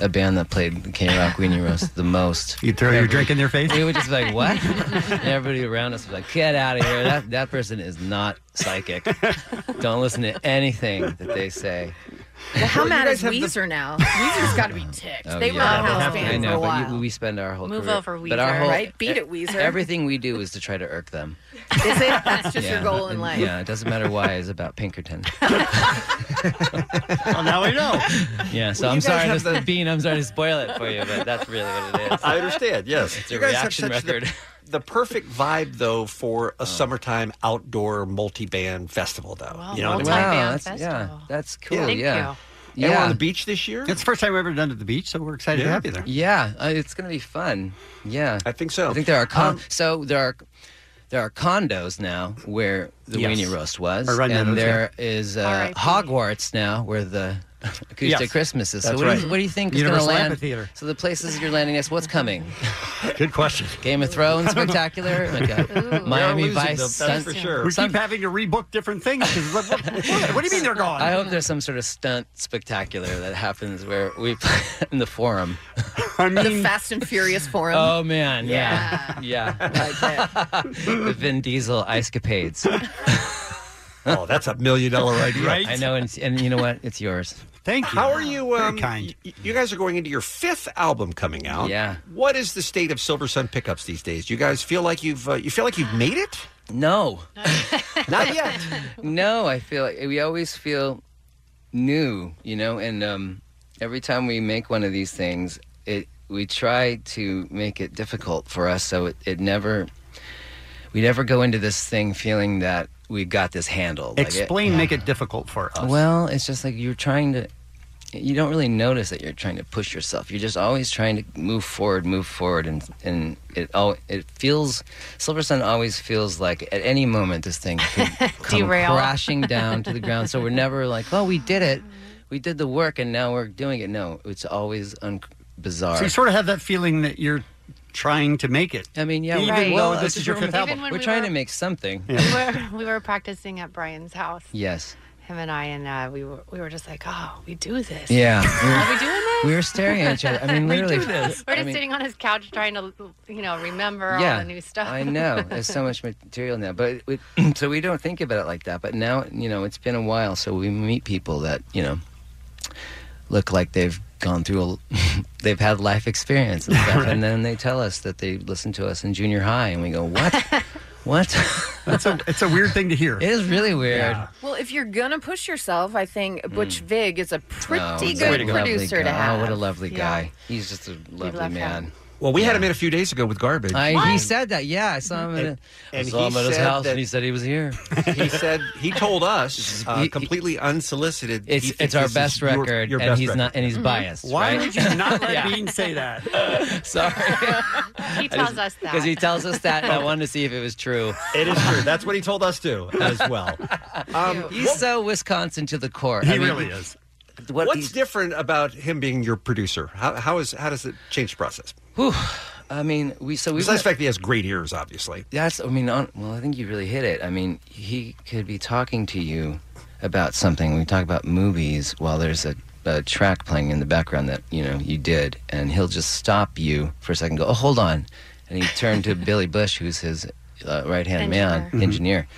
[SPEAKER 17] a band that played the K Rock Weenie Roast the
[SPEAKER 9] *laughs*
[SPEAKER 17] most. You
[SPEAKER 9] throw your drink in their face?
[SPEAKER 17] We would just be like, what? and everybody around us was like, get out of here. That that person is not psychic. Don't listen to anything that they say.
[SPEAKER 10] Well, how
[SPEAKER 17] Well, you
[SPEAKER 10] mad
[SPEAKER 17] guys
[SPEAKER 10] is
[SPEAKER 17] have the-
[SPEAKER 10] Weezer's now?
[SPEAKER 17] *laughs*
[SPEAKER 10] Weezer's got to be ticked.
[SPEAKER 17] Oh,
[SPEAKER 10] they were
[SPEAKER 17] yeah.
[SPEAKER 10] a house
[SPEAKER 17] I
[SPEAKER 10] band for
[SPEAKER 17] know,
[SPEAKER 10] a
[SPEAKER 17] but you-
[SPEAKER 10] while.
[SPEAKER 17] we spend our whole
[SPEAKER 10] Move
[SPEAKER 17] career-
[SPEAKER 10] over,
[SPEAKER 17] but our
[SPEAKER 10] Weezer,
[SPEAKER 17] whole-
[SPEAKER 10] right? Beat
[SPEAKER 17] e-
[SPEAKER 10] it, Weezer.
[SPEAKER 17] Everything we do is to try to irk them.
[SPEAKER 10] Is it? *laughs* That's just your
[SPEAKER 17] Yeah,
[SPEAKER 10] goal in
[SPEAKER 17] and-
[SPEAKER 10] life.
[SPEAKER 17] Yeah, it doesn't matter why. It's
[SPEAKER 10] *laughs*
[SPEAKER 17] about Pinkerton.
[SPEAKER 9] well, now we know.
[SPEAKER 17] Yeah, so
[SPEAKER 9] Well,
[SPEAKER 17] I'm
[SPEAKER 9] you guys
[SPEAKER 17] sorry,
[SPEAKER 9] have
[SPEAKER 17] to, Bean. I'm sorry to spoil it for you, but that's really what it is.
[SPEAKER 6] I understand. Yes,
[SPEAKER 17] it's a reaction
[SPEAKER 6] such
[SPEAKER 17] record.
[SPEAKER 6] *laughs* The, the perfect vibe, though, for a
[SPEAKER 9] Oh.
[SPEAKER 6] summertime outdoor multi-band festival, though.
[SPEAKER 17] Wow,
[SPEAKER 6] you know what I mean?
[SPEAKER 17] multi-band Wow, that's- festival. yeah, that's cool, Thank yeah. you.
[SPEAKER 6] And we're on
[SPEAKER 17] Yeah.
[SPEAKER 6] the beach this year.
[SPEAKER 9] It's the first time we've ever done it at the beach, so we're excited to have you there.
[SPEAKER 17] Yeah, uh, it's going to be fun. Yeah, I
[SPEAKER 6] think so.
[SPEAKER 17] I think there are con- so there are there are condos now where the
[SPEAKER 9] Yes.
[SPEAKER 17] weenie roast was,
[SPEAKER 9] Or Run
[SPEAKER 17] and
[SPEAKER 9] Meadows,
[SPEAKER 17] there is uh, *laughs* Hogwarts now where the acoustic
[SPEAKER 9] Yes,
[SPEAKER 17] Christmas is. So
[SPEAKER 9] that's
[SPEAKER 17] what, do
[SPEAKER 9] right.
[SPEAKER 17] you, what do you think is going to
[SPEAKER 9] Universal
[SPEAKER 17] land?
[SPEAKER 9] Amphitheater.
[SPEAKER 17] So the places you're landing us, what's coming?
[SPEAKER 9] Good question.
[SPEAKER 17] Game of
[SPEAKER 9] *laughs*
[SPEAKER 17] Thrones, spectacular, like
[SPEAKER 6] *laughs*
[SPEAKER 17] a Miami Vice. stunt-
[SPEAKER 9] We
[SPEAKER 17] some-
[SPEAKER 9] keep having to rebook different things. 'cause what, what- what- what do you mean they're gone?
[SPEAKER 17] I hope there's some sort of stunt spectacular that happens where we *laughs* play in the forum.
[SPEAKER 10] the Fast and Furious Forum.
[SPEAKER 17] Oh man, yeah, yeah. the Vin Diesel escapades.
[SPEAKER 6] oh, that's a million
[SPEAKER 17] *laughs*
[SPEAKER 6] dollar idea. Right?
[SPEAKER 17] I know, and, and you know what? It's yours.
[SPEAKER 9] Thank you.
[SPEAKER 6] How are you? Um, kind. you guys are going into your fifth album coming out.
[SPEAKER 17] Yeah.
[SPEAKER 6] What is the state of Silver Sun pickups these days? Do you guys feel like you've uh, you feel like you've made it?
[SPEAKER 17] No.
[SPEAKER 6] Not yet.
[SPEAKER 17] no, I feel like we always feel new, you know, and um, every time we make one of these things, it we try to make it difficult for us so it, it never we never go into this thing feeling that we've got this handled. Like it-
[SPEAKER 9] Explain, make it difficult for us.
[SPEAKER 17] Well, it's just like you're trying to. You don't really notice that you're trying to push yourself. You're just always trying to move forward, move forward, and and it all it feels. Silver Sun always feels like at any moment this thing could come
[SPEAKER 16] Derail.
[SPEAKER 17] crashing down to the ground. So we're never like, oh, we did it, we did the work, and now we're doing it. No, it's always un- bizarre.
[SPEAKER 9] So you sort of have that feeling that you're trying to make it.
[SPEAKER 17] I mean, yeah,
[SPEAKER 9] even
[SPEAKER 17] right.
[SPEAKER 9] though
[SPEAKER 17] Well,
[SPEAKER 9] this
[SPEAKER 17] it's
[SPEAKER 9] is your
[SPEAKER 17] just-
[SPEAKER 9] fifth
[SPEAKER 16] even
[SPEAKER 9] album.
[SPEAKER 16] when
[SPEAKER 17] we're
[SPEAKER 16] we
[SPEAKER 17] trying
[SPEAKER 16] were-
[SPEAKER 17] to make something.
[SPEAKER 16] We, were, we were practicing at Brian's house.
[SPEAKER 17] Yes.
[SPEAKER 16] Him and I, and uh, we were we were just like, oh, we do this. *laughs*
[SPEAKER 17] Yeah. We were-
[SPEAKER 16] Are we doing this?
[SPEAKER 17] we were staring at each other. I mean, literally,
[SPEAKER 16] we do this. We're
[SPEAKER 17] I
[SPEAKER 16] just
[SPEAKER 17] mean-
[SPEAKER 16] sitting on his couch trying to, you know, remember all the new stuff.
[SPEAKER 17] I *laughs*
[SPEAKER 16] *laughs*
[SPEAKER 17] know. There's so much material now, but we, *clears throat* so we don't think about it like that. But now, you know, it's been a while, so we meet people that you know look like they've gone through a, *laughs* they've had life experience and *laughs* stuff, and then they tell us that they listened to us in junior high, and we go, *laughs* what, what?
[SPEAKER 9] That's a it's a weird thing
[SPEAKER 17] *laughs*
[SPEAKER 9] to hear. It
[SPEAKER 17] is really weird.
[SPEAKER 10] *laughs* Well, if you're gonna push yourself, I think Butch Vig is a pretty
[SPEAKER 17] Hmm. Oh, he's a
[SPEAKER 10] good
[SPEAKER 17] lovely
[SPEAKER 10] producer to
[SPEAKER 17] guy.
[SPEAKER 10] have.
[SPEAKER 16] *laughs*
[SPEAKER 17] Oh, what a lovely
[SPEAKER 10] Yeah.
[SPEAKER 17] guy. He's just a lovely
[SPEAKER 10] love him.
[SPEAKER 17] man.
[SPEAKER 6] Well, we had him in a few days ago with garbage.
[SPEAKER 17] I, he said that. Yeah, I saw him. at
[SPEAKER 6] And-
[SPEAKER 17] a- I
[SPEAKER 6] and
[SPEAKER 17] saw
[SPEAKER 6] he
[SPEAKER 17] him at his
[SPEAKER 6] said
[SPEAKER 17] house,
[SPEAKER 6] that-
[SPEAKER 17] and he said he was here.
[SPEAKER 6] *laughs* he said he told us uh,
[SPEAKER 17] He-
[SPEAKER 6] completely unsolicited.
[SPEAKER 17] It's-
[SPEAKER 6] he
[SPEAKER 17] it's
[SPEAKER 6] thinks
[SPEAKER 17] our
[SPEAKER 6] this is
[SPEAKER 17] best
[SPEAKER 6] your-
[SPEAKER 17] record,
[SPEAKER 6] your
[SPEAKER 17] and
[SPEAKER 6] best
[SPEAKER 17] he's
[SPEAKER 6] record.
[SPEAKER 17] not- and he's Mhm. biased, Why right? would you
[SPEAKER 9] not
[SPEAKER 17] *laughs*
[SPEAKER 9] let
[SPEAKER 17] Yeah.
[SPEAKER 9] Bean say that?
[SPEAKER 17] Sorry.
[SPEAKER 16] he tells us that.
[SPEAKER 17] Because *laughs* he tells us that, and I wanted to see if it was true.
[SPEAKER 6] It is true. That's what he told us too, as well. Um,
[SPEAKER 17] He's so Wisconsin to the core.
[SPEAKER 6] *laughs* He
[SPEAKER 17] I mean,
[SPEAKER 6] really is.
[SPEAKER 17] What
[SPEAKER 6] What's different about him being your producer? How, how is how does it change the process?
[SPEAKER 17] Whew. I mean, we so we
[SPEAKER 6] besides the fact that he has great
[SPEAKER 17] *laughs*
[SPEAKER 6] ears, obviously.
[SPEAKER 17] That's, I mean, on, well, I think you really hit it. I mean, he could be talking to you about something. We talk about movies while there's a, a track playing in the background that, you know, you did, and he'll just stop you for a second and go, oh, hold on. And he turned
[SPEAKER 6] *laughs*
[SPEAKER 17] to Billy Bush, who's his uh, right hand man,
[SPEAKER 6] Mm-hmm.
[SPEAKER 16] Engineer. Mhm.
[SPEAKER 17] engineer.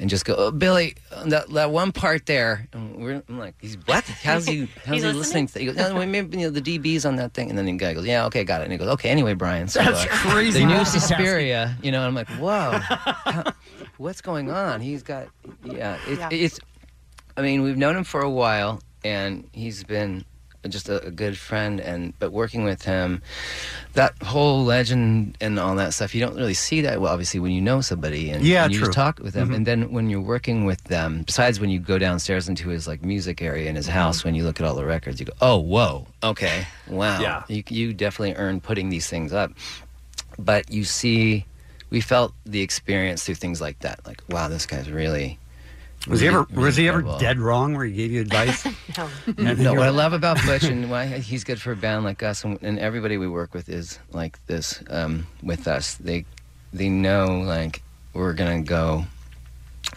[SPEAKER 17] And just go, oh, Billy, uh, that, that one part there. And we're, I'm like, he's what? How's *laughs*
[SPEAKER 16] *laughs*
[SPEAKER 17] he? How's
[SPEAKER 16] He's
[SPEAKER 17] he listening? to that? He goes, no, maybe you know, the DB's on that thing. And then the guy goes, yeah, okay, got it. And he goes, okay, anyway, Brian. So,
[SPEAKER 9] That's crazy
[SPEAKER 17] The new
[SPEAKER 9] multitasking.
[SPEAKER 17] Suspiria, you know. and I'm like,
[SPEAKER 9] *laughs*
[SPEAKER 17] whoa, how- what's going on? He's got, yeah, it's,
[SPEAKER 16] Yeah.
[SPEAKER 17] it's. I mean, we've known him for a while, and he's been just a, a good friend, and but working with him, that whole legend and all that stuff, you don't really see that well. Obviously, when you know somebody and,
[SPEAKER 34] Yeah,
[SPEAKER 17] and you
[SPEAKER 34] true.
[SPEAKER 17] just talk with them,
[SPEAKER 34] Mhm.
[SPEAKER 17] and then when you're working with them, besides when you go downstairs into his like music area in his
[SPEAKER 34] Mm-hmm.
[SPEAKER 17] house, when you look at all the records, you go, oh, whoa, okay, wow,
[SPEAKER 34] Yeah.
[SPEAKER 17] you you definitely earn putting these things up, but you see. We felt the experience through things like that. Like, wow, this guy's really
[SPEAKER 9] Was he ever
[SPEAKER 17] really- really
[SPEAKER 9] was he ever
[SPEAKER 17] incredible.
[SPEAKER 9] dead wrong where he gave
[SPEAKER 17] *laughs*
[SPEAKER 9] you advice?
[SPEAKER 17] no, what I love about Butch
[SPEAKER 34] *laughs*
[SPEAKER 17] and why he's good for a band like us and, and everybody we work with is like this um, with us. They they know like we're gonna go.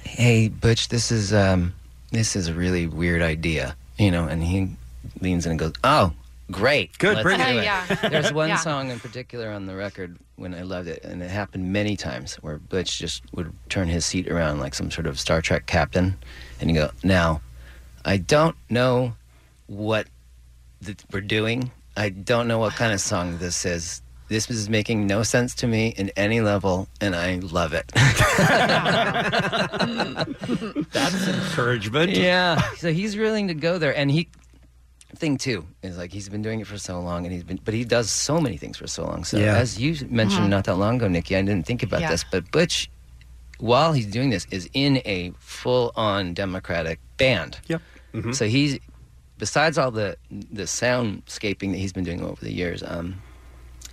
[SPEAKER 17] Hey, Butch, this is um, this is a really weird idea, you know. And he leans in and goes, "Oh, great,
[SPEAKER 34] Good,
[SPEAKER 17] let's
[SPEAKER 34] bring it."
[SPEAKER 17] do it."
[SPEAKER 34] Yeah.
[SPEAKER 17] *laughs* There's one
[SPEAKER 34] Yeah.
[SPEAKER 17] song in particular on the record when I loved it, and it happened many times where Butch just would turn his seat around like some sort of Star Trek captain, and you go, "Now, I don't know what that we're doing. I don't know what kind of song this is. This is making no sense to me in any level, and I love it. That's
[SPEAKER 9] encouragement.
[SPEAKER 17] Yeah. So he's willing to go there, and he thing too is like he's been doing it for so long, and he's been, but he does so many things for so long. So
[SPEAKER 34] Yeah.
[SPEAKER 17] as you mentioned
[SPEAKER 34] Mhm.
[SPEAKER 17] not that long ago, Nikki, I didn't think about
[SPEAKER 34] Yeah.
[SPEAKER 17] this, but Butch, while he's doing this, is in a full-on Democratic band. Yep. So he's besides all the the soundscaping that he's been doing over the years, um,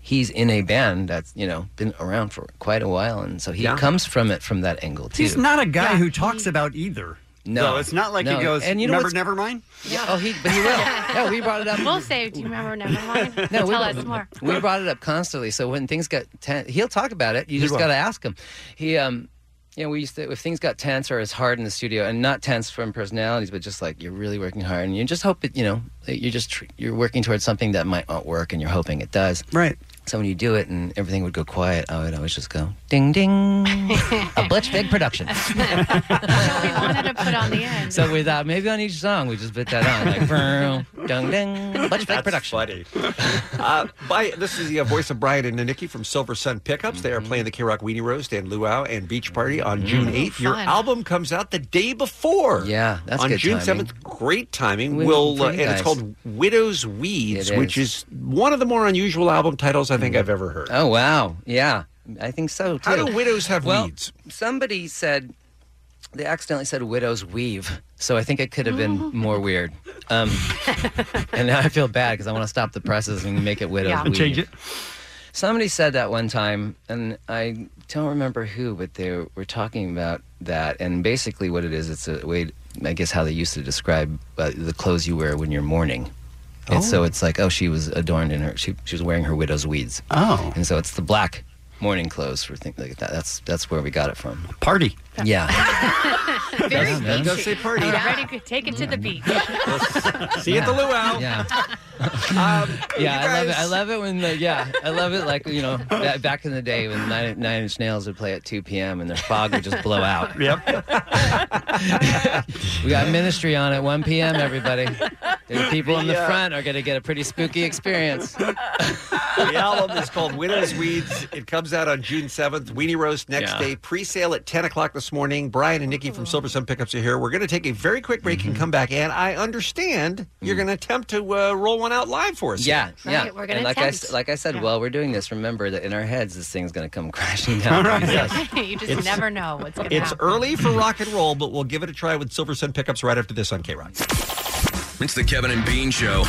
[SPEAKER 17] he's in a band that's you know been around for quite a while, and so he
[SPEAKER 9] Yeah.
[SPEAKER 17] comes from it from that angle too.
[SPEAKER 9] He's not a guy who talks about either.
[SPEAKER 17] No.
[SPEAKER 9] So it's not like
[SPEAKER 17] No.
[SPEAKER 9] he goes,
[SPEAKER 17] And you know
[SPEAKER 9] remember,
[SPEAKER 17] what's-
[SPEAKER 9] never mind?
[SPEAKER 17] Yeah. Oh, he, but he
[SPEAKER 9] *laughs*
[SPEAKER 17] will. No, we brought it up.
[SPEAKER 21] We'll say, do you remember? Never mind.
[SPEAKER 17] *laughs* No, we
[SPEAKER 21] Tell
[SPEAKER 17] don't.
[SPEAKER 21] us more.
[SPEAKER 17] We brought it up constantly. So when things got tense, he'll talk about it. You just
[SPEAKER 34] will.
[SPEAKER 17] got to ask him. He, um, you know, we used to, if things got tense or as hard in the studio, and not tense from personalities, but just like you're really working hard and you just hope it, you know, that you're just, tr- you're working towards something that might not work and you're hoping it does.
[SPEAKER 9] Right.
[SPEAKER 17] So when you do it and everything would go quiet, I would always just go, ding, *laughs* ding, a Butch Big production.
[SPEAKER 21] Wanted to put on the end.
[SPEAKER 17] so with that, maybe on each song, we just put that on, like, vroom, dung, ding, Butch Big
[SPEAKER 6] That's
[SPEAKER 17] production.
[SPEAKER 6] uh, by, this is the uh, voice of Brian and Nikki from Silver Sun Pickups. They are
[SPEAKER 17] Mm-hmm.
[SPEAKER 6] playing the K Rock Weenie Roast and Luau and Beach Party on June 8th. Your
[SPEAKER 17] fun.
[SPEAKER 6] album comes out the day before.
[SPEAKER 17] Yeah, that's
[SPEAKER 6] on
[SPEAKER 17] good
[SPEAKER 6] June
[SPEAKER 17] timing.
[SPEAKER 6] 7th. Great timing.
[SPEAKER 17] Win
[SPEAKER 6] We'll,
[SPEAKER 17] for
[SPEAKER 6] uh,
[SPEAKER 17] you
[SPEAKER 6] and
[SPEAKER 17] guys.
[SPEAKER 6] it's called Widow's Weeds,
[SPEAKER 17] It
[SPEAKER 6] which is one of the more unusual album titles I think I've ever heard.
[SPEAKER 17] Oh wow, yeah, I think so too.
[SPEAKER 6] How do widows have
[SPEAKER 17] well,
[SPEAKER 6] weeds?
[SPEAKER 17] Somebody said they accidentally said "widows weave," so I think it could have been more weird. Um, and now I feel bad because I want to stop the presses and make it "widows
[SPEAKER 34] Yeah.
[SPEAKER 17] weave."
[SPEAKER 34] Change it.
[SPEAKER 17] Somebody said that one time, and I don't remember who, but they were talking about that. And basically, what it is, it's a way, I guess, how they used to describe uh, the clothes you wear when you're mourning. And so
[SPEAKER 34] Oh.
[SPEAKER 17] it's like, oh, she was adorned in her, she, she was wearing her widow's weeds.
[SPEAKER 9] Oh.
[SPEAKER 17] And so it's the black mourning clothes for things like that. That's that's where we got it from.
[SPEAKER 9] Party.
[SPEAKER 17] Yeah.
[SPEAKER 21] Very
[SPEAKER 17] Yeah, man.
[SPEAKER 21] beachy.
[SPEAKER 17] Does say party.
[SPEAKER 21] All right, ready, take it to the beach.
[SPEAKER 6] See you at the luau.
[SPEAKER 17] Yeah.
[SPEAKER 6] Um,
[SPEAKER 9] *laughs*
[SPEAKER 17] *laughs* Yeah,
[SPEAKER 6] you
[SPEAKER 17] I love it. I
[SPEAKER 6] guys-
[SPEAKER 17] love it when the yeah, I love it like you know ba- back in the day when Nine, Nine Inch Nails would play at 2 p.m. and their fog would just blow out.
[SPEAKER 9] *laughs* Yep.
[SPEAKER 17] *laughs* we got Ministry on at 1 p.m. Everybody, the people in the
[SPEAKER 6] The, uh,
[SPEAKER 17] front are gonna get a pretty spooky experience.
[SPEAKER 6] the album is called Widow's Weeds. It comes out on June 7th. *laughs* Weenie Roast next
[SPEAKER 17] Yeah.
[SPEAKER 6] day. Pre sale at 10 o'clock this morning. Brian and Nikki from Silver Sun Pickups are here. We're going to take a very quick break
[SPEAKER 17] Mm-hmm.
[SPEAKER 6] and come back. And I understand you're going to attempt to uh, roll one out live for us.
[SPEAKER 17] Mm. Yeah,
[SPEAKER 6] here.
[SPEAKER 17] yeah. and like I s- like I said, while we're doing this, remember that in our heads, this thing's gonna come *laughs* crashing down.
[SPEAKER 21] you just
[SPEAKER 6] It's-
[SPEAKER 21] never know what's going to
[SPEAKER 6] It's
[SPEAKER 21] happen.
[SPEAKER 6] early for rock and roll, but we'll give it a try with Silver Sun Pickups right after this on K Rock.
[SPEAKER 25] It's the Kevin and Bean Show.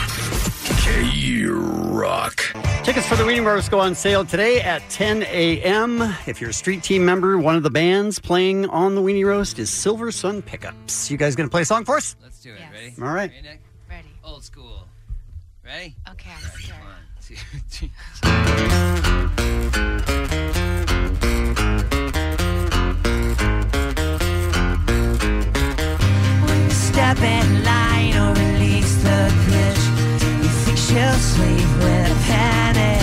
[SPEAKER 25] K Rock.
[SPEAKER 9] Tickets Oh, for the Weenie Roast go on sale today at 10 a.m. If you're a street team member, one of the bands playing on the Weenie Roast is Silver Sun Pickups. You guys going to play a song for us?
[SPEAKER 17] Let's do it. Ready?
[SPEAKER 9] All right.
[SPEAKER 17] Ready, Nick? Ready. Old school. Ready?
[SPEAKER 21] Okay, I'm
[SPEAKER 17] *laughs*
[SPEAKER 2] When you step in line or release the pitch, you think she'll sleep with a panic.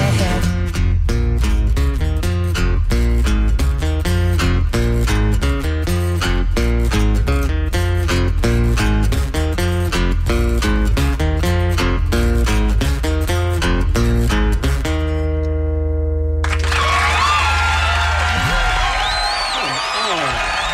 [SPEAKER 9] Man.
[SPEAKER 6] Oh,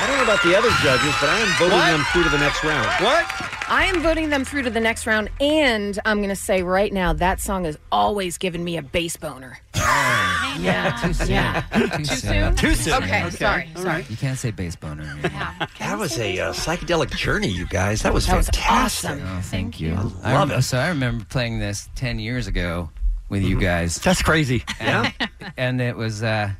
[SPEAKER 6] I don't know about the other judges, but I am voting
[SPEAKER 10] What?
[SPEAKER 6] them through to the next round.
[SPEAKER 31] What?
[SPEAKER 10] I am voting them through to the next round, and I'm going to say right now that song has always given me a bass boner.
[SPEAKER 2] Yeah. Too soon.
[SPEAKER 10] Yeah.
[SPEAKER 17] Too soon?
[SPEAKER 6] Too soon.
[SPEAKER 10] Okay, Okay. sorry, All sorry. right.
[SPEAKER 17] You can't say bass boner.
[SPEAKER 6] That was a uh, psychedelic journey, you guys. That was
[SPEAKER 10] That was
[SPEAKER 6] fantastic.
[SPEAKER 17] Oh, thank you.
[SPEAKER 6] I love it.
[SPEAKER 17] So I remember playing this 10 years ago with you guys.
[SPEAKER 9] That's crazy.
[SPEAKER 17] And, *laughs* and it was uh,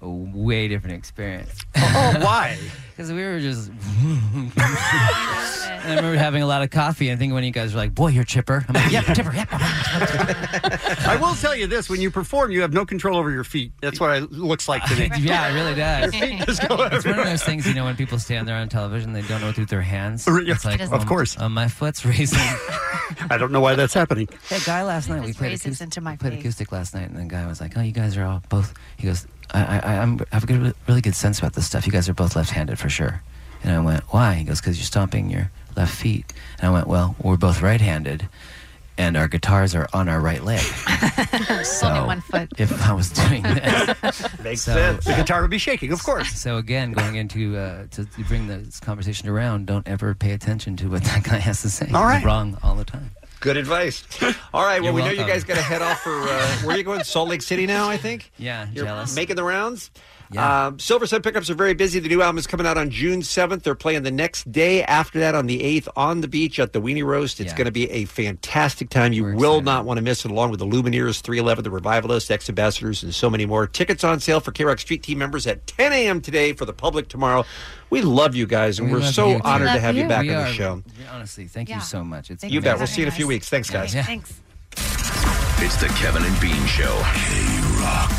[SPEAKER 17] a way different experience.
[SPEAKER 9] Oh,
[SPEAKER 17] *laughs*
[SPEAKER 9] why?
[SPEAKER 17] Because we were just. *laughs* and I remember having a lot of coffee. I think when you guys were like, boy, you're chipper. I'm like, yep, chipper, yep.
[SPEAKER 9] I will tell you this: when you perform, you have no control over your feet. That's what it looks like to me.
[SPEAKER 17] *laughs* Yeah, it really does.
[SPEAKER 9] Your feet just go
[SPEAKER 17] it's one of
[SPEAKER 9] everywhere.
[SPEAKER 17] those things, you know, when people stand there on television, they don't know what to do with their hands.
[SPEAKER 9] Re-
[SPEAKER 17] It's like,
[SPEAKER 9] Of
[SPEAKER 17] um,
[SPEAKER 9] course.
[SPEAKER 17] um, my foot's raising.
[SPEAKER 9] *laughs* I don't know why that's happening.
[SPEAKER 17] That guy last night, we
[SPEAKER 2] Just
[SPEAKER 17] played,
[SPEAKER 2] raises
[SPEAKER 17] acoustic,
[SPEAKER 2] into my
[SPEAKER 17] played
[SPEAKER 2] face.
[SPEAKER 17] acoustic last night, and the guy was like, "Oh, you guys are all both." He goes, "I, I, I'm, I have a good, really good sense about this stuff. You guys are both left-handed for sure." And I went, "Why?" He goes, "Because you're stomping your left feet." And I went, "Well, we're both right-handed, and our guitars are on our right leg."
[SPEAKER 2] Only one foot.
[SPEAKER 17] If I was doing this,
[SPEAKER 9] Makes sense. The guitar would be shaking, of course.
[SPEAKER 17] So again, going into uh, to to bring this conversation around, don't ever pay attention to what that guy has to say.
[SPEAKER 6] All right.
[SPEAKER 17] He's wrong all the time.
[SPEAKER 6] Good advice. All right. Well,
[SPEAKER 17] You're
[SPEAKER 6] we know you
[SPEAKER 17] welcome.
[SPEAKER 6] guys got to head off for uh, where are you going? Salt Lake City now, I think.
[SPEAKER 17] Yeah,
[SPEAKER 6] You're
[SPEAKER 17] jealous.
[SPEAKER 6] making the rounds. Um, Silver Sun pickups are very busy. The new album is coming out on June 7th. They're playing the next day after that on the 8th on the beach at the Weenie Roast. It's going to be a fantastic time. You will not want to miss it, along with the Lumineers, 311, the Revivalists, Ex Ambassadors, and so many more. Tickets on sale for K Rock Street Team members at 10 a.m. today for the public tomorrow. We love you guys, and
[SPEAKER 17] We
[SPEAKER 6] we are
[SPEAKER 17] love
[SPEAKER 6] so
[SPEAKER 17] you, too.
[SPEAKER 6] honored to
[SPEAKER 17] Love
[SPEAKER 6] have you,
[SPEAKER 17] you.
[SPEAKER 6] back
[SPEAKER 17] We
[SPEAKER 6] on
[SPEAKER 17] are.
[SPEAKER 6] the show.
[SPEAKER 17] Honestly, thank
[SPEAKER 2] Yeah.
[SPEAKER 17] you so much. It's
[SPEAKER 6] you bet.
[SPEAKER 17] amazing.
[SPEAKER 6] We'll see you in a few weeks. Thanks, guys.
[SPEAKER 2] Thanks.
[SPEAKER 25] It's the Kevin and Bean Show. K Rock.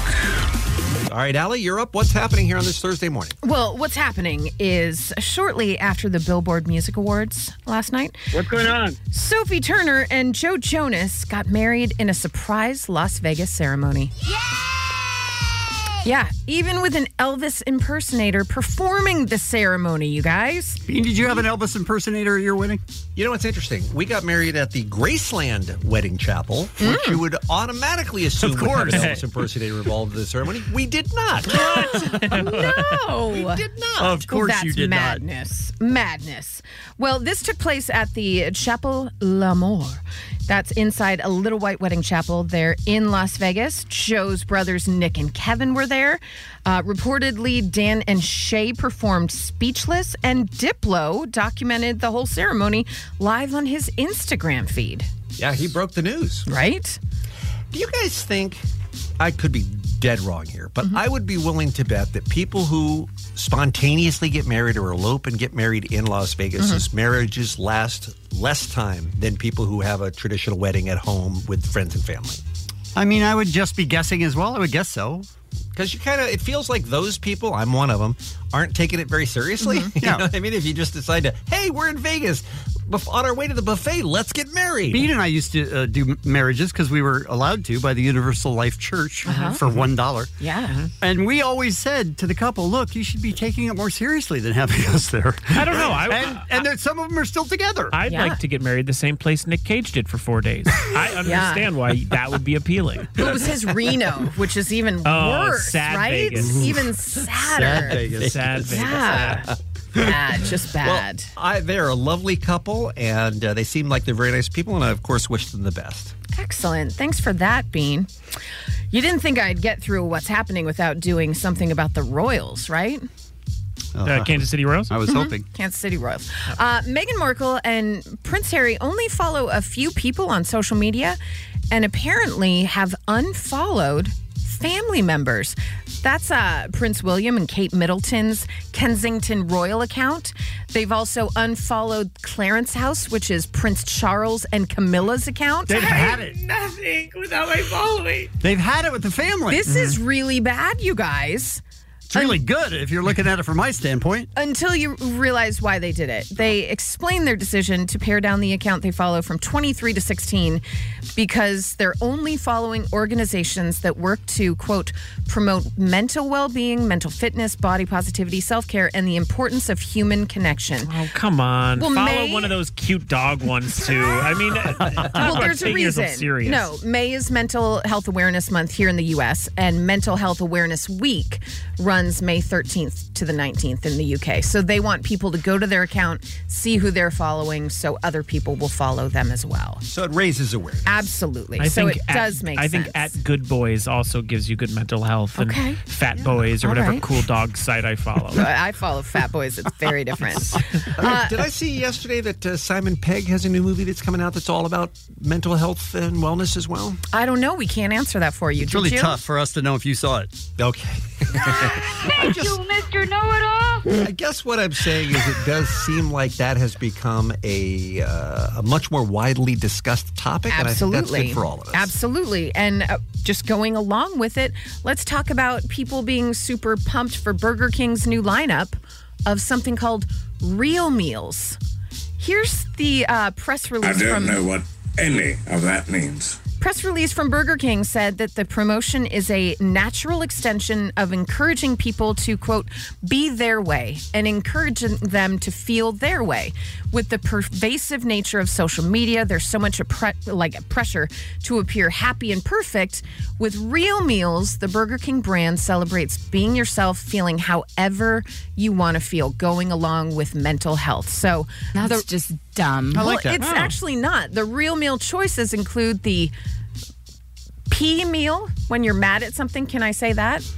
[SPEAKER 6] All right, Allie, you're up. What's happening here on this Thursday morning?
[SPEAKER 10] Well, what's happening is shortly after the Billboard Music Awards last night.
[SPEAKER 34] What's going on?
[SPEAKER 10] Sophie Turner and Joe Jonas got married in a surprise Las Vegas ceremony. Yeah, even with an Elvis impersonator performing the ceremony, you guys.
[SPEAKER 9] Bean, did you have an Elvis impersonator at your wedding?
[SPEAKER 6] You know what's interesting? We got married at the Graceland Wedding Chapel, which you would automatically assume
[SPEAKER 9] Hmm. Of
[SPEAKER 6] would have an
[SPEAKER 9] course.
[SPEAKER 6] Elvis impersonator involved in the ceremony. We did not.
[SPEAKER 10] No, we did
[SPEAKER 6] not. Of course
[SPEAKER 10] That's
[SPEAKER 6] you did not.
[SPEAKER 10] madness. Madness. Well, this took place at the Chapel L'Amour. That's inside a little white wedding chapel there in Las Vegas. Joe's brothers Nick and Kevin were there. Uh, reportedly, Dan and Shay performed "Speechless," and Diplo documented the whole ceremony live on his Instagram feed.
[SPEAKER 6] Yeah, he broke the news.
[SPEAKER 10] Right?
[SPEAKER 6] Do you guys think I could be dead wrong here, but
[SPEAKER 10] Mm-hmm.
[SPEAKER 6] I would be willing to bet that people who spontaneously get married or elope and get married in Las Vegas,
[SPEAKER 10] Mhm.
[SPEAKER 6] is marriages last less time than people who have a traditional wedding at home with friends and family.
[SPEAKER 9] I mean, I would just be guessing as well. I would guess so.
[SPEAKER 6] Because you kind of, it feels like those people, I'm one of them, aren't taking it very seriously.
[SPEAKER 10] Mm-hmm.
[SPEAKER 9] Mhm.
[SPEAKER 6] *laughs* You
[SPEAKER 9] Yeah.
[SPEAKER 6] know what I mean, if you just decide to, hey, we're in Vegas, bef- on our way to the buffet, let's get married.
[SPEAKER 9] Bean and I used to uh, do marriages because we were allowed to by the Universal Life Church
[SPEAKER 10] Uh-huh.
[SPEAKER 9] for one dollar.
[SPEAKER 10] Yeah.
[SPEAKER 9] And we always said to the couple, "Look, you should be taking it more seriously than having us there." I
[SPEAKER 12] don't know. I-
[SPEAKER 9] and and there, some of them are still together.
[SPEAKER 12] I'd like to get married the same place Nick Cage did for four
[SPEAKER 10] *laughs*
[SPEAKER 12] days. I understand why that would be appealing.
[SPEAKER 10] It was his Reno, which is even
[SPEAKER 12] Oh,
[SPEAKER 10] worse,
[SPEAKER 12] sad
[SPEAKER 10] right?
[SPEAKER 12] Vegas.
[SPEAKER 10] Even *laughs* sadder.
[SPEAKER 12] Sad Vegas.
[SPEAKER 10] Yeah. bad, just bad.
[SPEAKER 6] Well, I, they're a lovely couple, and uh, they seem like they're very nice people, and I, of course, wish them the
[SPEAKER 10] *laughs*
[SPEAKER 6] best.
[SPEAKER 10] Excellent. Thanks for that, Bean. You didn't think I'd get through what's happening without doing something about the Royals, right?
[SPEAKER 12] Uh, Kansas City Royals?
[SPEAKER 9] Oh, I was
[SPEAKER 10] Mhm.
[SPEAKER 9] hoping.
[SPEAKER 10] Kansas City Royals. Uh, Meghan Markle and Prince Harry only follow a few people on social media and apparently have unfollowed family members. That's uh, Prince William and Kate Middleton's Kensington Royal account. They've also unfollowed Clarence House, which is Prince Charles and Camilla's account.
[SPEAKER 9] They've had it.
[SPEAKER 10] Nothing without my following.
[SPEAKER 9] They've had it with the family. Mm-hmm.
[SPEAKER 10] This is really bad, you guys.
[SPEAKER 9] It's really good if you're looking at it from my standpoint.
[SPEAKER 10] Until you realize why they did it. They explain their decision to pare down the account they follow from 23 to 16 because they're only following organizations that work to, quote, promote mental well being, mental fitness, body positivity, self care, and the importance of human connection.
[SPEAKER 12] Oh, come on.
[SPEAKER 10] Well,
[SPEAKER 12] Follow
[SPEAKER 10] May-
[SPEAKER 12] one of those cute dog ones, too. I mean,
[SPEAKER 10] *laughs* well, there's a reason.
[SPEAKER 12] Serious.
[SPEAKER 10] No, May is Mental Health Awareness Month here in the U.S., and Mental Health Awareness Week runs runs May 13th to the 19th in the UK. So they want people to go to their account, see who they're following, so other people will follow them as well.
[SPEAKER 9] So it raises awareness.
[SPEAKER 10] Absolutely.
[SPEAKER 12] I
[SPEAKER 10] so
[SPEAKER 12] think
[SPEAKER 10] it
[SPEAKER 12] at-
[SPEAKER 10] does make
[SPEAKER 12] I
[SPEAKER 10] sense.
[SPEAKER 12] think at Good Boys also gives you good mental health and
[SPEAKER 10] Okay.
[SPEAKER 12] Fat Boys or
[SPEAKER 10] All
[SPEAKER 12] whatever
[SPEAKER 10] right.
[SPEAKER 12] cool dog site
[SPEAKER 10] *laughs*
[SPEAKER 12] I follow.
[SPEAKER 10] I follow Fat Boys. It's very different.
[SPEAKER 12] *laughs*
[SPEAKER 6] Did I see yesterday that uh, Simon Pegg has a new movie that's coming out that's all about mental health and wellness as well?
[SPEAKER 10] I don't know. We can't answer that for you.
[SPEAKER 9] It's
[SPEAKER 10] Did
[SPEAKER 9] really
[SPEAKER 10] you?
[SPEAKER 9] tough *laughs* for us to know if you saw it.
[SPEAKER 6] Okay.
[SPEAKER 2] Thank you, Mr. Know It All.
[SPEAKER 10] *laughs*
[SPEAKER 6] I guess what I'm saying is it does seem like that has become a, uh, a much more widely discussed topic.
[SPEAKER 10] Absolutely.
[SPEAKER 6] And I think that's good for all of us.
[SPEAKER 10] Absolutely. And uh, just going along with it, let's talk about people being super pumped for Burger King's new lineup of something called Real Meals. Here's the uh, press
[SPEAKER 34] I
[SPEAKER 10] release
[SPEAKER 34] don't
[SPEAKER 10] from
[SPEAKER 34] know what any of that means.
[SPEAKER 10] Press release from Burger King said that the promotion is a natural extension of encouraging people to, quote, be their way and encouraging them to feel their way. With the pervasive nature of social media, there's so much a pre- like a pressure to appear happy and perfect. With real meals, the Burger King brand celebrates being yourself, feeling however you want to feel, going along with mental health. So
[SPEAKER 28] That's just dumb. I like
[SPEAKER 10] well,
[SPEAKER 28] that.
[SPEAKER 10] It's
[SPEAKER 28] Wow.
[SPEAKER 10] actually not. The real meal choices include the pee meal when you're mad at something. Can I say that?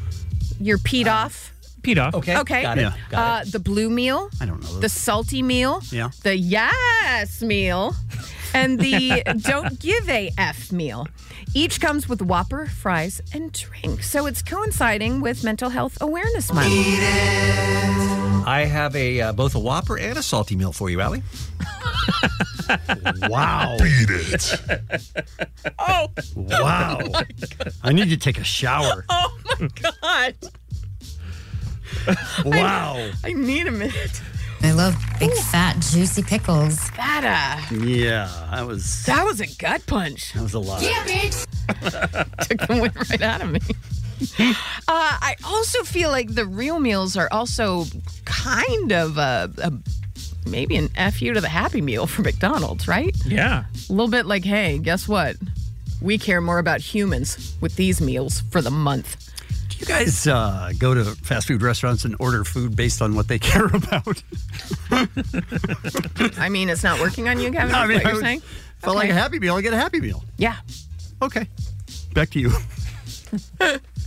[SPEAKER 10] You're peed off.
[SPEAKER 12] Uh, Peed off.
[SPEAKER 10] Okay. Okay.
[SPEAKER 12] Got it. Yeah.
[SPEAKER 10] uh, The blue meal. I don't know. The salty meal.
[SPEAKER 12] Yeah.
[SPEAKER 10] The yes meal. And the don't give a F meal. Each comes with Whopper, fries, and drink. So it's coinciding with Mental Health Awareness Month.
[SPEAKER 6] I have a uh, both a Whopper and a salty meal for you, Allie.
[SPEAKER 9] Wow.
[SPEAKER 10] *laughs*
[SPEAKER 6] Beat it.
[SPEAKER 10] Oh.
[SPEAKER 9] *laughs*
[SPEAKER 6] *laughs*
[SPEAKER 9] Wow. I need to take a shower.
[SPEAKER 10] *laughs* Oh my
[SPEAKER 9] *laughs*
[SPEAKER 10] God.
[SPEAKER 9] Wow.
[SPEAKER 10] I need a minute.
[SPEAKER 20] I love big, fat, juicy pickles.
[SPEAKER 10] That, uh,
[SPEAKER 9] Yeah, that was
[SPEAKER 10] that was a gut punch.
[SPEAKER 9] that was a lot.
[SPEAKER 10] bitch. Took the wind
[SPEAKER 9] *laughs*
[SPEAKER 10] right out of me. Uh, I also feel like the real meals are also kind of a, a maybe an fu to the Happy Meal for McDonald's, right?
[SPEAKER 12] Yeah.
[SPEAKER 10] A little bit like, hey, guess what? We care more about humans with these meals for the
[SPEAKER 9] *laughs*
[SPEAKER 10] month.
[SPEAKER 9] Do you guys uh, go to fast food restaurants and order food based on what they *laughs* care about?
[SPEAKER 10] I mean, it's not working on you, Kevin.
[SPEAKER 9] I
[SPEAKER 10] is
[SPEAKER 9] mean,
[SPEAKER 10] what
[SPEAKER 9] I
[SPEAKER 10] you're
[SPEAKER 9] was-
[SPEAKER 10] saying?
[SPEAKER 9] Felt like a
[SPEAKER 10] Okay.
[SPEAKER 9] Happy Meal, I get a Happy Meal.
[SPEAKER 10] Yeah.
[SPEAKER 9] Okay. Back to you.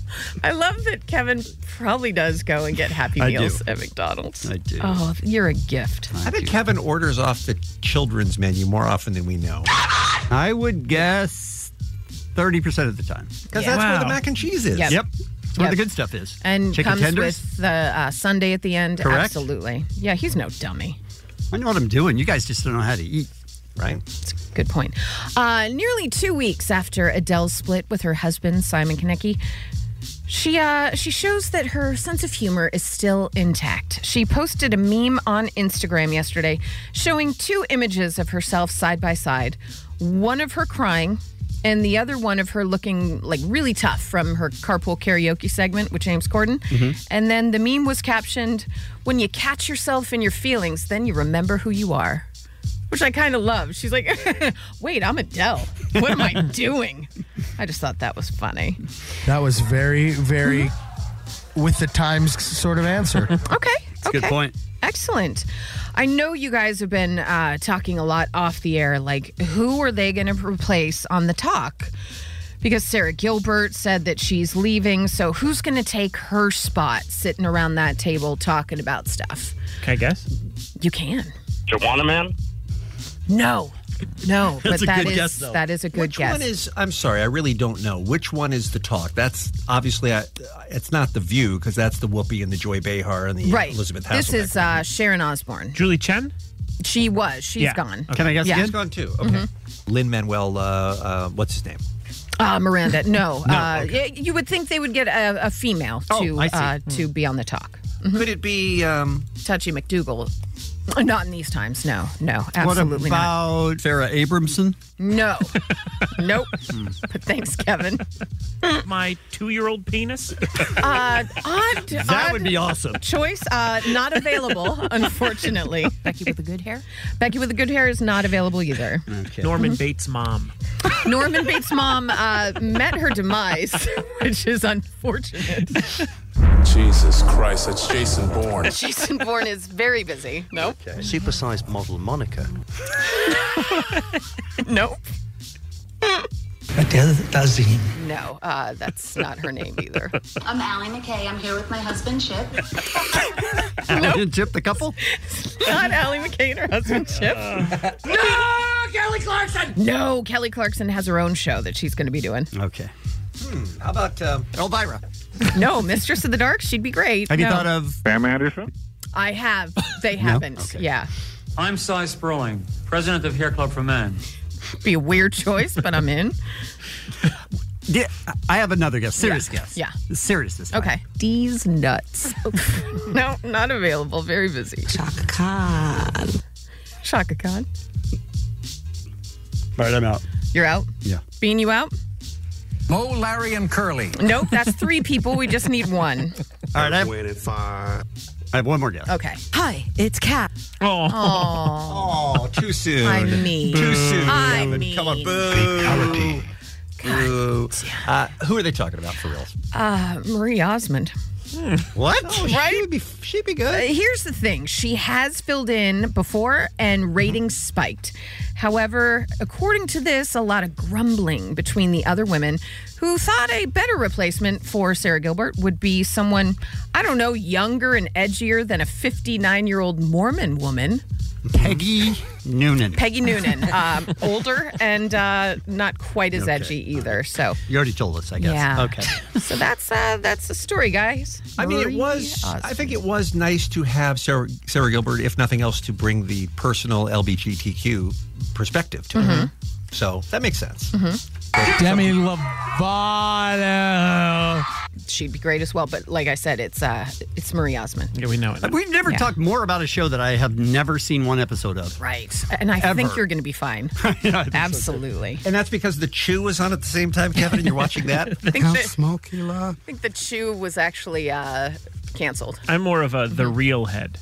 [SPEAKER 9] *laughs*
[SPEAKER 10] I love that Kevin probably does go and get Happy
[SPEAKER 6] I do.
[SPEAKER 10] Meals at McDonald's.
[SPEAKER 6] I do.
[SPEAKER 10] Oh, you're a gift.
[SPEAKER 6] I bet Kevin orders off the children's menu more often than we know.
[SPEAKER 9] I would guess 30% of the time.
[SPEAKER 6] Because that's where the mac and cheese is.
[SPEAKER 10] Yep.
[SPEAKER 9] Yep. That's where
[SPEAKER 10] Yep.
[SPEAKER 9] the good stuff is.
[SPEAKER 10] And
[SPEAKER 9] Chicken
[SPEAKER 10] comes
[SPEAKER 9] tenders.
[SPEAKER 10] with the uh, Sunday at the end.
[SPEAKER 9] Correct.
[SPEAKER 10] Absolutely. Yeah, he's no dummy.
[SPEAKER 9] I know what I'm doing. You guys just don't know how to eat, right?
[SPEAKER 10] Good point. Uh, nearly two weeks after Adele's split with her husband Simon Konecki, she uh, she shows that her sense of humor is still intact. She posted a meme on Instagram yesterday showing two images of herself side by side, one of her crying and the other one of her looking like really tough from her carpool karaoke segment with James Corden.
[SPEAKER 2] Mhm.
[SPEAKER 10] And then the meme was captioned, "When you catch yourself in your feelings, then you remember who you are." which I kind of love. She's like, *laughs* wait, I'm Adele. What am I doing? I just thought that was funny.
[SPEAKER 30] That was very, very with the times sort of answer.
[SPEAKER 10] Mm-hmm. *laughs* Okay.
[SPEAKER 30] It's a good
[SPEAKER 10] okay.
[SPEAKER 30] point.
[SPEAKER 10] Excellent. I know you guys have been uh, talking a lot off the air. Like, who are they going to replace on the talk? Because Sarah Gilbert said that she's leaving. So, who's going to take her spot sitting around that table talking about stuff?
[SPEAKER 12] Can I guess?
[SPEAKER 10] You can.
[SPEAKER 35] Joanna Man?
[SPEAKER 10] No. No,
[SPEAKER 6] That's
[SPEAKER 10] but
[SPEAKER 6] a
[SPEAKER 10] that
[SPEAKER 6] good
[SPEAKER 10] is
[SPEAKER 6] guess, though.
[SPEAKER 10] that is a good
[SPEAKER 6] Which
[SPEAKER 10] guess.
[SPEAKER 6] one is? I'm sorry, I really don't know. Which one is the talk? That's obviously, I, it's not the View because that's the Whoopi and the Joy Behar and the
[SPEAKER 10] right.
[SPEAKER 6] Elizabeth Hasselbeck.
[SPEAKER 10] This is uh, Sharon Osbourne.
[SPEAKER 12] Julie Chen.
[SPEAKER 10] She was. She's
[SPEAKER 6] Yeah.
[SPEAKER 10] gone.
[SPEAKER 6] Okay. Can I guess
[SPEAKER 10] yeah.
[SPEAKER 6] again? She's gone too. Okay.
[SPEAKER 10] Mhm.
[SPEAKER 6] Lin Manuel, uh, uh, what's his name?
[SPEAKER 10] Uh, Miranda.
[SPEAKER 6] *laughs*
[SPEAKER 10] No.
[SPEAKER 6] No,
[SPEAKER 10] uh, y- You would think they would get a, a female
[SPEAKER 6] Oh,
[SPEAKER 10] to
[SPEAKER 6] I see.
[SPEAKER 10] uh,
[SPEAKER 6] Hmm.
[SPEAKER 10] to be on the talk. Mm-hmm.
[SPEAKER 6] Could it be um,
[SPEAKER 10] Touchy McDougal? Not in these times. No. No.
[SPEAKER 9] what
[SPEAKER 10] Absolutely not.
[SPEAKER 9] about Farrah Abramson?
[SPEAKER 6] *laughs*
[SPEAKER 9] Hmm.
[SPEAKER 10] No. *laughs*
[SPEAKER 9] *laughs*
[SPEAKER 10] nope. But thanks, Kevin.
[SPEAKER 12] My two-year-old penis.
[SPEAKER 10] *laughs* Uh, odd.
[SPEAKER 12] *laughs* That would be awesome.
[SPEAKER 10] *laughs* Choice. Uh, not available,
[SPEAKER 6] *laughs*
[SPEAKER 10] unfortunately. Becky with the good hair. Becky with the good hair is not available either. Mm-hmm.
[SPEAKER 12] Norman Bates' mom.
[SPEAKER 10] *laughs* Norman Bates' mom uh, met her demise, which is unfortunate.
[SPEAKER 15] Jesus Christ, that's Jason
[SPEAKER 10] *laughs*
[SPEAKER 15] Bourne.
[SPEAKER 10] Jason Bourne is very busy. Nope.
[SPEAKER 6] Supersized model Monica.
[SPEAKER 10] *laughs* nope.
[SPEAKER 32] Dazin.
[SPEAKER 10] No, uh, that's not her name *laughs* either.
[SPEAKER 19] I'm Allie McKay. I'm here with my husband, Chip.
[SPEAKER 9] Nope. Chip the couple?
[SPEAKER 10] not Allie McCain, her
[SPEAKER 9] *laughs*
[SPEAKER 10] husband Chip.
[SPEAKER 19] no, Kelly Clarkson.
[SPEAKER 10] No, Kelly Clarkson has her own show that she's going to be doing.
[SPEAKER 9] Okay. Hmm,
[SPEAKER 6] How about um,
[SPEAKER 9] Elvira?
[SPEAKER 10] No, Mistress of the Dark. She'd be great.
[SPEAKER 28] Have you
[SPEAKER 10] No.
[SPEAKER 28] thought of-
[SPEAKER 11] Sam Anderson?
[SPEAKER 10] I have. They haven't. Yeah.
[SPEAKER 11] I'm Cy Sproling, president of Hair Club for Men.
[SPEAKER 10] Be a weird choice, but I'm in.
[SPEAKER 9] Yeah, I have another guess. Serious
[SPEAKER 10] Yeah.
[SPEAKER 9] guess.
[SPEAKER 10] Yeah.
[SPEAKER 9] Serious this time.
[SPEAKER 10] Okay. D's nuts. *laughs* no, not available. Very busy. Shaka Khan. Shaka Khan.
[SPEAKER 9] All right, I'm out.
[SPEAKER 10] You're out?
[SPEAKER 9] Yeah.
[SPEAKER 10] Bean, you out?
[SPEAKER 9] Mo, Larry, and Curly.
[SPEAKER 10] Nope, that's three people. We just need one.
[SPEAKER 9] All right, I have, I have one more guess.
[SPEAKER 10] Okay. Hi, it's Kat.
[SPEAKER 12] Oh.
[SPEAKER 10] Oh.
[SPEAKER 6] Too soon.
[SPEAKER 10] I mean.
[SPEAKER 6] Too soon.
[SPEAKER 10] I
[SPEAKER 6] Ellen. Come on, boo. Boo. Uh, who are they talking about for real?
[SPEAKER 10] Uh, Marie Osmond.
[SPEAKER 6] Hmm. What?
[SPEAKER 10] right? Uh,
[SPEAKER 6] She'd Oh, be, she'd be good.
[SPEAKER 10] here's the thing she has filled in before
[SPEAKER 6] Mm-hmm.
[SPEAKER 10] and ratings spiked. However, according to this, a lot of grumbling between the other women who thought a better replacement for Sarah Gilbert would be someone, I don't know, younger and edgier than a 59 year old Mormon woman.
[SPEAKER 9] Peggy Noonan.
[SPEAKER 10] Peggy
[SPEAKER 6] *laughs*
[SPEAKER 10] Noonan, um, older and uh, not quite as edgy either. So,
[SPEAKER 9] You already told us, I guess.
[SPEAKER 10] Yeah.
[SPEAKER 9] Okay.
[SPEAKER 10] so that's uh, that's the story, guys.
[SPEAKER 6] I mean, it was. I think it was nice to have Sarah, Sarah Gilbert, if nothing else, to bring the personal LBGTQ perspective to it. So that makes sense.
[SPEAKER 10] Demi Lovato. She'd be great as well, but like I said, it's uh, it's Marie Osmond.
[SPEAKER 12] Yeah, we know it.
[SPEAKER 9] We've never talked more about a show that I have never seen one episode of.
[SPEAKER 10] Right, and I think you're going to be *laughs* fine. Absolutely.
[SPEAKER 6] And that's because the Chew was on at the same time, Kevin, and you're watching that.
[SPEAKER 10] think How that- smoky I think the Chew was actually uh, canceled.
[SPEAKER 12] I'm more of a the
[SPEAKER 10] Mm-hmm.
[SPEAKER 12] real head.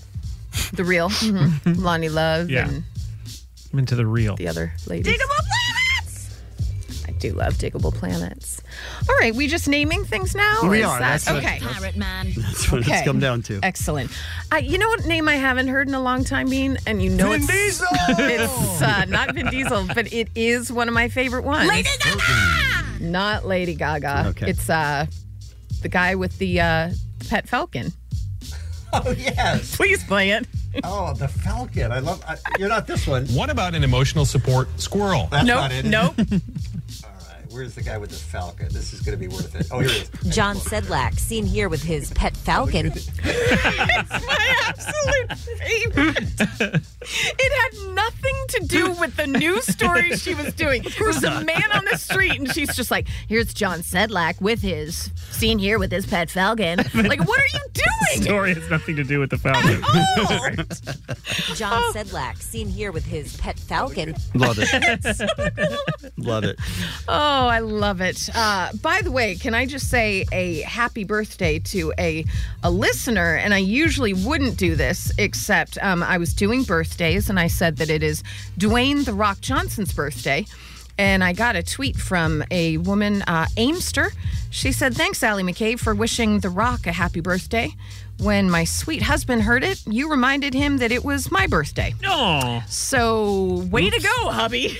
[SPEAKER 10] The real Lonnie Love
[SPEAKER 12] Yeah.
[SPEAKER 10] and
[SPEAKER 12] I'm into the real.
[SPEAKER 10] the other ladies. Diggable planets. I do love diggable planets. All right, we just naming things now.
[SPEAKER 9] We
[SPEAKER 10] Is
[SPEAKER 9] are,
[SPEAKER 10] That,
[SPEAKER 9] that's what-
[SPEAKER 10] okay.
[SPEAKER 9] that's-
[SPEAKER 10] Pirate man.
[SPEAKER 9] That's what it's come down to.
[SPEAKER 10] Excellent. Uh, you know what name I haven't heard in a long time, Bean? And you know
[SPEAKER 9] Vin
[SPEAKER 10] it's,
[SPEAKER 9] Diesel!
[SPEAKER 10] it's uh, not Vin Diesel, but it is one of my favorite ones. Lady Gaga! Not Lady Gaga.
[SPEAKER 9] Okay.
[SPEAKER 10] It's uh, the guy with the uh, pet falcon.
[SPEAKER 6] *laughs* Oh yes.
[SPEAKER 10] Please play it.
[SPEAKER 6] Oh, the Falcon. I love. I, you're not this one.
[SPEAKER 35] What about an emotional support squirrel?
[SPEAKER 6] That's not it. *laughs* All right. Where's the guy with the Falcon? This is going to be worth it. Oh,
[SPEAKER 9] *laughs*
[SPEAKER 6] here it is.
[SPEAKER 24] John Sedlak, seen here with his pet
[SPEAKER 10] *laughs*
[SPEAKER 24] falcon.
[SPEAKER 10] absolute favorite. It had nothing to do with the news story she was doing. It was a man on the street, and she's just like, "Here's John Sedlak with his seen here with his pet falcon." Like, what are you *laughs* doing?
[SPEAKER 12] Story has nothing to do with the Falcon. *laughs*
[SPEAKER 24] John
[SPEAKER 10] Oh.
[SPEAKER 24] Sedlak, seen here with his pet falcon.
[SPEAKER 6] Love
[SPEAKER 10] it.
[SPEAKER 6] Love it.
[SPEAKER 10] Oh, I love it. Uh, by the way, can I just say a happy birthday to a, a listener? And I usually wouldn't do this, except um, I was doing birthdays and I said that it is Dwayne The Rock Johnson's birthday. And I got a tweet from a woman, uh, Aimster. She said, Thanks, Allie McKay, for wishing The Rock a happy birthday. When my sweet husband heard it, you reminded him that it was my birthday.
[SPEAKER 12] No.
[SPEAKER 10] So, way to
[SPEAKER 12] Oops.
[SPEAKER 10] go,
[SPEAKER 12] *laughs*
[SPEAKER 10] hubby.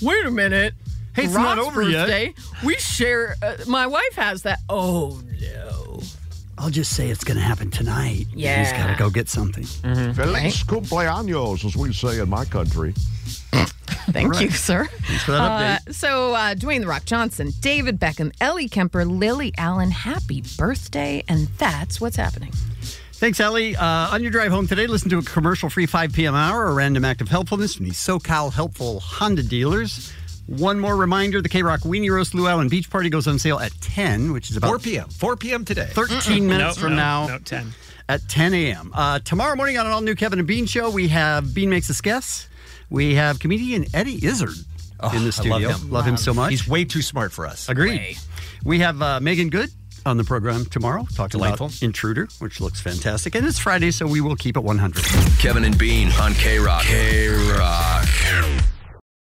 [SPEAKER 10] Wait a minute.
[SPEAKER 12] Hey, it's not
[SPEAKER 10] Rod's
[SPEAKER 12] over yet.
[SPEAKER 10] birthday. We share. Uh, my wife has that. Oh no!
[SPEAKER 9] I'll just say it's going to happen tonight. He's
[SPEAKER 10] Yeah.
[SPEAKER 9] got to go get something.
[SPEAKER 10] Mm-hmm.
[SPEAKER 26] Feliz cumpleaños, as we say in my country.
[SPEAKER 10] *laughs* Thank you, sir.
[SPEAKER 26] Thanks for
[SPEAKER 10] Uh, so, uh, Dwayne the Rock Johnson, David Beckham, Ellie Kemper, Lily Allen. Happy birthday! And that's what's happening.
[SPEAKER 9] Thanks, Ellie. Uh, on your drive home today, listen to a commercial free 5 p.m. hour, a random act of helpfulness from the SoCal Helpful Honda dealers. One more reminder the K Rock Weenie Roast Luau and Beach Party goes on sale at 10, which is about
[SPEAKER 6] 4 p.m. 4 p.m. today.
[SPEAKER 9] 13 minutes from now.
[SPEAKER 12] No, 10.
[SPEAKER 9] At 10 a.m. Uh, tomorrow morning on an all new Kevin and Bean show, we have Bean Makes Us Guess. We have comedian Eddie Izzard in the studio.
[SPEAKER 6] Oh, I love him.
[SPEAKER 9] so much.
[SPEAKER 6] He's way too smart for us.
[SPEAKER 9] Agreed. We have uh, Megan Good on the program tomorrow talking
[SPEAKER 6] Delightful.
[SPEAKER 9] about Intruder, which looks fantastic. And it's Friday, so we will keep it 100.
[SPEAKER 25] Kevin and Bean on K Rock. K Rock.